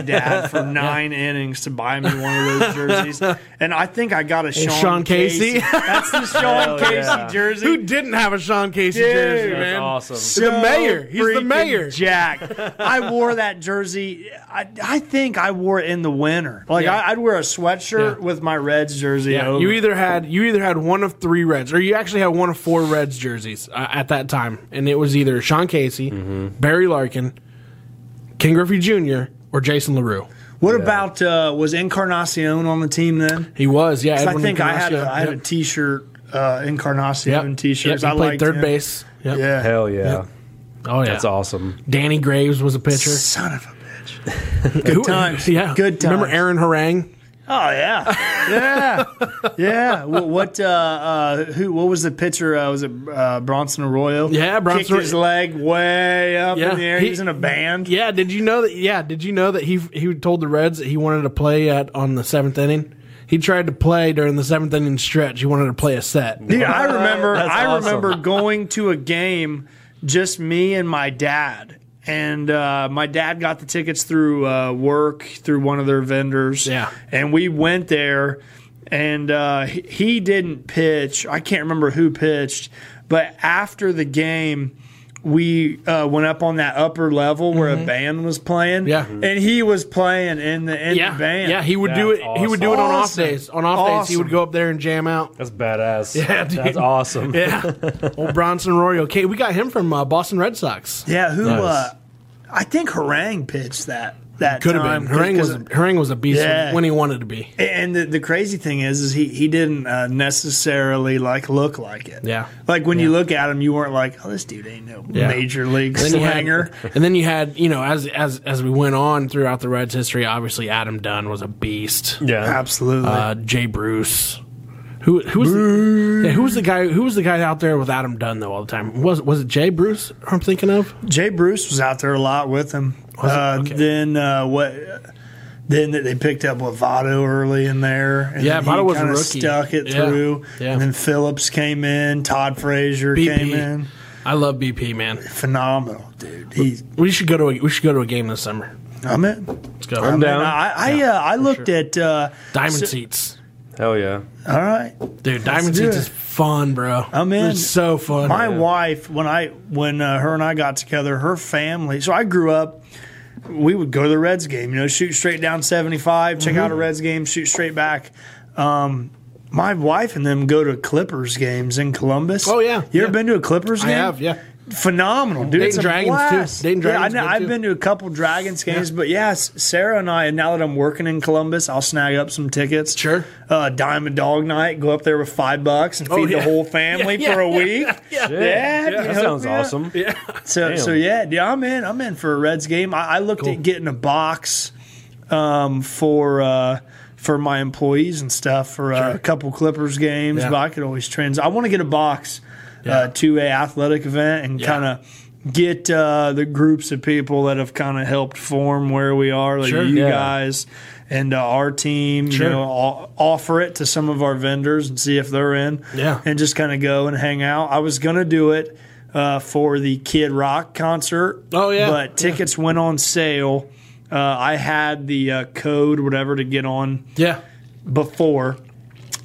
Speaker 4: dad for nine innings to buy me one of those jerseys, and I think I got a Sean,
Speaker 2: Sean Casey.
Speaker 4: That's the Sean
Speaker 1: Hell
Speaker 4: Casey
Speaker 1: yeah.
Speaker 4: jersey.
Speaker 2: Who didn't have a Sean Casey
Speaker 4: Dude,
Speaker 2: jersey,
Speaker 4: that's
Speaker 2: man?
Speaker 1: awesome.
Speaker 2: The mayor. He's the
Speaker 4: freaking
Speaker 2: mayor.
Speaker 4: Jack. I wore that jersey. I, I think I wore it in the winter. Like
Speaker 2: Yeah.
Speaker 4: I, I'd wear a sweatshirt
Speaker 2: Yeah.
Speaker 4: with my Reds jersey.
Speaker 2: Yeah,
Speaker 4: over.
Speaker 2: you either had you either had one of three Reds, or you actually had one of four Reds jerseys uh, at that time, and it was either Sean Casey,
Speaker 1: Mm-hmm.
Speaker 2: Barry Larkin, King Griffey Jr., or Jason Larue.
Speaker 4: What about uh, was Encarnacion on the team then?
Speaker 2: He was, yeah.
Speaker 4: 'Cause I
Speaker 2: Edwin
Speaker 4: think I had
Speaker 2: Encarnacion.
Speaker 4: a, I had a
Speaker 2: Yep.
Speaker 4: T-shirt uh, Encarnacion
Speaker 2: Yep.
Speaker 4: T-shirts.
Speaker 2: Yep,
Speaker 4: I
Speaker 2: he played
Speaker 4: liked
Speaker 2: third
Speaker 4: him.
Speaker 2: base. Yep.
Speaker 4: Yeah.
Speaker 1: Hell yeah.
Speaker 2: Oh yeah,
Speaker 1: That's awesome.
Speaker 2: Danny Graves was a pitcher.
Speaker 4: Son of a bitch.
Speaker 2: Good
Speaker 4: times.
Speaker 2: yeah.
Speaker 4: Good
Speaker 2: Remember
Speaker 4: times.
Speaker 2: Aaron Harang?
Speaker 4: Oh yeah, yeah, yeah. What, what uh, uh, who? What was the pitcher? Uh, was it uh, Bronson Arroyo?
Speaker 2: Yeah, Bronson
Speaker 4: Kicked his
Speaker 2: Arroyo.
Speaker 4: leg way up
Speaker 2: Yeah,
Speaker 4: in the air.
Speaker 2: he-
Speaker 4: He was in a band.
Speaker 2: Yeah, did you know that? Yeah, did you know that he he told the Reds that he wanted to play at on the seventh inning? He tried to play during the seventh inning stretch. He wanted to play a set.
Speaker 4: Dude, I remember.
Speaker 1: That's
Speaker 4: I
Speaker 1: awesome.
Speaker 4: remember going to a game, just me and my dad. And uh, my dad got the tickets through uh, work through one of their vendors.
Speaker 2: Yeah.
Speaker 4: and we went there, and uh, he- he didn't pitch. I can't remember who pitched, but after the game. we uh, went up on that upper level where a band was playing.
Speaker 2: Mm-hmm. Yeah.
Speaker 4: and he was playing in the in
Speaker 2: yeah,
Speaker 4: the band.
Speaker 2: yeah, he would do it.
Speaker 1: That's
Speaker 2: He would do it on off
Speaker 4: awesome.
Speaker 2: days. On off days, he would
Speaker 4: Awesome.
Speaker 2: go up there and jam out.
Speaker 1: That's badass.
Speaker 2: Yeah, dude.
Speaker 1: That's awesome.
Speaker 2: Yeah, old Bronson Rory. Okay, we got him from uh, Boston Red Sox.
Speaker 4: yeah. Who?
Speaker 1: Nice.
Speaker 4: Uh, I think Harang pitched that that
Speaker 2: Could have
Speaker 4: time.
Speaker 2: been. Harang was
Speaker 4: 'Cause-
Speaker 2: Harang was a beast
Speaker 4: Yeah.
Speaker 2: when he wanted to be.
Speaker 4: And the, the crazy thing is, is he he didn't uh, necessarily like look like it.
Speaker 2: Yeah.
Speaker 4: like when you look at him, you weren't like, oh, this dude ain't no
Speaker 2: Yeah.
Speaker 4: major league
Speaker 2: And then you had-
Speaker 4: slinger.
Speaker 2: and then you had, you know, as as as we went on throughout the Reds' history, obviously Adam Dunn was a beast.
Speaker 1: Yeah.
Speaker 4: Absolutely.
Speaker 2: Uh, Jay Bruce. Who who was the, yeah, who was the guy who was the guy out there with Adam Dunn though all the time? Was was it Jay Bruce I'm thinking of?
Speaker 4: Jay Bruce was out there a lot with him.
Speaker 2: Was it?
Speaker 4: Uh,
Speaker 2: Okay.
Speaker 4: Then uh, what? Then that they picked up Lovato early in there. And
Speaker 2: Yeah,
Speaker 4: then he
Speaker 2: Votto was a
Speaker 4: kinda
Speaker 2: rookie.
Speaker 4: Stuck it
Speaker 2: Yeah,
Speaker 4: through,
Speaker 2: yeah.
Speaker 4: and then Phillips came in. Todd Frazier
Speaker 2: BP.
Speaker 4: came in.
Speaker 2: I love BP man.
Speaker 4: Phenomenal, dude. He,
Speaker 2: We should go to a, we should go to a game this summer.
Speaker 4: I'm it.
Speaker 2: Let's go.
Speaker 1: I'm down.
Speaker 4: I, I, uh, I looked at. Uh,
Speaker 2: Diamond seats.
Speaker 1: Hell yeah.
Speaker 4: all right,
Speaker 2: Dude, Diamond
Speaker 4: do
Speaker 2: Seats
Speaker 4: it.
Speaker 2: is fun, bro.
Speaker 4: I'm in.
Speaker 2: It's so fun.
Speaker 4: My wife, when I when uh, her and I got together, her family. So I grew up. We would go to the Reds game. You know, shoot straight down seventy five. Check
Speaker 2: Mm-hmm.
Speaker 4: out a Reds game. Shoot straight back. Um, my wife and them go to Clippers games in Columbus.
Speaker 2: Oh, yeah.
Speaker 4: you ever
Speaker 2: Yeah.
Speaker 4: been to a Clippers
Speaker 2: I
Speaker 4: game?
Speaker 2: have, yeah.
Speaker 4: phenomenal, dude.
Speaker 2: Dayton
Speaker 4: It's a
Speaker 2: Dragons, too.
Speaker 4: blast.
Speaker 2: Dayton Dragons
Speaker 4: Yeah, I
Speaker 2: good,
Speaker 4: know, I've
Speaker 2: too.
Speaker 4: been to a couple Dragons games, but yes, Sarah and I. Now that I'm working in Columbus, I'll snag up some tickets.
Speaker 2: Sure. Oh,
Speaker 4: uh, Diamond Dog Night. Go up there with five bucks and feed
Speaker 2: yeah.
Speaker 4: the whole family
Speaker 2: Yeah,
Speaker 4: for a
Speaker 2: yeah,
Speaker 4: week.
Speaker 2: yeah.
Speaker 4: yeah,
Speaker 1: Yeah,
Speaker 4: you
Speaker 1: that
Speaker 4: hook
Speaker 1: sounds
Speaker 4: me up.
Speaker 1: awesome. Yeah.
Speaker 4: So
Speaker 1: Damn.
Speaker 4: so yeah, dude, I'm in. I'm in for a Reds game. I, I looked at getting a box um, for uh, for my employees and stuff for uh, a couple Clippers games.
Speaker 2: Yeah.
Speaker 4: But I could always trans. I want to get a box uh, to a athletic event and
Speaker 2: Yeah.
Speaker 4: kind of get uh, the groups of people that have kind of helped form where we are, like
Speaker 2: Sure.
Speaker 4: you
Speaker 1: Yeah.
Speaker 4: guys and uh, our team.
Speaker 2: Sure.
Speaker 4: You know, o- offer it to some of our vendors and see if they're in
Speaker 2: Yeah.
Speaker 4: and just kind of go and hang out. I was gonna do it uh, for the Kid Rock concert.
Speaker 2: Oh, yeah.
Speaker 4: but tickets went on sale. Uh, I had the uh, code whatever to get on
Speaker 2: Yeah.
Speaker 4: before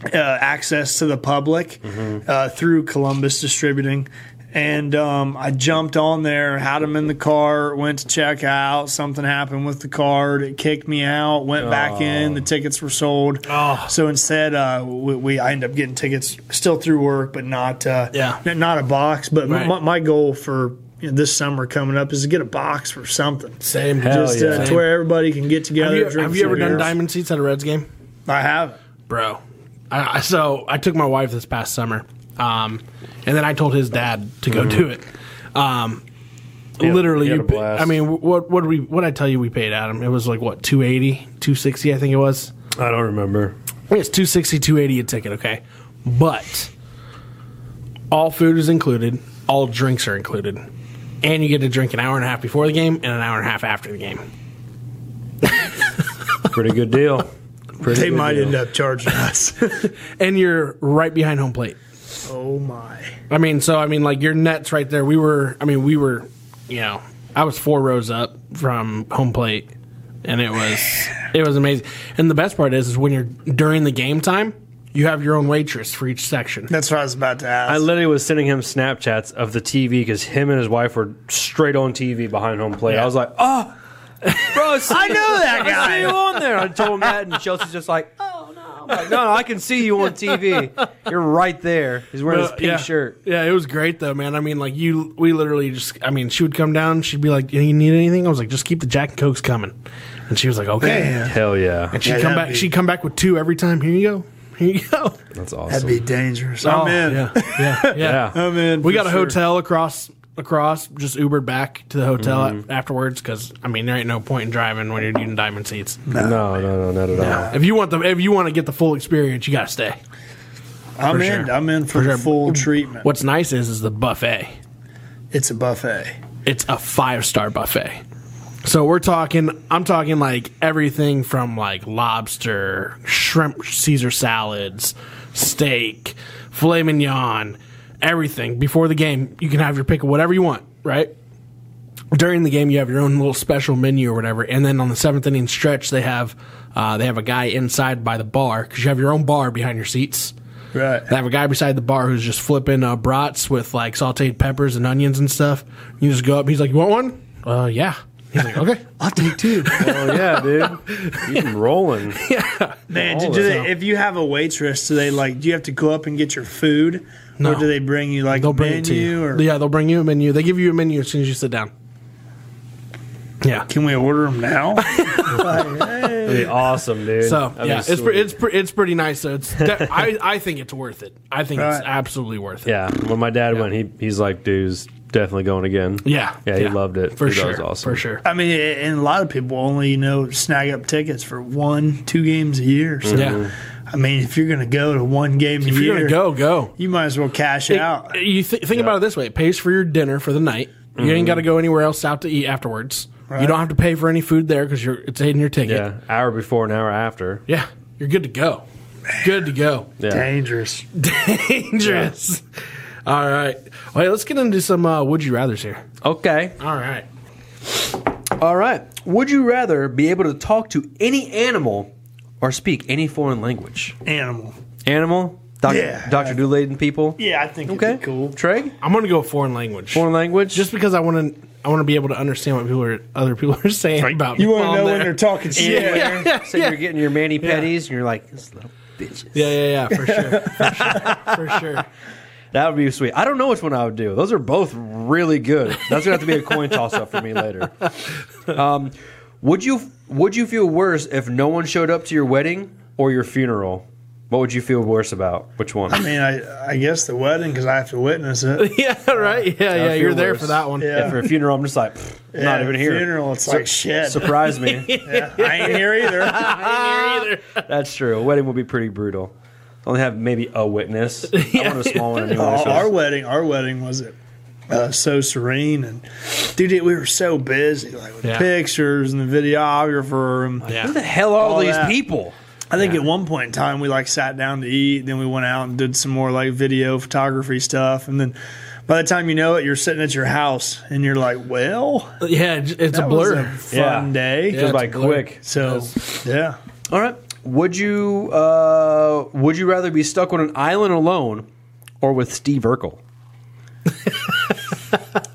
Speaker 4: uh, access to the public uh, through Columbus Distributing. And um, I jumped on there, had them in the car, went to check out. Something happened with the card. It kicked me out, went back in. The tickets were sold.
Speaker 2: Oh.
Speaker 4: So instead, uh, we, we I ended up getting tickets still through work, but not uh,
Speaker 2: Yeah.
Speaker 4: n- not a box. But
Speaker 2: Right.
Speaker 4: my, my goal for you know, this summer coming up is to get a box for something.
Speaker 2: Same.
Speaker 1: Hell
Speaker 2: Just,
Speaker 4: Just,
Speaker 1: yeah.
Speaker 4: uh, to where everybody can get
Speaker 2: have
Speaker 4: together.
Speaker 2: you,
Speaker 4: drink
Speaker 2: have you
Speaker 4: some
Speaker 2: ever done
Speaker 4: beers.
Speaker 2: Diamond Seats at a Reds game?
Speaker 4: I have.
Speaker 2: bro. I, I so I took my wife this past summer, um, and then I told his dad to go do it. Um,
Speaker 1: Mm-hmm.
Speaker 2: literally,
Speaker 1: he had a
Speaker 2: you pa-
Speaker 1: blast.
Speaker 2: I mean, what what did we what I tell you we paid Adam? It was like what 280, 260, I think it was.
Speaker 1: I don't remember.
Speaker 2: I think it's 260, 280 a ticket. Okay, but all food is included, all drinks are included, and you get to drink an hour and a half before the game and an hour and a half after the game.
Speaker 1: Pretty good deal. Pretty
Speaker 4: They
Speaker 1: good
Speaker 4: might
Speaker 1: deal.
Speaker 4: end up charging us.
Speaker 2: And you're right behind home plate.
Speaker 4: oh my!
Speaker 2: I mean, so I mean, like your nets right there. We were, I mean, we were, you know, I was four rows up from home plate, and it was, it was amazing. And the best part is, is when you're during the game time, you have your own waitress for each section.
Speaker 4: That's what I was about to ask.
Speaker 1: I literally was sending him Snapchats of the TV because him and his wife were straight on TV behind home plate. I was like, oh, bro, I know
Speaker 4: that
Speaker 1: I see
Speaker 4: guy."
Speaker 1: you on there. I told him that, and Chelsea's just like, oh no, I'm like, no, no, I can see you on TV. You're right there. He's wearing his
Speaker 2: Uh,
Speaker 1: pink
Speaker 2: yeah.
Speaker 1: shirt.
Speaker 2: Yeah, it was great though, man. I mean, like you, we literally just, I mean, she would come down, she'd be like, "You need anything?" I was like, "Just keep the Jack and Cokes coming," and she was like, "Okay."
Speaker 4: Man,
Speaker 1: Hell yeah,
Speaker 2: And she'd
Speaker 4: Yeah,
Speaker 2: come
Speaker 4: that'd
Speaker 2: back.
Speaker 4: be-
Speaker 2: She'd come back with two every time. Here you go. Here you go. Oh,
Speaker 1: that's
Speaker 4: that'd
Speaker 1: awesome.
Speaker 4: be dangerous. Oh, I'm in.
Speaker 2: Yeah, yeah, yeah.
Speaker 1: yeah,
Speaker 4: I'm in.
Speaker 2: We
Speaker 4: for
Speaker 2: got a
Speaker 4: sure.
Speaker 2: hotel across across. Just Ubered back to the hotel
Speaker 4: Mm-hmm.
Speaker 2: a- afterwards because I mean there ain't no point in driving when you're eating diamond seats.
Speaker 1: no, no, no, not at all.
Speaker 2: If you want the if you want to get the full experience, you gotta stay.
Speaker 4: I'm
Speaker 2: for
Speaker 4: in.
Speaker 2: sure.
Speaker 4: I'm in for,
Speaker 2: sure.
Speaker 4: full treatment.
Speaker 2: What's nice is is the buffet.
Speaker 4: It's a buffet.
Speaker 2: It's a five star buffet. So we're talking. I'm talking like everything from like lobster, shrimp, Caesar salads, steak, filet mignon, everything. Before the game, you can have your pick of whatever you want. Right. during the game you have your own little special menu or whatever and then on the seventh inning stretch they have uh, they have a guy inside by the bar because you have your own bar behind your seats
Speaker 4: Right.
Speaker 2: And I have a guy beside the bar who's just flipping uh, brats with like sauteed peppers and onions and stuff. You just go up. He's like, "You want one?" Uh, yeah. He's like, "Okay, I'll take two.
Speaker 5: Oh yeah, dude. You can rolling.
Speaker 4: Man,
Speaker 5: All
Speaker 4: do, do
Speaker 5: of
Speaker 4: they, if you have a waitress, do they like? Do you have to go up and get your food,
Speaker 2: No.
Speaker 4: or do they bring you like
Speaker 2: They'll
Speaker 4: a
Speaker 2: bring it to
Speaker 4: menu?
Speaker 2: you.
Speaker 4: Or
Speaker 2: Yeah, they'll bring you a menu. They give you a menu as soon as you sit down. Yeah.
Speaker 4: can we order them now?
Speaker 5: That'd be awesome, dude.
Speaker 2: So
Speaker 5: That'd be
Speaker 2: yeah, it's
Speaker 5: sweet.
Speaker 2: pre- it's pre- it's pretty nice. So it's de- I I think it's worth it. I think
Speaker 4: Right.
Speaker 2: it's absolutely worth it.
Speaker 5: yeah. When my dad went, he he's like, dude's definitely going again.
Speaker 2: Yeah,
Speaker 5: Yeah, he loved it.
Speaker 2: for
Speaker 5: He thought
Speaker 2: sure.
Speaker 5: it was awesome.
Speaker 2: For sure.
Speaker 4: I mean, a- and a lot of people only you know snag up tickets for one, two games a year. So,
Speaker 2: Yeah.
Speaker 4: I mean, if you're gonna go to one game a
Speaker 2: If
Speaker 4: year,
Speaker 2: you're gonna go, go.
Speaker 4: you might as well cash out.
Speaker 2: It- you th- think about it this way: it pays for your dinner for the night. You
Speaker 4: Mm-hmm.
Speaker 2: ain't got to go anywhere else out to eat afterwards. You don't have to pay for any food there because you're it's in your ticket.
Speaker 5: Yeah, hour before and hour after.
Speaker 2: Yeah, you're good to go. Good to go.
Speaker 5: Yeah.
Speaker 4: Dangerous.
Speaker 2: Dangerous. All right. Well, hey, let's get into some uh, would you rather's here.
Speaker 5: Okay.
Speaker 2: All right.
Speaker 5: All right. Would you rather be able to talk to any animal or speak any foreign language?
Speaker 4: Animal.
Speaker 5: Animal? Doc-
Speaker 4: Yeah.
Speaker 5: Dr. Doolittle people?
Speaker 4: Yeah, I think
Speaker 5: Okay.
Speaker 4: it'd be cool.
Speaker 5: Trey?
Speaker 2: I'm gonna go foreign language.
Speaker 5: Foreign language?
Speaker 2: just because I want to, I want to be able to understand what people are, other people are saying about me.
Speaker 4: You want to
Speaker 2: while
Speaker 4: know
Speaker 2: I'm
Speaker 4: when
Speaker 2: there.
Speaker 4: they're talking shit.
Speaker 2: Yeah, yeah, yeah,
Speaker 5: so you're getting your mani petties and you're like, this little bitches.
Speaker 2: yeah, yeah, yeah, for sure, for sure, for sure.
Speaker 5: That would be sweet. I don't know which one I would do. Those are both really good. That's gonna have to be a coin toss up for me later. Um, would you would you feel worse if no one showed up to your wedding or your funeral? What would you feel worse about? Which one?
Speaker 4: I mean, I, I guess the wedding because I have to witness it.
Speaker 2: Yeah, right. Yeah, yeah,
Speaker 5: feel
Speaker 2: you're there
Speaker 5: worse.
Speaker 2: for that one.
Speaker 4: Yeah.
Speaker 5: Yeah, for a funeral, I'm just like pfft, not
Speaker 4: Yeah,
Speaker 5: even here.
Speaker 4: Funeral, it's like shit.
Speaker 5: Surprise me.
Speaker 4: Yeah, I ain't here either.
Speaker 5: That's true. A wedding would be pretty brutal. Only have maybe a witness. I want a small one anyway.
Speaker 4: Our-
Speaker 5: so-
Speaker 4: our wedding, our wedding was it uh, so serene and dude, it, we were so busy like with
Speaker 2: Yeah.
Speaker 4: pictures and the videographer. And
Speaker 5: Who
Speaker 2: Yeah.
Speaker 5: the hell are all,
Speaker 4: All
Speaker 5: these
Speaker 4: that.
Speaker 5: people?
Speaker 4: I think at one point in time we like sat down to eat, then we went out and did some more like video photography stuff, and then by the time you know it, you're sitting at your house and you're like, well,
Speaker 2: Yeah, j- it's
Speaker 4: that
Speaker 2: a
Speaker 4: was
Speaker 2: blur.
Speaker 4: a fun
Speaker 5: Yeah.
Speaker 4: day.
Speaker 2: Yeah,
Speaker 5: Goes
Speaker 2: it's
Speaker 5: by
Speaker 2: a blur.
Speaker 5: quick.
Speaker 4: So yeah,
Speaker 5: All right. Would you uh, would you rather be stuck on an island alone or with Steve Urkel?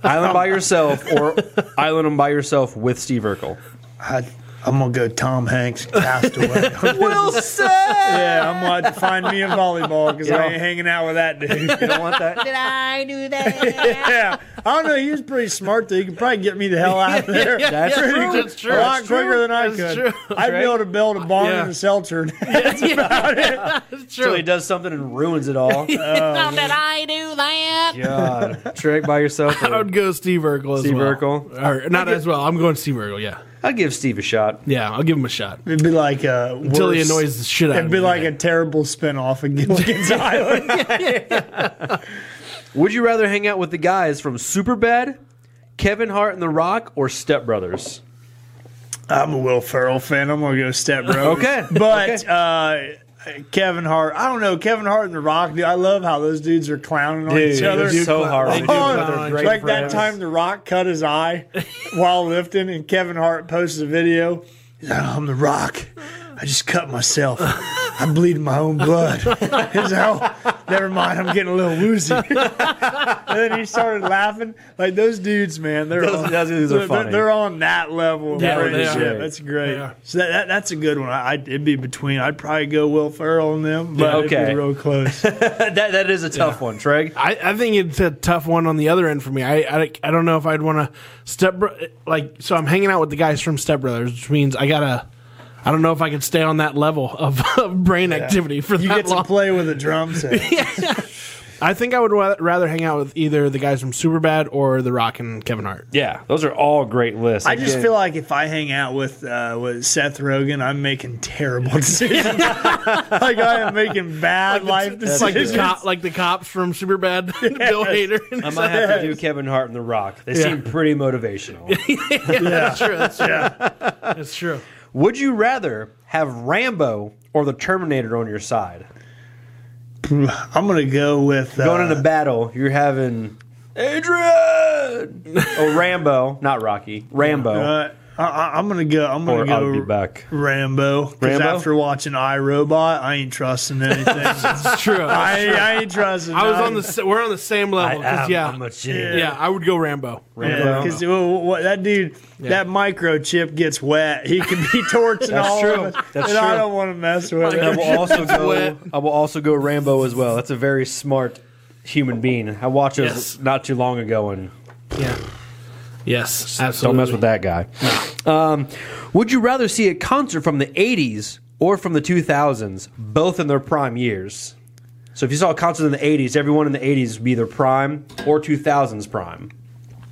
Speaker 5: island by yourself or island by yourself with Steve Urkel?
Speaker 4: I, I'm gonna go Tom Hanks Castaway.
Speaker 5: Wilson.
Speaker 4: yeah, I'm gonna have to find me a volleyball because I
Speaker 5: Yeah.
Speaker 4: ain't hanging out with that dude.
Speaker 5: You don't want that.
Speaker 6: I do that.
Speaker 4: yeah, I don't know. He was pretty smart though. He could probably get me the hell out of there.
Speaker 5: That's
Speaker 4: Pretty
Speaker 5: true.
Speaker 4: quick-
Speaker 2: That's true.
Speaker 4: A lot
Speaker 2: That's
Speaker 4: quicker
Speaker 2: true.
Speaker 4: than I
Speaker 2: That's
Speaker 4: could.
Speaker 2: true.
Speaker 4: I'd
Speaker 5: right.
Speaker 4: be able to build a barn
Speaker 2: Yeah.
Speaker 4: and a seltzer. That's about it.
Speaker 2: It's
Speaker 5: So
Speaker 2: true.
Speaker 5: he does something and ruins it all.
Speaker 6: Oh,
Speaker 5: Oh,
Speaker 6: that I do that.
Speaker 5: God, Trick by yourself.
Speaker 2: I
Speaker 5: Or,
Speaker 2: would go Steve Urkel as
Speaker 5: Steve
Speaker 2: well.
Speaker 5: Urkel?
Speaker 2: Or not as well. I'm going Steve Urkel, yeah.
Speaker 5: I'd give Steve a shot.
Speaker 2: Yeah, I'll give him a shot.
Speaker 4: It'd be like a
Speaker 2: Until he
Speaker 4: worse-
Speaker 2: annoys the shit out
Speaker 4: It'd
Speaker 2: of
Speaker 4: be
Speaker 2: me.
Speaker 4: like a terrible spinoff of Gilligan's Island.
Speaker 5: Would you rather hang out with the guys from Superbad, Kevin Hart and The Rock, or Step Brothers?
Speaker 4: I'm a Will Ferrell fan. I'm gonna go Step Bro.
Speaker 5: Okay.
Speaker 4: but uh, Kevin Hart. I don't know Kevin Hart and The Rock. Dude, I love how those dudes are clowning on each other.
Speaker 5: they're so hard.
Speaker 2: They do
Speaker 4: Oh,
Speaker 2: clown on each
Speaker 5: great
Speaker 4: like that
Speaker 5: friends.
Speaker 4: time The Rock cut his eye while lifting, and Kevin Hart posts a video. He's like, I'm The Rock. I just cut myself. I'm bleeding my own blood. He's like, oh, never mind. I'm getting a little woozy. and then he started laughing. Like those dudes, man. They're
Speaker 5: Those-
Speaker 4: on,
Speaker 5: those dudes are
Speaker 4: they're-
Speaker 5: funny.
Speaker 4: They're on that level of
Speaker 2: Yeah, they
Speaker 4: friendship.
Speaker 5: are.
Speaker 4: That's great.
Speaker 2: They are.
Speaker 4: So that, that that's a good one. I, I'd, it'd be between. I'd probably go Will Ferrell and them, but it'd
Speaker 5: Okay.
Speaker 4: be real close.
Speaker 5: that, that is a tough one, Trey.
Speaker 2: I, I think it's a tough one on the other end for me. I I, I don't know if I'd want to step Bro- like so. I'm hanging out with the guys from Step Brothers, which means I gotta. I don't know if I could stay on that level of, of brain activity for
Speaker 4: you
Speaker 2: that
Speaker 4: get to
Speaker 2: long.
Speaker 4: play with a drum set.
Speaker 2: I think I would wa- rather hang out with either the guys from Superbad or The Rock and Kevin Hart.
Speaker 5: Yeah, those are all great lists.
Speaker 4: I just
Speaker 5: Again,
Speaker 4: feel like if I hang out with uh, with Seth Rogen, I'm making terrible decisions. like I am making bad life
Speaker 2: It's like
Speaker 4: decisions.
Speaker 2: the cop, like the cops from Superbad, Bill Hader.
Speaker 5: I might have to do Kevin Hart and The Rock. They seem pretty motivational.
Speaker 2: That's true. That's true. That's true.
Speaker 5: Would you rather have Rambo or the Terminator on your side?
Speaker 4: I'm gonna go with uh,
Speaker 5: Going into battle, you're having Adrian. oh, Rambo, not Rocky. Rambo.
Speaker 4: uh, I, I, I'm gonna go. I'm gonna
Speaker 5: Or
Speaker 4: go.
Speaker 5: I'll be back.
Speaker 4: Rambo. 'Cause
Speaker 5: Rambo?
Speaker 4: After watching iRobot, I ain't trusting anything.
Speaker 2: It's true. I,
Speaker 4: I, I ain't trusting.
Speaker 2: was on the
Speaker 4: nothing.
Speaker 2: s- we're on the same level. 'cause, yeah,
Speaker 5: machine.
Speaker 2: yeah, I would go Rambo.
Speaker 4: Yeah, because that dude, that microchip gets wet. He can be torching
Speaker 5: That's
Speaker 4: all
Speaker 5: true.
Speaker 4: of us,
Speaker 5: That's
Speaker 4: and I
Speaker 5: true.
Speaker 4: don't want to mess with
Speaker 5: And I will
Speaker 4: it.
Speaker 5: also
Speaker 2: wet.
Speaker 5: go. I will also go Rambo as well. That's a very smart human being. I watched it
Speaker 2: Yes.
Speaker 5: not too long ago, and
Speaker 2: Yeah. Yes,
Speaker 5: don't
Speaker 2: absolutely.
Speaker 5: mess with that guy. Um, would you rather see a concert from the '80s or from the 2000s, both in their prime years? So if you saw a concert in the '80s, everyone in the '80s would be their prime or 2000s prime.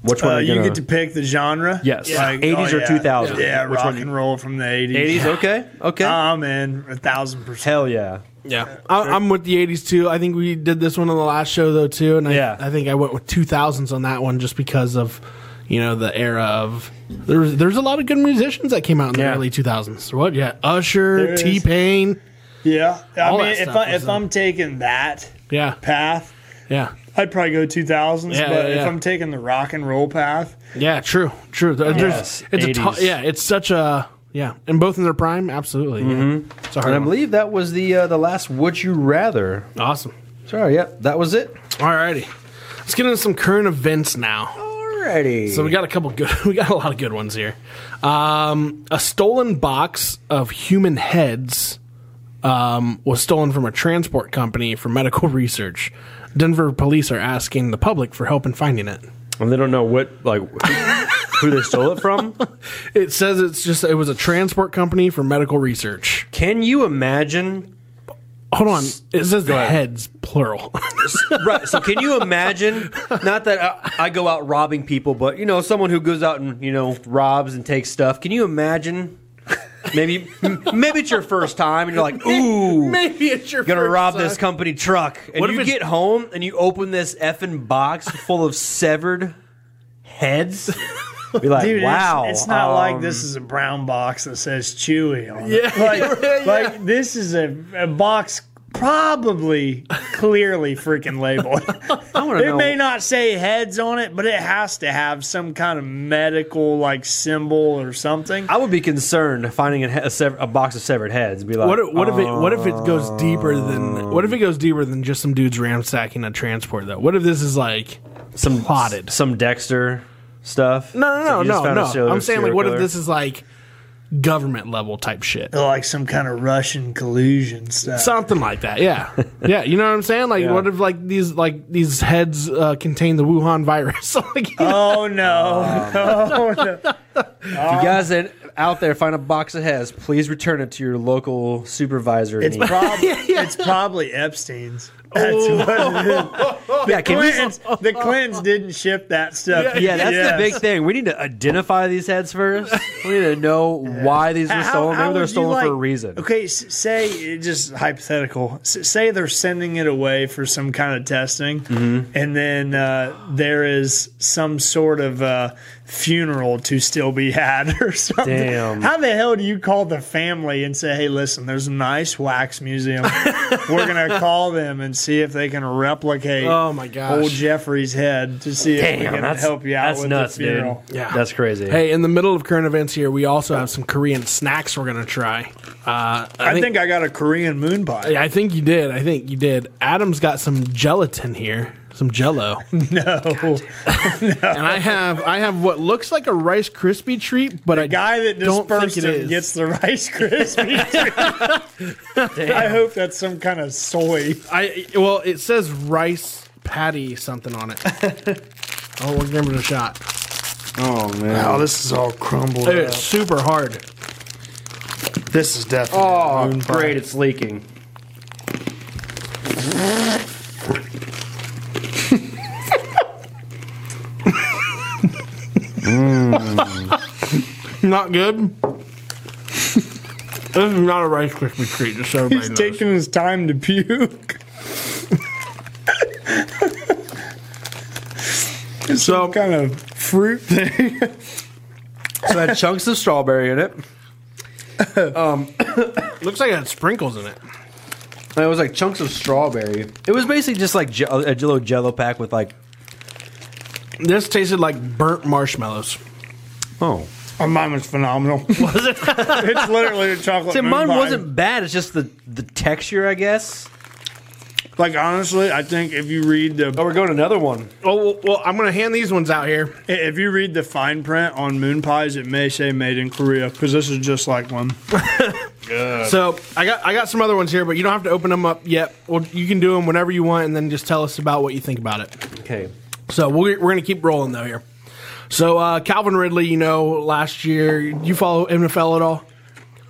Speaker 5: Which one?
Speaker 4: Uh,
Speaker 5: are you
Speaker 4: you
Speaker 5: gonna-
Speaker 4: get to pick the genre. oh,
Speaker 5: Yes. 80s or
Speaker 4: yeah.
Speaker 5: 2000s?
Speaker 4: Yeah,
Speaker 5: Which
Speaker 4: rock
Speaker 5: one?
Speaker 4: and roll from the eighties.
Speaker 5: '80s. Okay. Okay.
Speaker 4: I'm in a thousand percent.
Speaker 5: Hell yeah.
Speaker 2: Yeah, I, I'm with the '80s too. I think we did this one on the last show though too, and I,
Speaker 5: Yeah.
Speaker 2: I think I went with 2000s on that one just because of you know the era of there was there's a lot of good musicians that came out in the
Speaker 5: Yeah.
Speaker 2: early 2000s. What? Yeah, Usher,
Speaker 4: is.
Speaker 2: T Pain.
Speaker 4: Yeah, I
Speaker 2: All
Speaker 4: mean,
Speaker 2: that
Speaker 4: if
Speaker 2: stuff
Speaker 4: I,
Speaker 2: was uh,
Speaker 4: if I'm taking that
Speaker 2: Yeah,
Speaker 4: path,
Speaker 2: yeah,
Speaker 4: I'd probably go 2000s.
Speaker 2: Yeah,
Speaker 4: but
Speaker 2: yeah,
Speaker 4: if
Speaker 2: yeah.
Speaker 4: I'm taking the rock and roll path,
Speaker 2: yeah. True, true. There- There's,
Speaker 5: Yes,
Speaker 2: it's a tou-
Speaker 5: 80s.
Speaker 2: yeah, it's such a yeah, and both in their prime, absolutely.
Speaker 5: Mm-hmm.
Speaker 2: Yeah. It's a hard
Speaker 5: And I
Speaker 2: one.
Speaker 5: believe that was the uh, the last "Would You Rather."
Speaker 2: Awesome.
Speaker 5: Sorry, yep, that was it.
Speaker 2: Alrighty, let's get into some current events now.
Speaker 5: Alrighty.
Speaker 2: So we got a couple good. We got a lot of good ones here. Um, a stolen box of human heads um, was stolen from a transport company for medical research. Denver police are asking the public for help in finding it.
Speaker 5: and they don't know what like who they stole it from.
Speaker 2: It says it's just it was a transport company for medical research.
Speaker 5: Can you imagine?
Speaker 2: Hold on, it says the
Speaker 5: ahead.
Speaker 2: heads plural.
Speaker 5: Right. So can you imagine? Not that uh, I, I go out robbing people, but you know, someone who goes out and you know robs and takes stuff. Can you imagine? Maybe m- maybe it's your first time, and you're like, ooh.
Speaker 2: Maybe it's your
Speaker 5: Gonna
Speaker 2: first
Speaker 5: rob
Speaker 2: time.
Speaker 5: this company truck, and
Speaker 2: What if
Speaker 5: you
Speaker 2: it's-
Speaker 5: get home and you open this effing box full of severed heads. Be like,
Speaker 4: dude, it's-
Speaker 5: wow,
Speaker 4: it's, not like
Speaker 5: um,
Speaker 4: this is a brown box that says Chewy on it. Like, like this is a, a box probably clearly freaking labeled.
Speaker 5: I want to
Speaker 4: It
Speaker 5: know.
Speaker 4: may not say heads on it, but it has to have some kind of medical like symbol or something.
Speaker 5: I would be concerned finding a, he- a, sever- a box of severed heads. and Be like,
Speaker 2: What if, what if it what if it
Speaker 5: Oh.
Speaker 2: goes deeper than what if it goes deeper than just some dudes ransacking a transport though? What if this is like
Speaker 5: some
Speaker 2: plotted?
Speaker 5: some Dexter stuff?
Speaker 2: No, no,
Speaker 5: you just
Speaker 2: no,
Speaker 5: found a
Speaker 2: no, no.
Speaker 5: serial-
Speaker 2: I'm saying like,
Speaker 5: serial
Speaker 2: what if
Speaker 5: killer?
Speaker 2: this is like government level type shit?
Speaker 4: like some kind of Russian collusion stuff.
Speaker 2: Something like that, yeah, yeah. You know what I'm saying? Like,
Speaker 5: Yeah.
Speaker 2: what if like these like these heads uh, contain the Wuhan virus? like,
Speaker 5: Uh.
Speaker 2: you know,
Speaker 4: oh no. no, no.
Speaker 5: If you guys that- out there find a box of heads, please return it to your local supervisor.
Speaker 4: It's
Speaker 5: in need.
Speaker 4: probably it's probably Epstein's. That's
Speaker 5: Oh.
Speaker 4: what it is.
Speaker 5: yeah, can we,
Speaker 4: Clintons, the Clintons didn't ship that stuff.
Speaker 5: yeah, that's
Speaker 4: Yes.
Speaker 5: the big thing. We need to identify these heads first. We need to know why these were
Speaker 4: How-
Speaker 5: stolen.
Speaker 4: how
Speaker 5: Maybe they're
Speaker 4: would you
Speaker 5: stolen
Speaker 4: like-
Speaker 5: for a reason.
Speaker 4: Okay, s- say it just hypothetical. S- say they're sending it away for some kind of testing,
Speaker 5: Mm-hmm.
Speaker 4: and then uh, there is some sort of uh, funeral to still be had or something.
Speaker 5: Damn.
Speaker 4: How the hell do you call the family and say, "Hey, listen, there's a nice wax museum. We're gonna call them and see if they can replicate."
Speaker 2: oh my
Speaker 4: Old
Speaker 2: gosh.
Speaker 4: Jeffrey's head to see if we
Speaker 5: Damn,
Speaker 4: can
Speaker 5: that's
Speaker 4: help you out
Speaker 5: That's
Speaker 4: with
Speaker 5: nuts,
Speaker 4: the funeral.
Speaker 5: dude. Yeah, that's crazy.
Speaker 2: Hey, in the middle of current events here, we also have some Korean snacks we're gonna try. Uh, I,
Speaker 4: I
Speaker 2: think,
Speaker 4: think I got a Korean moon pie.
Speaker 2: I think you did. I think you did. Adam's got some gelatin here, some Jello.
Speaker 4: No.
Speaker 2: and I have I have what looks like a Rice Krispie treat, but I
Speaker 4: guy that
Speaker 2: Don't think
Speaker 4: dispersed
Speaker 2: it
Speaker 4: it,
Speaker 2: is.
Speaker 4: gets the Rice Krispie treat. I hope that's some kind of soy.
Speaker 2: I well, it says rice patty something on it. oh, we're giving it a shot.
Speaker 7: Oh man,
Speaker 4: Oh, this is all crumbled
Speaker 2: Dude, it's super hard.
Speaker 4: This is definitely.
Speaker 5: oh, great! It's leaking.
Speaker 2: Not good. this is not a Rice Krispie treat. Just so everybody
Speaker 4: He's
Speaker 2: knows.
Speaker 4: taking his time to puke.
Speaker 2: so,
Speaker 4: Some kind of fruit thing.
Speaker 5: So it had chunks of strawberry in it.
Speaker 2: looks like it had sprinkles in it.
Speaker 5: And It was like chunks of strawberry. It was basically just like je- a little Jello pack with like
Speaker 2: This tasted like burnt marshmallows.
Speaker 5: oh
Speaker 4: Oh, mine was phenomenal.
Speaker 1: Was it?
Speaker 4: it's literally a chocolate.
Speaker 1: See, mine
Speaker 4: moonbine.
Speaker 1: wasn't bad. It's just the the texture, I guess.
Speaker 4: Like honestly, I think if you read the
Speaker 1: we're going another one.
Speaker 2: Oh well, well, I'm gonna hand these ones out here.
Speaker 4: if you read the fine print on moon pies, it may say made in Korea because this is just like one.
Speaker 2: So I got I got some other ones here, but you don't have to open them up yet. Well, you can do them whenever you want, and then just tell us about what you think about it.
Speaker 1: Okay.
Speaker 2: So we're, we're going to keep rolling though here. So uh, Calvin Ridley, you know, last year you follow NFL at all?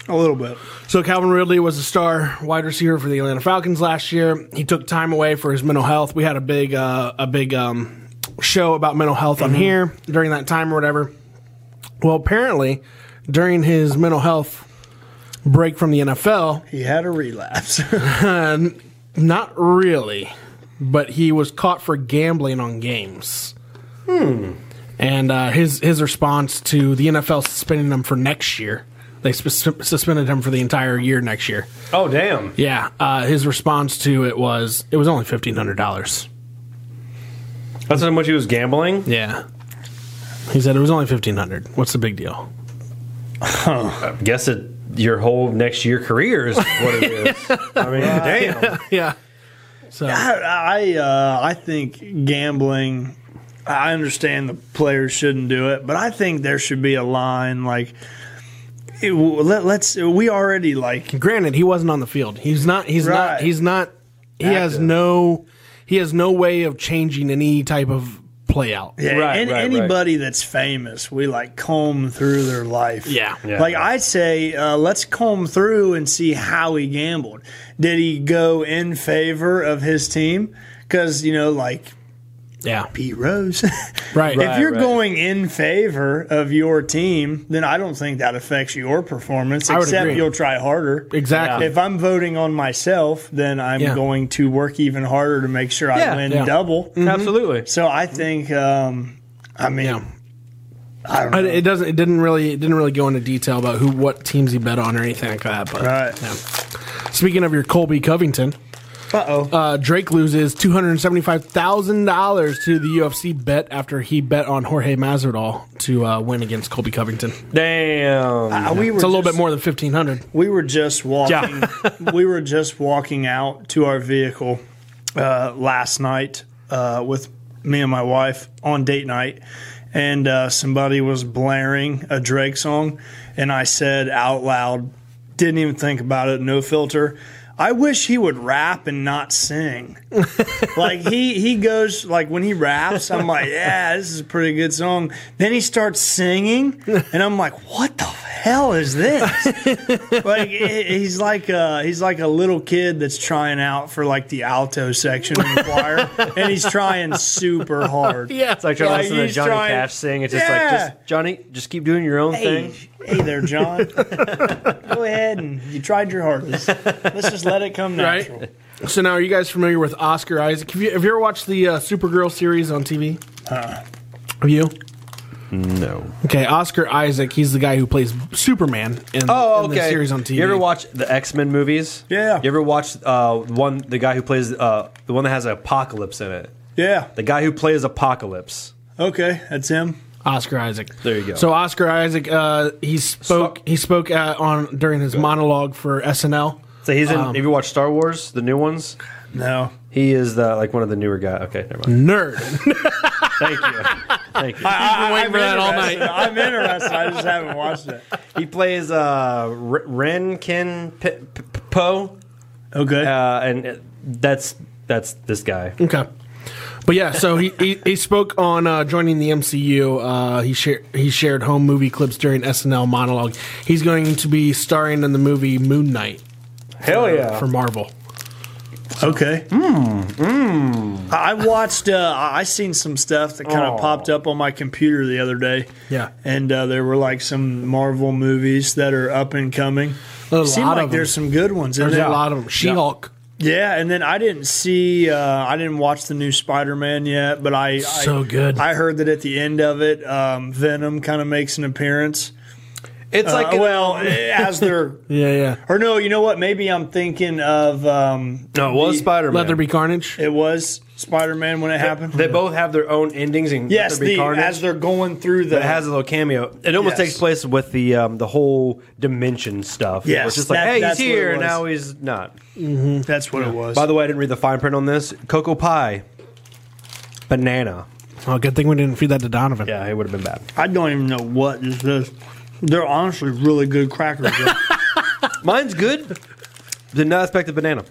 Speaker 4: A little bit.
Speaker 2: So Calvin Ridley was a star wide receiver for the Atlanta Falcons last year. He took time away for his mental health. We had a big uh, a big um, show about mental health
Speaker 4: Mm-hmm.
Speaker 2: on here during that time or whatever. Well, apparently during his mental health break from the NFL,
Speaker 4: He had a relapse.
Speaker 2: not really, but he was caught for gambling on games. Hmm. And uh, his his response to the NFL suspending him for next year, they sus- suspended him for the entire year next year.
Speaker 1: Oh damn.
Speaker 2: Yeah, uh, his response to it was it was only fifteen hundred dollars.
Speaker 1: That's how much he was gambling.
Speaker 2: Yeah, he said it was only fifteen hundred. What's the big deal?
Speaker 1: guess it. Your whole next year career is what it is. I mean, damn.
Speaker 2: yeah. So
Speaker 4: I uh, I think gambling. I understand the players shouldn't do it, but I think there should be a line like. It, let, let's. We already like
Speaker 2: granted, he wasn't on the field. He's not. He's not.
Speaker 4: Right.
Speaker 2: He's not. He has
Speaker 1: Active.
Speaker 2: no. He has no way of changing any type of play out.
Speaker 4: Yeah,
Speaker 1: Right,
Speaker 4: and
Speaker 1: right, right.
Speaker 4: anybody that's famous, we like comb through their life.
Speaker 2: Yeah.
Speaker 1: Yeah.
Speaker 4: Like I'd say, uh, let's comb through and see how he gambled. Did he go in favor of his team? Because you know, like
Speaker 2: Yeah.
Speaker 4: Pete Rose,
Speaker 2: Right.
Speaker 4: if you're
Speaker 1: right.
Speaker 4: going in favor of your team, then I don't think that affects your performance.
Speaker 2: I would
Speaker 4: Except
Speaker 2: agree.
Speaker 4: you'll try harder.
Speaker 2: Exactly.
Speaker 4: If I'm voting on myself, then I'm
Speaker 2: Yeah.
Speaker 4: going to work even harder to make sure
Speaker 1: Yeah,
Speaker 4: I win
Speaker 2: yeah.
Speaker 4: double.
Speaker 5: Mm-hmm.
Speaker 1: Absolutely.
Speaker 4: So I think, um, I mean,
Speaker 2: Yeah.
Speaker 4: I don't know.
Speaker 2: But it doesn't. It didn't really. It didn't really go into detail about who, what teams he bet on, or anything like that. But
Speaker 4: Right.
Speaker 2: speaking of your Colby Covington,
Speaker 4: Uh oh.
Speaker 2: uh, Drake loses two hundred seventy-five thousand dollars to the UFC bet after he bet on Jorge Masvidal to uh, win against Colby Covington.
Speaker 1: Damn.
Speaker 4: Uh, we were
Speaker 2: It's a little
Speaker 4: just,
Speaker 2: bit more than fifteen hundred.
Speaker 4: We were just walking. we were just walking out to our vehicle uh, last night uh, with me and my wife on date night, and uh, somebody was blaring a Drake song, and I said out loud, didn't even think about it, no filter. I wish he would rap and not sing. like he he goes like when he raps, I'm like, yeah, this is a pretty good song. Then he starts singing, and I'm like, what the hell is this? like he- he's like uh he's like a little kid that's trying out for like the alto section in the choir, and he's trying super hard.
Speaker 2: Yeah.
Speaker 1: It's like trying to
Speaker 4: Like,
Speaker 1: listen to
Speaker 4: he's
Speaker 1: Johnny
Speaker 4: trying-
Speaker 1: Cash sing. It's just
Speaker 4: Yeah.
Speaker 1: like, just Johnny, just keep doing your own
Speaker 4: Hey,
Speaker 1: thing.
Speaker 4: hey there, John. Go ahead and you tried your hardest. Let's just let it come
Speaker 2: Right.
Speaker 4: natural.
Speaker 2: So now, are you guys familiar with Oscar Isaac? Have you, have you ever watched the uh, Supergirl series on TV? Have you?
Speaker 1: No.
Speaker 2: Okay, Oscar Isaac. He's the guy who plays Superman in,
Speaker 1: Oh,
Speaker 2: in
Speaker 1: okay.
Speaker 2: the series on TV.
Speaker 1: You ever watch the X Men movies?
Speaker 4: Yeah.
Speaker 1: You ever watch uh, one the guy who plays uh, the one that has apocalypse in it?
Speaker 4: Yeah.
Speaker 1: The guy who plays Apocalypse.
Speaker 4: Okay, that's him.
Speaker 2: Oscar Isaac?
Speaker 1: There you go.
Speaker 2: So Oscar Isaac, uh, he spoke. he spoke uh, on during his monologue for SNL.
Speaker 1: So he's in.
Speaker 4: Um.
Speaker 1: have you watched Star Wars, the new ones?
Speaker 4: No.
Speaker 1: He is the Uh, like one of the newer guy. Okay, never mind.
Speaker 2: Nerd.
Speaker 1: Thank you. Thank you.
Speaker 4: I've
Speaker 2: waiting for that all night.
Speaker 4: I'm interested. I just haven't watched it.
Speaker 1: He plays uh, R- Ren Ken P- P- P- Poe,
Speaker 4: Okay.
Speaker 1: uh, and uh, that's that's this guy.
Speaker 2: Okay. But yeah, so he, he, he spoke on uh, joining the MCU. Uh, he shared he shared home movie clips during SNL monologue. He's going to be starring in the movie Moon Knight
Speaker 1: Hell yeah!
Speaker 2: for Marvel.
Speaker 4: Okay. Mm,
Speaker 2: mm.
Speaker 4: I I watched. Uh, I I seen some stuff that kind of
Speaker 1: Aw.
Speaker 4: popped up on my computer the other day.
Speaker 2: Yeah.
Speaker 4: And uh, there were like some Marvel movies that are up and coming.
Speaker 2: There's a
Speaker 4: Seemed
Speaker 2: lot
Speaker 4: like
Speaker 2: of
Speaker 4: there's some good ones.
Speaker 2: There's
Speaker 4: isn't there?
Speaker 2: a lot of them. She Hulk.
Speaker 4: Yeah, and then I didn't see. Uh, I didn't watch the new Spider Man yet, but I
Speaker 2: So
Speaker 4: I,
Speaker 2: good.
Speaker 4: I heard that at the end of it, um, Venom kind of makes an appearance.
Speaker 1: It's
Speaker 4: Uh,
Speaker 1: like a-
Speaker 4: well, as they're
Speaker 2: Yeah, yeah.
Speaker 4: or no, you know what? Maybe I'm thinking of um,
Speaker 1: no, it was Spider Man.
Speaker 2: Leatherby Carnage.
Speaker 4: it was Spider Man when it happened.
Speaker 1: They both have their own endings, and
Speaker 4: yes,
Speaker 1: Leatherby
Speaker 4: the,
Speaker 1: Carnage-
Speaker 4: as they're going through the
Speaker 1: It has a little cameo. It almost
Speaker 4: Yes.
Speaker 1: takes place with the um, the whole dimension stuff.
Speaker 4: Yes,
Speaker 1: it's just like
Speaker 4: that-
Speaker 1: hey, he's
Speaker 4: that's what it
Speaker 1: here, and
Speaker 4: was.
Speaker 1: now he's not.
Speaker 4: that's what it was.
Speaker 1: By the way, I didn't read the fine print on this. Cocoa pie, banana.
Speaker 2: Oh, good thing we didn't feed that to Donovan.
Speaker 1: Yeah, it would have been bad.
Speaker 4: I don't even know what is this. They're honestly really good crackers. though.
Speaker 1: Mine's good. Did not expect the banana.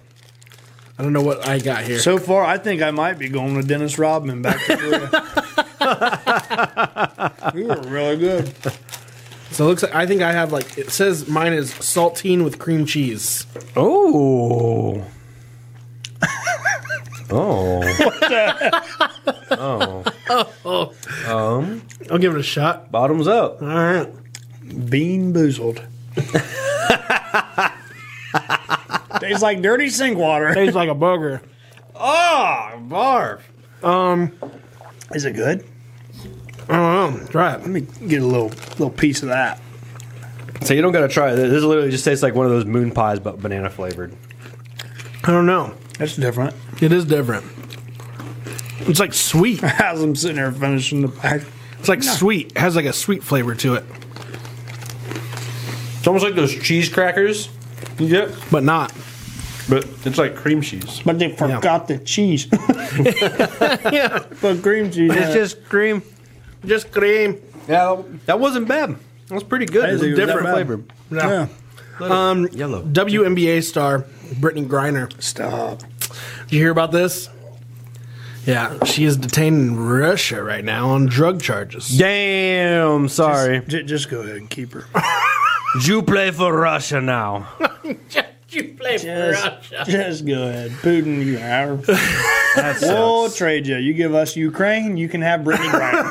Speaker 2: I don't know what I got here.
Speaker 4: so far, I think I might be going with Dennis Rodman back to Korea. you were really good.
Speaker 2: So it looks like I think I have like it says mine is saltine with cream cheese.
Speaker 1: Oh. Oh,
Speaker 2: I'll give it a shot.
Speaker 1: bottoms up.
Speaker 2: All right.
Speaker 4: Bean boozled. Tastes like dirty sink water.
Speaker 2: Tastes like a burger.
Speaker 1: Oh, barf.
Speaker 4: Is it good?
Speaker 2: I don't know. Try it.
Speaker 4: Let me get a little little piece of that.
Speaker 1: So you don't gotta try it. This literally just tastes like one of those moon pies, but banana flavored.
Speaker 2: I don't know.
Speaker 4: That's different.
Speaker 2: It is different. It's like sweet.
Speaker 4: As I'm sitting there finishing the pack,
Speaker 2: It's like sweet. It has like a sweet flavor to it,
Speaker 1: It's almost like those cheese crackers. Yep.
Speaker 2: but not.
Speaker 1: But it's like cream cheese.
Speaker 4: but they forgot the cheese.
Speaker 2: yeah.
Speaker 4: but cream cheese.
Speaker 1: It's
Speaker 4: It's just
Speaker 1: just cream.
Speaker 2: Just cream.
Speaker 1: Yeah, that wasn't bad. That was pretty good.
Speaker 4: I
Speaker 1: It was a
Speaker 4: didn't think it was
Speaker 1: different
Speaker 4: that bad.
Speaker 1: flavor.
Speaker 2: No.
Speaker 4: yeah.
Speaker 1: Um, yellow.
Speaker 2: WNBA star Brittany Griner.
Speaker 4: Stop.
Speaker 2: Did you hear about this? Yeah, she is detained in Russia right now on drug charges.
Speaker 1: Damn, sorry.
Speaker 4: J- just go ahead and keep her.
Speaker 1: You play for Russia now.
Speaker 2: You play
Speaker 4: Just, just go ahead. Putin, you are. We'll trade you. You give us Ukraine, you can have Brittany Griner.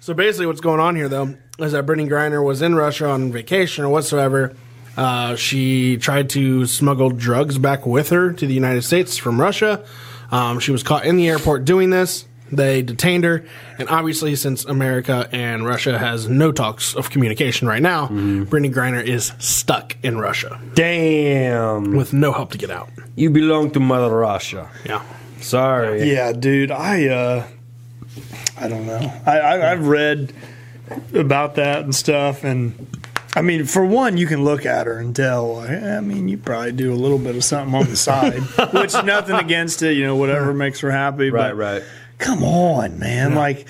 Speaker 2: So basically, what's going on here, though, is that Brittany Griner was in Russia on vacation or whatsoever. Uh, she tried to smuggle drugs back with her to the United States from Russia. Um, she was caught in the airport doing this. They detained her, and obviously, since America and Russia has no talks of communication right now, Brittany Griner is stuck in Russia
Speaker 1: Damn.
Speaker 2: with no help to get out.
Speaker 1: You belong to Mother Russia.
Speaker 2: Yeah,
Speaker 1: Sorry.
Speaker 4: yeah, dude. I uh, I don't know. I, I I've read about that and stuff, and I mean, for one, you can look at her and tell. like, I mean, you probably do a little bit of something on the side, which nothing against it. You know, whatever makes her happy.
Speaker 1: Right,
Speaker 4: but
Speaker 1: right.
Speaker 4: Come on, man. Like,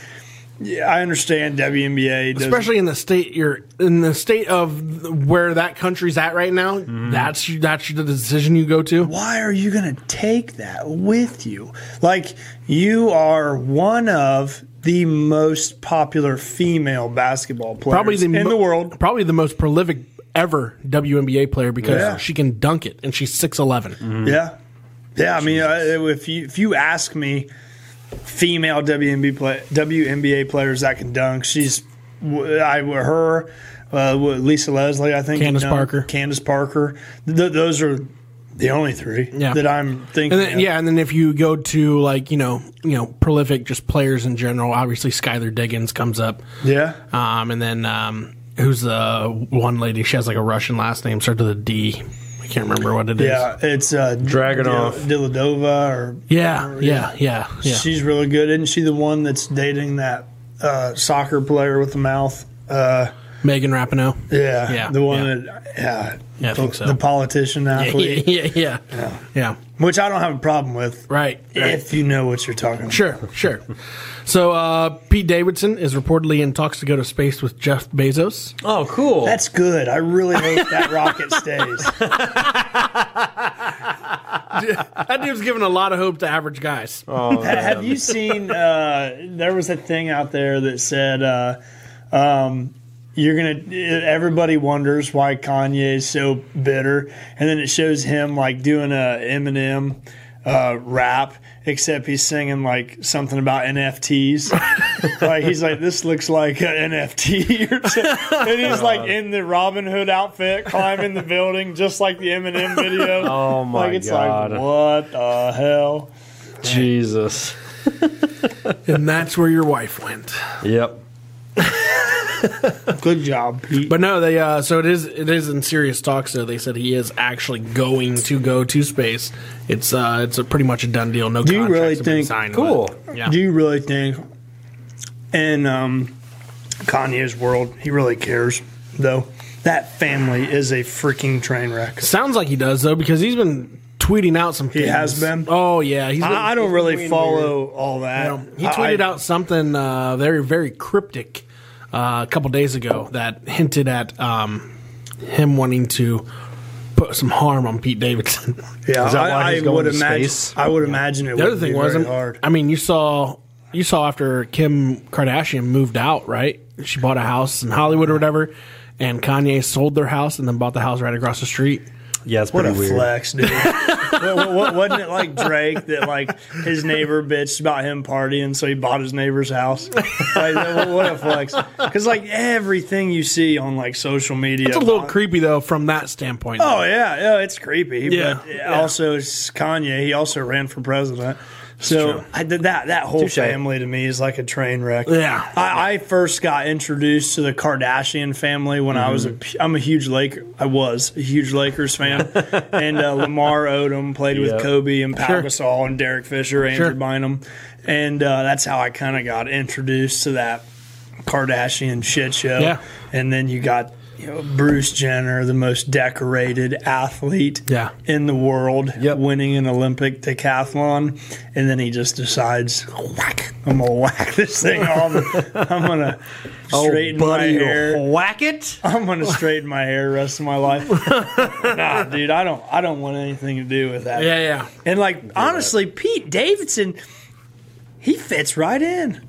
Speaker 4: yeah, I understand WNBA, does-
Speaker 2: especially in the state you're in the state of where that country's at right now. That's that's the decision you go to.
Speaker 4: why are you going to take that with you? Like, you are one of the most popular female basketball players
Speaker 2: probably the
Speaker 4: in
Speaker 2: mo-
Speaker 4: the world.
Speaker 2: probably the most prolific ever WNBA player because
Speaker 4: Yeah. Mm-hmm.
Speaker 2: she can dunk it and she's six Mm-hmm.
Speaker 4: Yeah. Yeah, I mean, I, if you if you ask me, female WNBA play, WNBA players that can dunk, she's w- I her, uh, what, Lisa Leslie, I think, can
Speaker 2: Candace
Speaker 4: dunk.
Speaker 2: Parker.
Speaker 4: Candace Parker. Th- those are the only three
Speaker 2: Yeah.
Speaker 4: that I'm thinking.
Speaker 2: And then,
Speaker 4: of.
Speaker 2: yeah, and then if you go to like you know you know prolific just players in general, obviously Skylar Diggins comes up,
Speaker 4: yeah,
Speaker 2: um, and then um, who's the one lady? She has like a Russian last name, starts with a D. I can't remember what it is.
Speaker 4: yeah. It's uh,
Speaker 1: Dragunov.
Speaker 4: Dil- Dilladova, or
Speaker 2: yeah, yeah, yeah. yeah.
Speaker 4: she's really good. Isn't she the one that's dating that uh, soccer player with the mouth? Uh,
Speaker 2: Megan Rapinoe.
Speaker 4: yeah,
Speaker 2: Yeah,
Speaker 4: the one
Speaker 2: yeah.
Speaker 4: that yeah,
Speaker 2: Yeah, I
Speaker 4: the,
Speaker 2: think so.
Speaker 4: the politician
Speaker 2: Yeah,
Speaker 4: athlete.
Speaker 2: yeah, yeah, yeah, yeah.
Speaker 4: which I don't have a problem with.
Speaker 2: Right. right.
Speaker 4: If you know what you're talking about.
Speaker 2: Sure, sure. So uh, Pete Davidson is reportedly in talks to go to space with Jeff Bezos.
Speaker 1: Oh, cool.
Speaker 4: That's good. I really hope that rocket stays.
Speaker 2: that dude's giving a lot of hope to average guys.
Speaker 4: have you seen? Uh, there was a thing out there that said, uh, um, "You're gonna." Everybody wonders why Kanye is so bitter, and then it shows him like doing a Eminem uh, rap, except he's singing like something about NFTs. like he's like, "This looks like an NFT," or something. and he's like in the Robin Hood outfit, climbing the building, just like the Eminem video.
Speaker 1: Oh, my
Speaker 4: like, it's
Speaker 1: God.
Speaker 4: Like, what the hell?
Speaker 1: Jesus.
Speaker 2: and that's where your wife went.
Speaker 1: Yep.
Speaker 4: Good job, Pete.
Speaker 2: But no, they uh, so it is it is in serious talks. So they said he is actually going to go to space. It's uh, it's a pretty much a done deal. No,
Speaker 4: you
Speaker 2: contracts
Speaker 4: really
Speaker 2: have been
Speaker 4: think-
Speaker 2: signed,
Speaker 1: Cool.
Speaker 2: but- Yeah,
Speaker 4: Do you really think in um, Kanye's world, he really cares, though? That family is a freaking train wreck.
Speaker 2: sounds like he does though because he's been tweeting out some. He
Speaker 4: has been?
Speaker 2: Oh yeah, he's been,
Speaker 4: I, I don't
Speaker 2: he's been
Speaker 4: really
Speaker 2: tweeting
Speaker 4: follow all that.
Speaker 2: weird. No, he
Speaker 4: I-
Speaker 2: tweeted
Speaker 4: I-
Speaker 2: out something uh, very very cryptic uh, a couple days ago that hinted at um, him wanting to put some harm on Pete Davidson.
Speaker 4: Yeah,
Speaker 1: Is that why
Speaker 4: I,
Speaker 1: he's
Speaker 4: I
Speaker 1: going
Speaker 4: would
Speaker 1: to
Speaker 4: imagine.
Speaker 1: space?
Speaker 4: I would imagine it.
Speaker 2: The other
Speaker 4: would
Speaker 2: thing
Speaker 4: be
Speaker 2: was,
Speaker 4: very
Speaker 2: I'm-
Speaker 4: hard.
Speaker 2: I mean, you saw you saw after Kim Kardashian moved out, right? She bought a house in Hollywood or whatever, and Kanye sold their house and then bought the house right across the street.
Speaker 1: Yeah, it's
Speaker 4: What
Speaker 1: pretty
Speaker 4: a
Speaker 1: weird.
Speaker 4: flex, dude. what, what, what- wasn't it like Drake that like his neighbor bitched about him partying, so he bought his neighbor's house? Like, what, what a flex! Because like everything you see on like social media,
Speaker 2: It's a little
Speaker 4: about-
Speaker 2: creepy though from that standpoint.
Speaker 4: Oh yeah, yeah, it's creepy.
Speaker 2: Yeah,
Speaker 4: but it
Speaker 2: yeah.
Speaker 4: also it's Kanye. He also ran for president. So I did that. That whole
Speaker 1: Touche.
Speaker 4: family to me is like a train wreck.
Speaker 2: Yeah.
Speaker 4: I, I first got introduced to the Kardashian family when I was a.
Speaker 2: Mm-hmm.
Speaker 4: pu- I'm a huge Laker. I was a huge Lakers fan, and uh, Lamar Odom played
Speaker 1: Yep.
Speaker 4: with Kobe and Pau
Speaker 2: Sure.
Speaker 4: Gasol and Derek Fisher, Andrew
Speaker 2: Sure.
Speaker 4: Bynum, and uh, that's how I kind of got introduced to that Kardashian shit show.
Speaker 2: Yeah.
Speaker 4: And then you got you know, Bruce Jenner, the most decorated athlete
Speaker 2: Yeah.
Speaker 4: in the world,
Speaker 1: Yep.
Speaker 4: winning an Olympic decathlon. And then he just decides, whack, I'm going to whack this thing off. I'm going to
Speaker 2: Oh,
Speaker 4: straighten my hair.
Speaker 1: whack it.
Speaker 4: I'm going to straighten my hair the rest of my life. nah, dude, I don't, I don't want anything to do with that.
Speaker 2: yeah, yeah.
Speaker 4: And like honestly, Pete Davidson, he fits right in.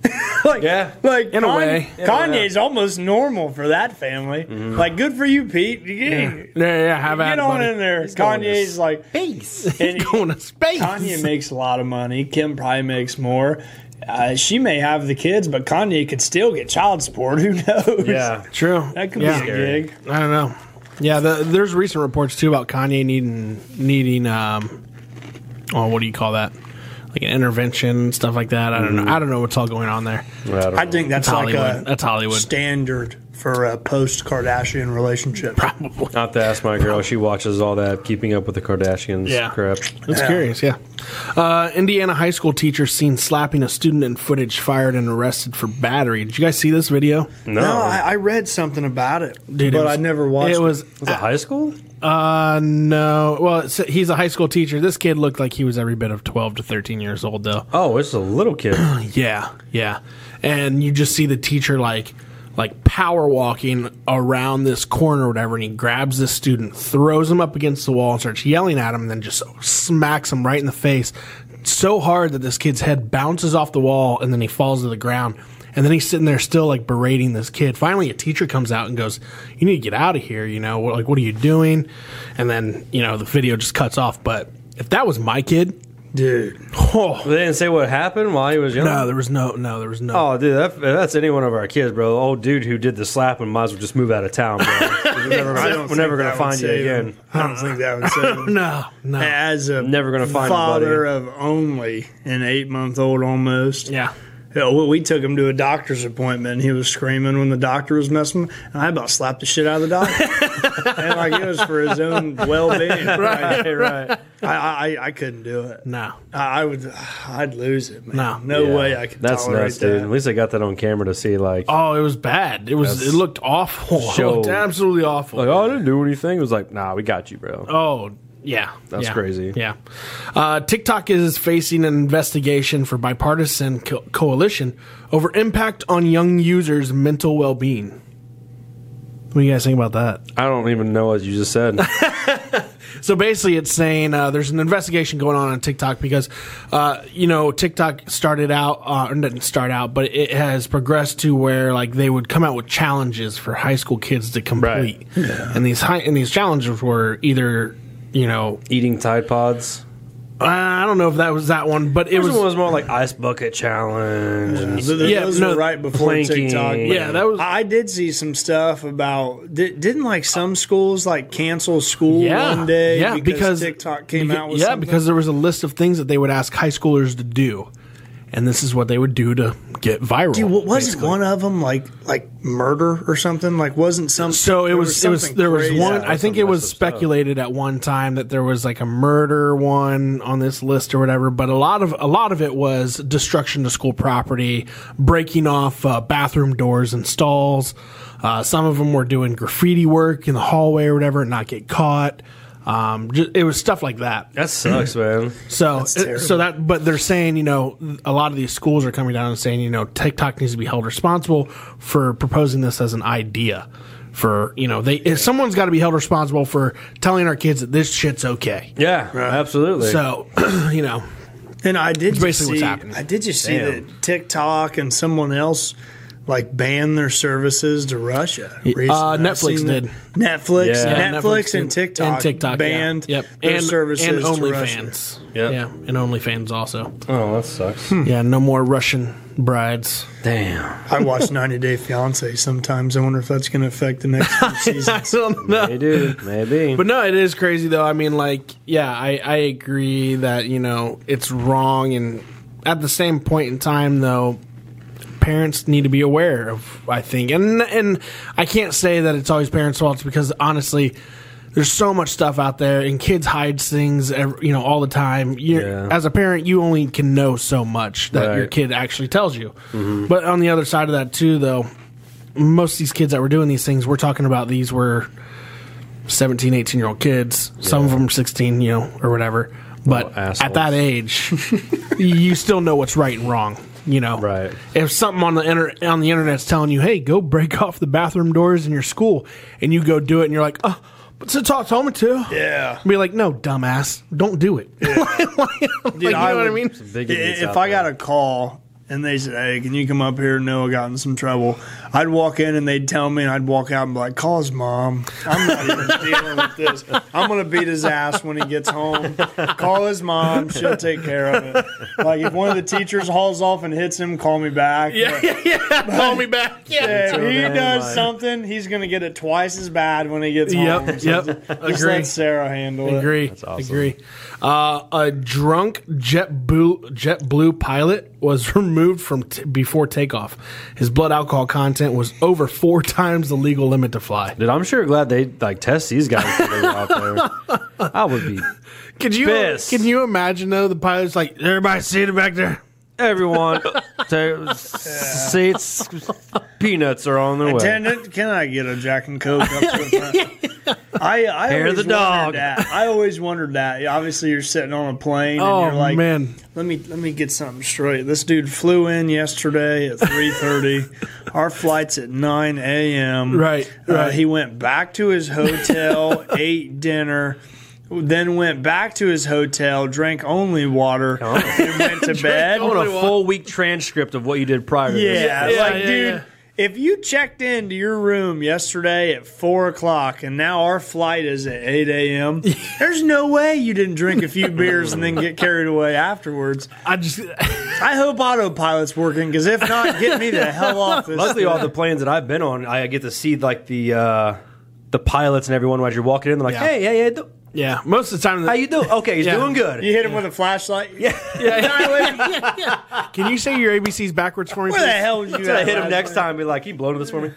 Speaker 4: like
Speaker 1: Yeah.
Speaker 4: like
Speaker 2: In a way. Mm-hmm.
Speaker 4: Kanye's almost normal for that family. Like good for you, Pete. You Get,
Speaker 2: Yeah, yeah, have at
Speaker 4: get
Speaker 2: it,
Speaker 4: on
Speaker 2: buddy.
Speaker 4: in there. Kanye's like
Speaker 1: Peace.
Speaker 4: and
Speaker 2: Going to space.
Speaker 4: Kanye makes a lot of money. Kim probably makes more. Uh, she may have the kids, but Kanye could still get child support. Who knows?
Speaker 1: Yeah.
Speaker 2: True.
Speaker 4: That could
Speaker 2: yeah.
Speaker 4: be a gig.
Speaker 2: I don't know. Yeah, the, there's recent reports too about Kanye needing needing um, oh, what do you call that? Like an intervention, stuff like that. I don't
Speaker 4: Mm-hmm.
Speaker 2: know. I don't know what's all going on there.
Speaker 4: I think that's
Speaker 2: It's
Speaker 4: like
Speaker 2: Hollywood.
Speaker 4: a
Speaker 2: that's Hollywood.
Speaker 4: standard for a post Kardashian relationship.
Speaker 2: Probably.
Speaker 1: Not to ask my girl. She watches all that Keeping Up with the Kardashians
Speaker 2: Yeah.
Speaker 1: crap.
Speaker 2: That's curious, yeah. Uh, Indiana high school teacher seen slapping a student in footage fired and arrested for battery. Did you guys see this video?
Speaker 1: No,
Speaker 4: No, I, I read something about it,
Speaker 2: Dude, it
Speaker 4: but
Speaker 2: was-
Speaker 4: I never watched
Speaker 2: It was
Speaker 1: was it high school?
Speaker 2: uh no. Well, it's, he's a high school teacher. This kid looked like he was every bit of 12 to 13 years old though.
Speaker 1: Oh, it's a little kid.
Speaker 2: Yeah, yeah. And you just see the teacher like like power walking around this corner or whatever, and he grabs this student, throws him up against the wall, and starts yelling at him, and then just smacks him right in the face so hard that this kid's head bounces off the wall and then he falls to the ground. And then he's sitting there still like berating this kid. Finally, a teacher comes out and goes, You need to get out of here. You know, what, like, what are you doing? And then, you know, the video just cuts off. But if that was my kid,
Speaker 4: dude.
Speaker 2: oh,
Speaker 1: they didn't say what happened while he was young.
Speaker 2: no, there was no, no, there was no.
Speaker 1: Oh, dude, that, if that's any one of our kids, bro. The old dude who did the slapping might as well just move out of town, bro. 'Cause We're never, we're never gonna find you again.
Speaker 4: I don't think that would save him.
Speaker 2: No, no.
Speaker 4: As a
Speaker 1: Never gonna find him,
Speaker 4: father of only an eight month old almost.
Speaker 2: Yeah.
Speaker 4: Hell, we- we took him to a doctor's appointment. and He was screaming when the doctor was messing, with him, and I about slapped the shit out of the doctor. and like it was for his own well being. Right, right. I, I I couldn't do it.
Speaker 2: No.
Speaker 4: I, I would. I'd lose it, man.
Speaker 2: No.
Speaker 4: No,
Speaker 1: Yeah.
Speaker 4: way I could.
Speaker 1: That's
Speaker 4: tolerate
Speaker 1: nuts, dude.
Speaker 4: that.
Speaker 1: At least I got that on camera to see, like,
Speaker 2: Oh, it was bad. It was.
Speaker 1: That's-
Speaker 2: it looked awful. It
Speaker 1: Show.
Speaker 2: looked absolutely awful.
Speaker 1: like, oh, I didn't do anything. It was like, nah, we got you, bro.
Speaker 2: oh. Yeah,
Speaker 1: That's
Speaker 2: yeah,
Speaker 1: crazy.
Speaker 2: Yeah, uh, TikTok is facing an investigation for bipartisan co- coalition over impact on young users' mental well-being. What do you guys think about that?
Speaker 1: I don't even know what you just said.
Speaker 2: So basically, it's saying uh, there's an investigation going on on TikTok because, uh, you know, TikTok started out, uh, or didn't start out, but it has progressed to where like they would come out with challenges for high school kids to complete, and these high and these challenges were either, you know,
Speaker 1: Eating Tide Pods.
Speaker 2: I don't know if that was that one, but it
Speaker 1: It was,
Speaker 2: was.
Speaker 1: one was more like Ice Bucket Challenge. and-
Speaker 4: So th-
Speaker 2: Yeah,
Speaker 4: those
Speaker 2: no,
Speaker 4: were right before
Speaker 1: planking.
Speaker 4: TikTok. but
Speaker 2: Yeah, that was-
Speaker 4: I I did see some stuff about. di- Didn't like some schools like cancel school
Speaker 2: Yeah,
Speaker 4: one day?
Speaker 2: yeah, because
Speaker 4: TikTok came
Speaker 2: beca-
Speaker 4: out with
Speaker 2: yeah,
Speaker 4: something?
Speaker 2: because there was a list of things that they would ask high schoolers to do, and this is what they would do to get viral.
Speaker 4: Dude, wa- wasn't
Speaker 2: basically.
Speaker 4: one of them like like murder or something? Like wasn't some?
Speaker 2: So it
Speaker 4: there
Speaker 2: was, it was
Speaker 4: something
Speaker 2: there was
Speaker 4: crazy.
Speaker 2: one.
Speaker 1: Yeah,
Speaker 2: I think
Speaker 1: some
Speaker 2: it was
Speaker 1: messed up stuff.
Speaker 2: speculated at one time that there was like a murder one on this list or whatever. But a lot of a lot of it was destruction to school property, breaking off uh, bathroom doors and stalls. Uh, some of them were doing graffiti work in the hallway or whatever, and not get caught. Um, ju- it was stuff like that.
Speaker 1: That sucks, man.
Speaker 2: So,
Speaker 4: terrible.
Speaker 2: so that, but they're saying, you know, a lot of these schools are coming down and saying, you know, TikTok needs to be held responsible for proposing this as an idea. For you know, they if someone's got to be held responsible for telling our kids that this shit's okay.
Speaker 1: Yeah, absolutely.
Speaker 2: So, you know,
Speaker 4: And I did just
Speaker 2: basically what's
Speaker 4: see,
Speaker 2: happening.
Speaker 4: I did just see
Speaker 1: Damn.
Speaker 4: that TikTok and someone else like banned their services to Russia. recently. I've
Speaker 2: uh, Netflix
Speaker 4: seen that.
Speaker 2: did.
Speaker 4: Netflix,
Speaker 2: uh,
Speaker 1: Yeah. Yeah,
Speaker 4: Netflix,
Speaker 2: did-
Speaker 4: and TikTok,
Speaker 2: yeah.
Speaker 4: banned
Speaker 2: Yep,
Speaker 4: their
Speaker 2: and
Speaker 4: services
Speaker 2: and
Speaker 4: to Russia.
Speaker 2: OnlyFans.
Speaker 1: Yep.
Speaker 2: Yeah, and OnlyFans also.
Speaker 1: oh, that sucks.
Speaker 4: Hmm.
Speaker 2: Yeah, no more Russian brides.
Speaker 1: Damn.
Speaker 4: I watch 90 Day Fiance sometimes. I wonder if that's going to affect the next few seasons.
Speaker 2: don't know.
Speaker 1: They do. Maybe.
Speaker 2: But no, it is crazy though. I mean, like, yeah, I, I agree that, you know, it's wrong. And at the same point in time, though, parents need to be aware of, I think. And, and I can't say that it's always parents' faults because honestly, there's so much stuff out there and kids hide things, ev you know, all the time. you
Speaker 1: Yeah.
Speaker 2: As a parent, you only can know so much that your
Speaker 1: Right. Mm-hmm.
Speaker 2: kid actually tells you. But on the other side of that, too, though, most of these kids that were doing these things, we're talking about these were 17, 18 year old kids. Some of them are 16, you know, or whatever. But
Speaker 1: Little assholes.
Speaker 2: at that age, you still know what's right and wrong. You know,
Speaker 1: Right.
Speaker 2: If something on the inter- on the internet's telling you, "Hey, go break off the bathroom doors in your school," and you go do it, and you're like, "Oh, but it's talk home to."
Speaker 4: yeah.
Speaker 2: Be like, "No, dumbass, don't do it." like, you know
Speaker 4: I
Speaker 2: what I
Speaker 4: would-
Speaker 2: mean?
Speaker 1: Big
Speaker 4: I-
Speaker 1: idiots
Speaker 4: If
Speaker 1: out
Speaker 4: I got
Speaker 1: there.
Speaker 4: a call and they said, "Hey, can you come up here?" No, I got in some trouble. I'd walk in and they'd tell me, and I'd walk out and be like, "Call his mom. I'm not even dealing with this. I'm gonna beat his ass when he gets home. Call his mom. She'll take care of it. Like if one of the teachers hauls off and hits him, call me back.
Speaker 2: Yeah, yeah, yeah. Call me back.
Speaker 4: But
Speaker 2: Yeah.
Speaker 4: If he
Speaker 1: then,
Speaker 4: does
Speaker 1: like-
Speaker 4: something, he's gonna get it twice as bad when he gets home.
Speaker 2: Yep.
Speaker 4: So
Speaker 2: Yep.
Speaker 4: Just
Speaker 2: Agree.
Speaker 4: let Sarah handle it.
Speaker 2: Agree.
Speaker 1: awesome.
Speaker 2: Agree. Uh, a drunk JetBlue JetBlue pilot was removed from t- before takeoff. His blood alcohol content was over four times the legal limit to fly.
Speaker 1: Dude, I'm sure glad they like test these guys before they go out there. I would be.
Speaker 2: Could you
Speaker 1: Pissed.
Speaker 2: can you imagine though? The pilot's like, everybody see it back there.
Speaker 1: Everyone, to, seats, peanuts are on their way.
Speaker 4: Attendant, can I get a Jack and Coke? Up to the front? I, I
Speaker 1: Hair of
Speaker 4: always
Speaker 1: the dog.
Speaker 4: wondered That. I always wondered that. Obviously, you're sitting on a plane.
Speaker 2: Oh
Speaker 4: and you're like,
Speaker 2: man,
Speaker 4: let me let me get something straight. This dude flew in yesterday at three thirty. Our flight's at nine a.m.
Speaker 2: Right,
Speaker 4: Uh,
Speaker 2: right.
Speaker 4: he went back to his hotel, ate dinner. Then went back to his hotel, drank only water,
Speaker 2: Oh.
Speaker 4: and went to bed.
Speaker 1: I want a full week transcript of what you did prior to this.
Speaker 4: Yeah,
Speaker 2: Yeah,
Speaker 4: like
Speaker 2: yeah,
Speaker 4: dude,
Speaker 2: yeah.
Speaker 4: if you checked into your room yesterday at four o'clock and now our flight is at eight a.m., there's no way you didn't drink a few beers and then get carried away afterwards.
Speaker 2: I just
Speaker 4: I hope autopilot's working because if not, get me the hell off this.
Speaker 1: Luckily, all the planes that I've been on, I get to see like the uh, the pilots and everyone as you're walking in. They're like,
Speaker 2: Yeah.
Speaker 1: "Hey, hey, hey, do-
Speaker 2: yeah. Most of the time,
Speaker 1: how you doing? Okay, he's
Speaker 2: Yeah.
Speaker 1: doing good."
Speaker 4: you hit him with a flashlight. Yeah, yeah.
Speaker 2: can you say your ABCs backwards for me?
Speaker 4: Where the
Speaker 2: please?
Speaker 4: hell did you?
Speaker 1: Should I
Speaker 4: at
Speaker 1: hit him
Speaker 4: last
Speaker 1: next
Speaker 4: night?
Speaker 1: time? and Be like, "He blowing this for me?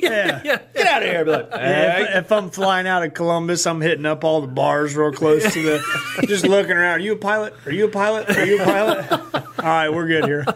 Speaker 4: Yeah.
Speaker 1: Get out of here!" Be like,
Speaker 4: Yeah,
Speaker 1: "Hey."
Speaker 4: if, if I'm flying out of Columbus, I'm hitting up all the bars real close to the, just looking around. Are you a pilot? Are you a pilot? Are you a pilot? all right, we're good here.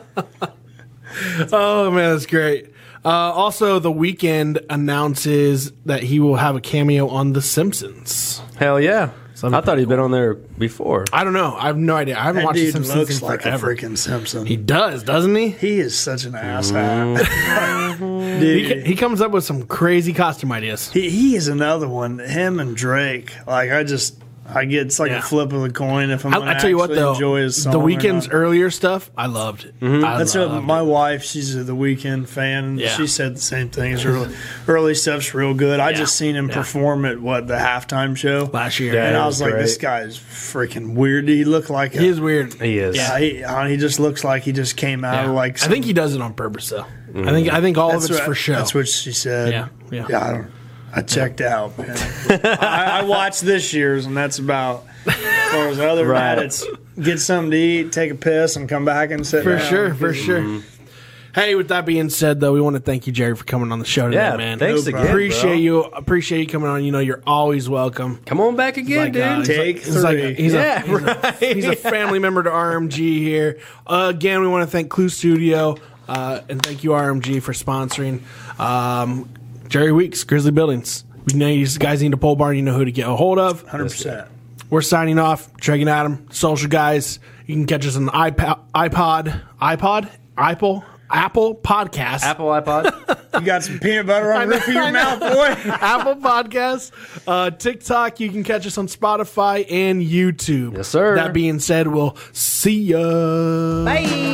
Speaker 2: Oh man, that's great. Uh, also, The Weekend announces that he will have a cameo on The Simpsons.
Speaker 1: "Hell yeah!" I thought he'd been on there before.
Speaker 2: I don't know. I have no idea. I haven't watched The Simpsons in forever.
Speaker 4: freaking Simpson.
Speaker 2: He
Speaker 4: He,
Speaker 2: does, doesn't he?
Speaker 4: is such an asshat.
Speaker 1: Mm-hmm.
Speaker 4: Dude,
Speaker 2: He comes up with some crazy costume ideas.
Speaker 4: he, he is another one. Him and Drake. Like I just, I get it's like
Speaker 2: Yeah.
Speaker 4: a flip of the coin. If I'm,
Speaker 2: I,
Speaker 4: gonna
Speaker 2: I tell you what,
Speaker 4: actually
Speaker 2: though,
Speaker 4: enjoy his song
Speaker 2: the
Speaker 4: or
Speaker 2: weekend's
Speaker 4: not.
Speaker 2: earlier stuff, I loved it. I
Speaker 4: Mm-hmm. That's
Speaker 2: loved
Speaker 4: what my wife. She's a The Weeknd fan. and
Speaker 2: Yeah.
Speaker 4: She said the same thing. His early, early stuff's real good. I
Speaker 2: Yeah.
Speaker 4: just seen him
Speaker 2: Yeah.
Speaker 4: perform at what the halftime show
Speaker 2: it last year.
Speaker 1: Yeah.
Speaker 4: and I
Speaker 1: it
Speaker 4: was
Speaker 1: was
Speaker 4: like,
Speaker 1: great.
Speaker 4: this guy's freaking weird. He looked like a,
Speaker 2: He is weird.
Speaker 1: He is.
Speaker 4: yeah, he, uh, he just looks like he just came out
Speaker 2: Yeah.
Speaker 4: of like. Mm.
Speaker 2: I think he does it on purpose, though. I think I think all of
Speaker 4: that's
Speaker 2: it's
Speaker 4: what,
Speaker 2: for show.
Speaker 4: That's what she said.
Speaker 2: Yeah, yeah.
Speaker 4: I don't. I checked out, man. I, I watched this year's, and that's about. far as other than that,
Speaker 1: Right.
Speaker 4: it's get something to eat, take a piss, and come back and sit
Speaker 2: For
Speaker 4: down.
Speaker 2: sure, for sure. Hey, with that being said, though, we want to thank you, Jerry, for coming on the show today,
Speaker 1: Yeah,
Speaker 2: man.
Speaker 1: thanks
Speaker 4: No
Speaker 1: again.
Speaker 4: problem.
Speaker 2: appreciate
Speaker 1: bro.
Speaker 2: you. Appreciate you coming on. You know, you're always welcome.
Speaker 1: Come on back again,
Speaker 2: Like, uh,
Speaker 1: dude.
Speaker 2: he's like-
Speaker 4: Take
Speaker 2: he's like a-
Speaker 4: three.
Speaker 2: he's a-
Speaker 1: yeah, right.
Speaker 2: He's a family member to RMG here. Uh, again, we want to thank Clue Studio uh, and thank you RMG for sponsoring. Um, Jerry Weeks, Grizzly Buildings. We know you guys need a pole barn. You know who to get a hold of.
Speaker 4: Hundred percent.
Speaker 2: We're signing off. Dragon Adam, social guys. You can catch us on iPod, iPod, iPod, Apple, Apple Podcast,
Speaker 1: Apple iPod.
Speaker 4: You got some peanut butter on the roof of your mouth, boy.
Speaker 2: Apple Podcasts, uh, TikTok. You can catch us on Spotify and YouTube.
Speaker 1: Yes, sir.
Speaker 2: That being said, we'll see ya.
Speaker 3: Bye.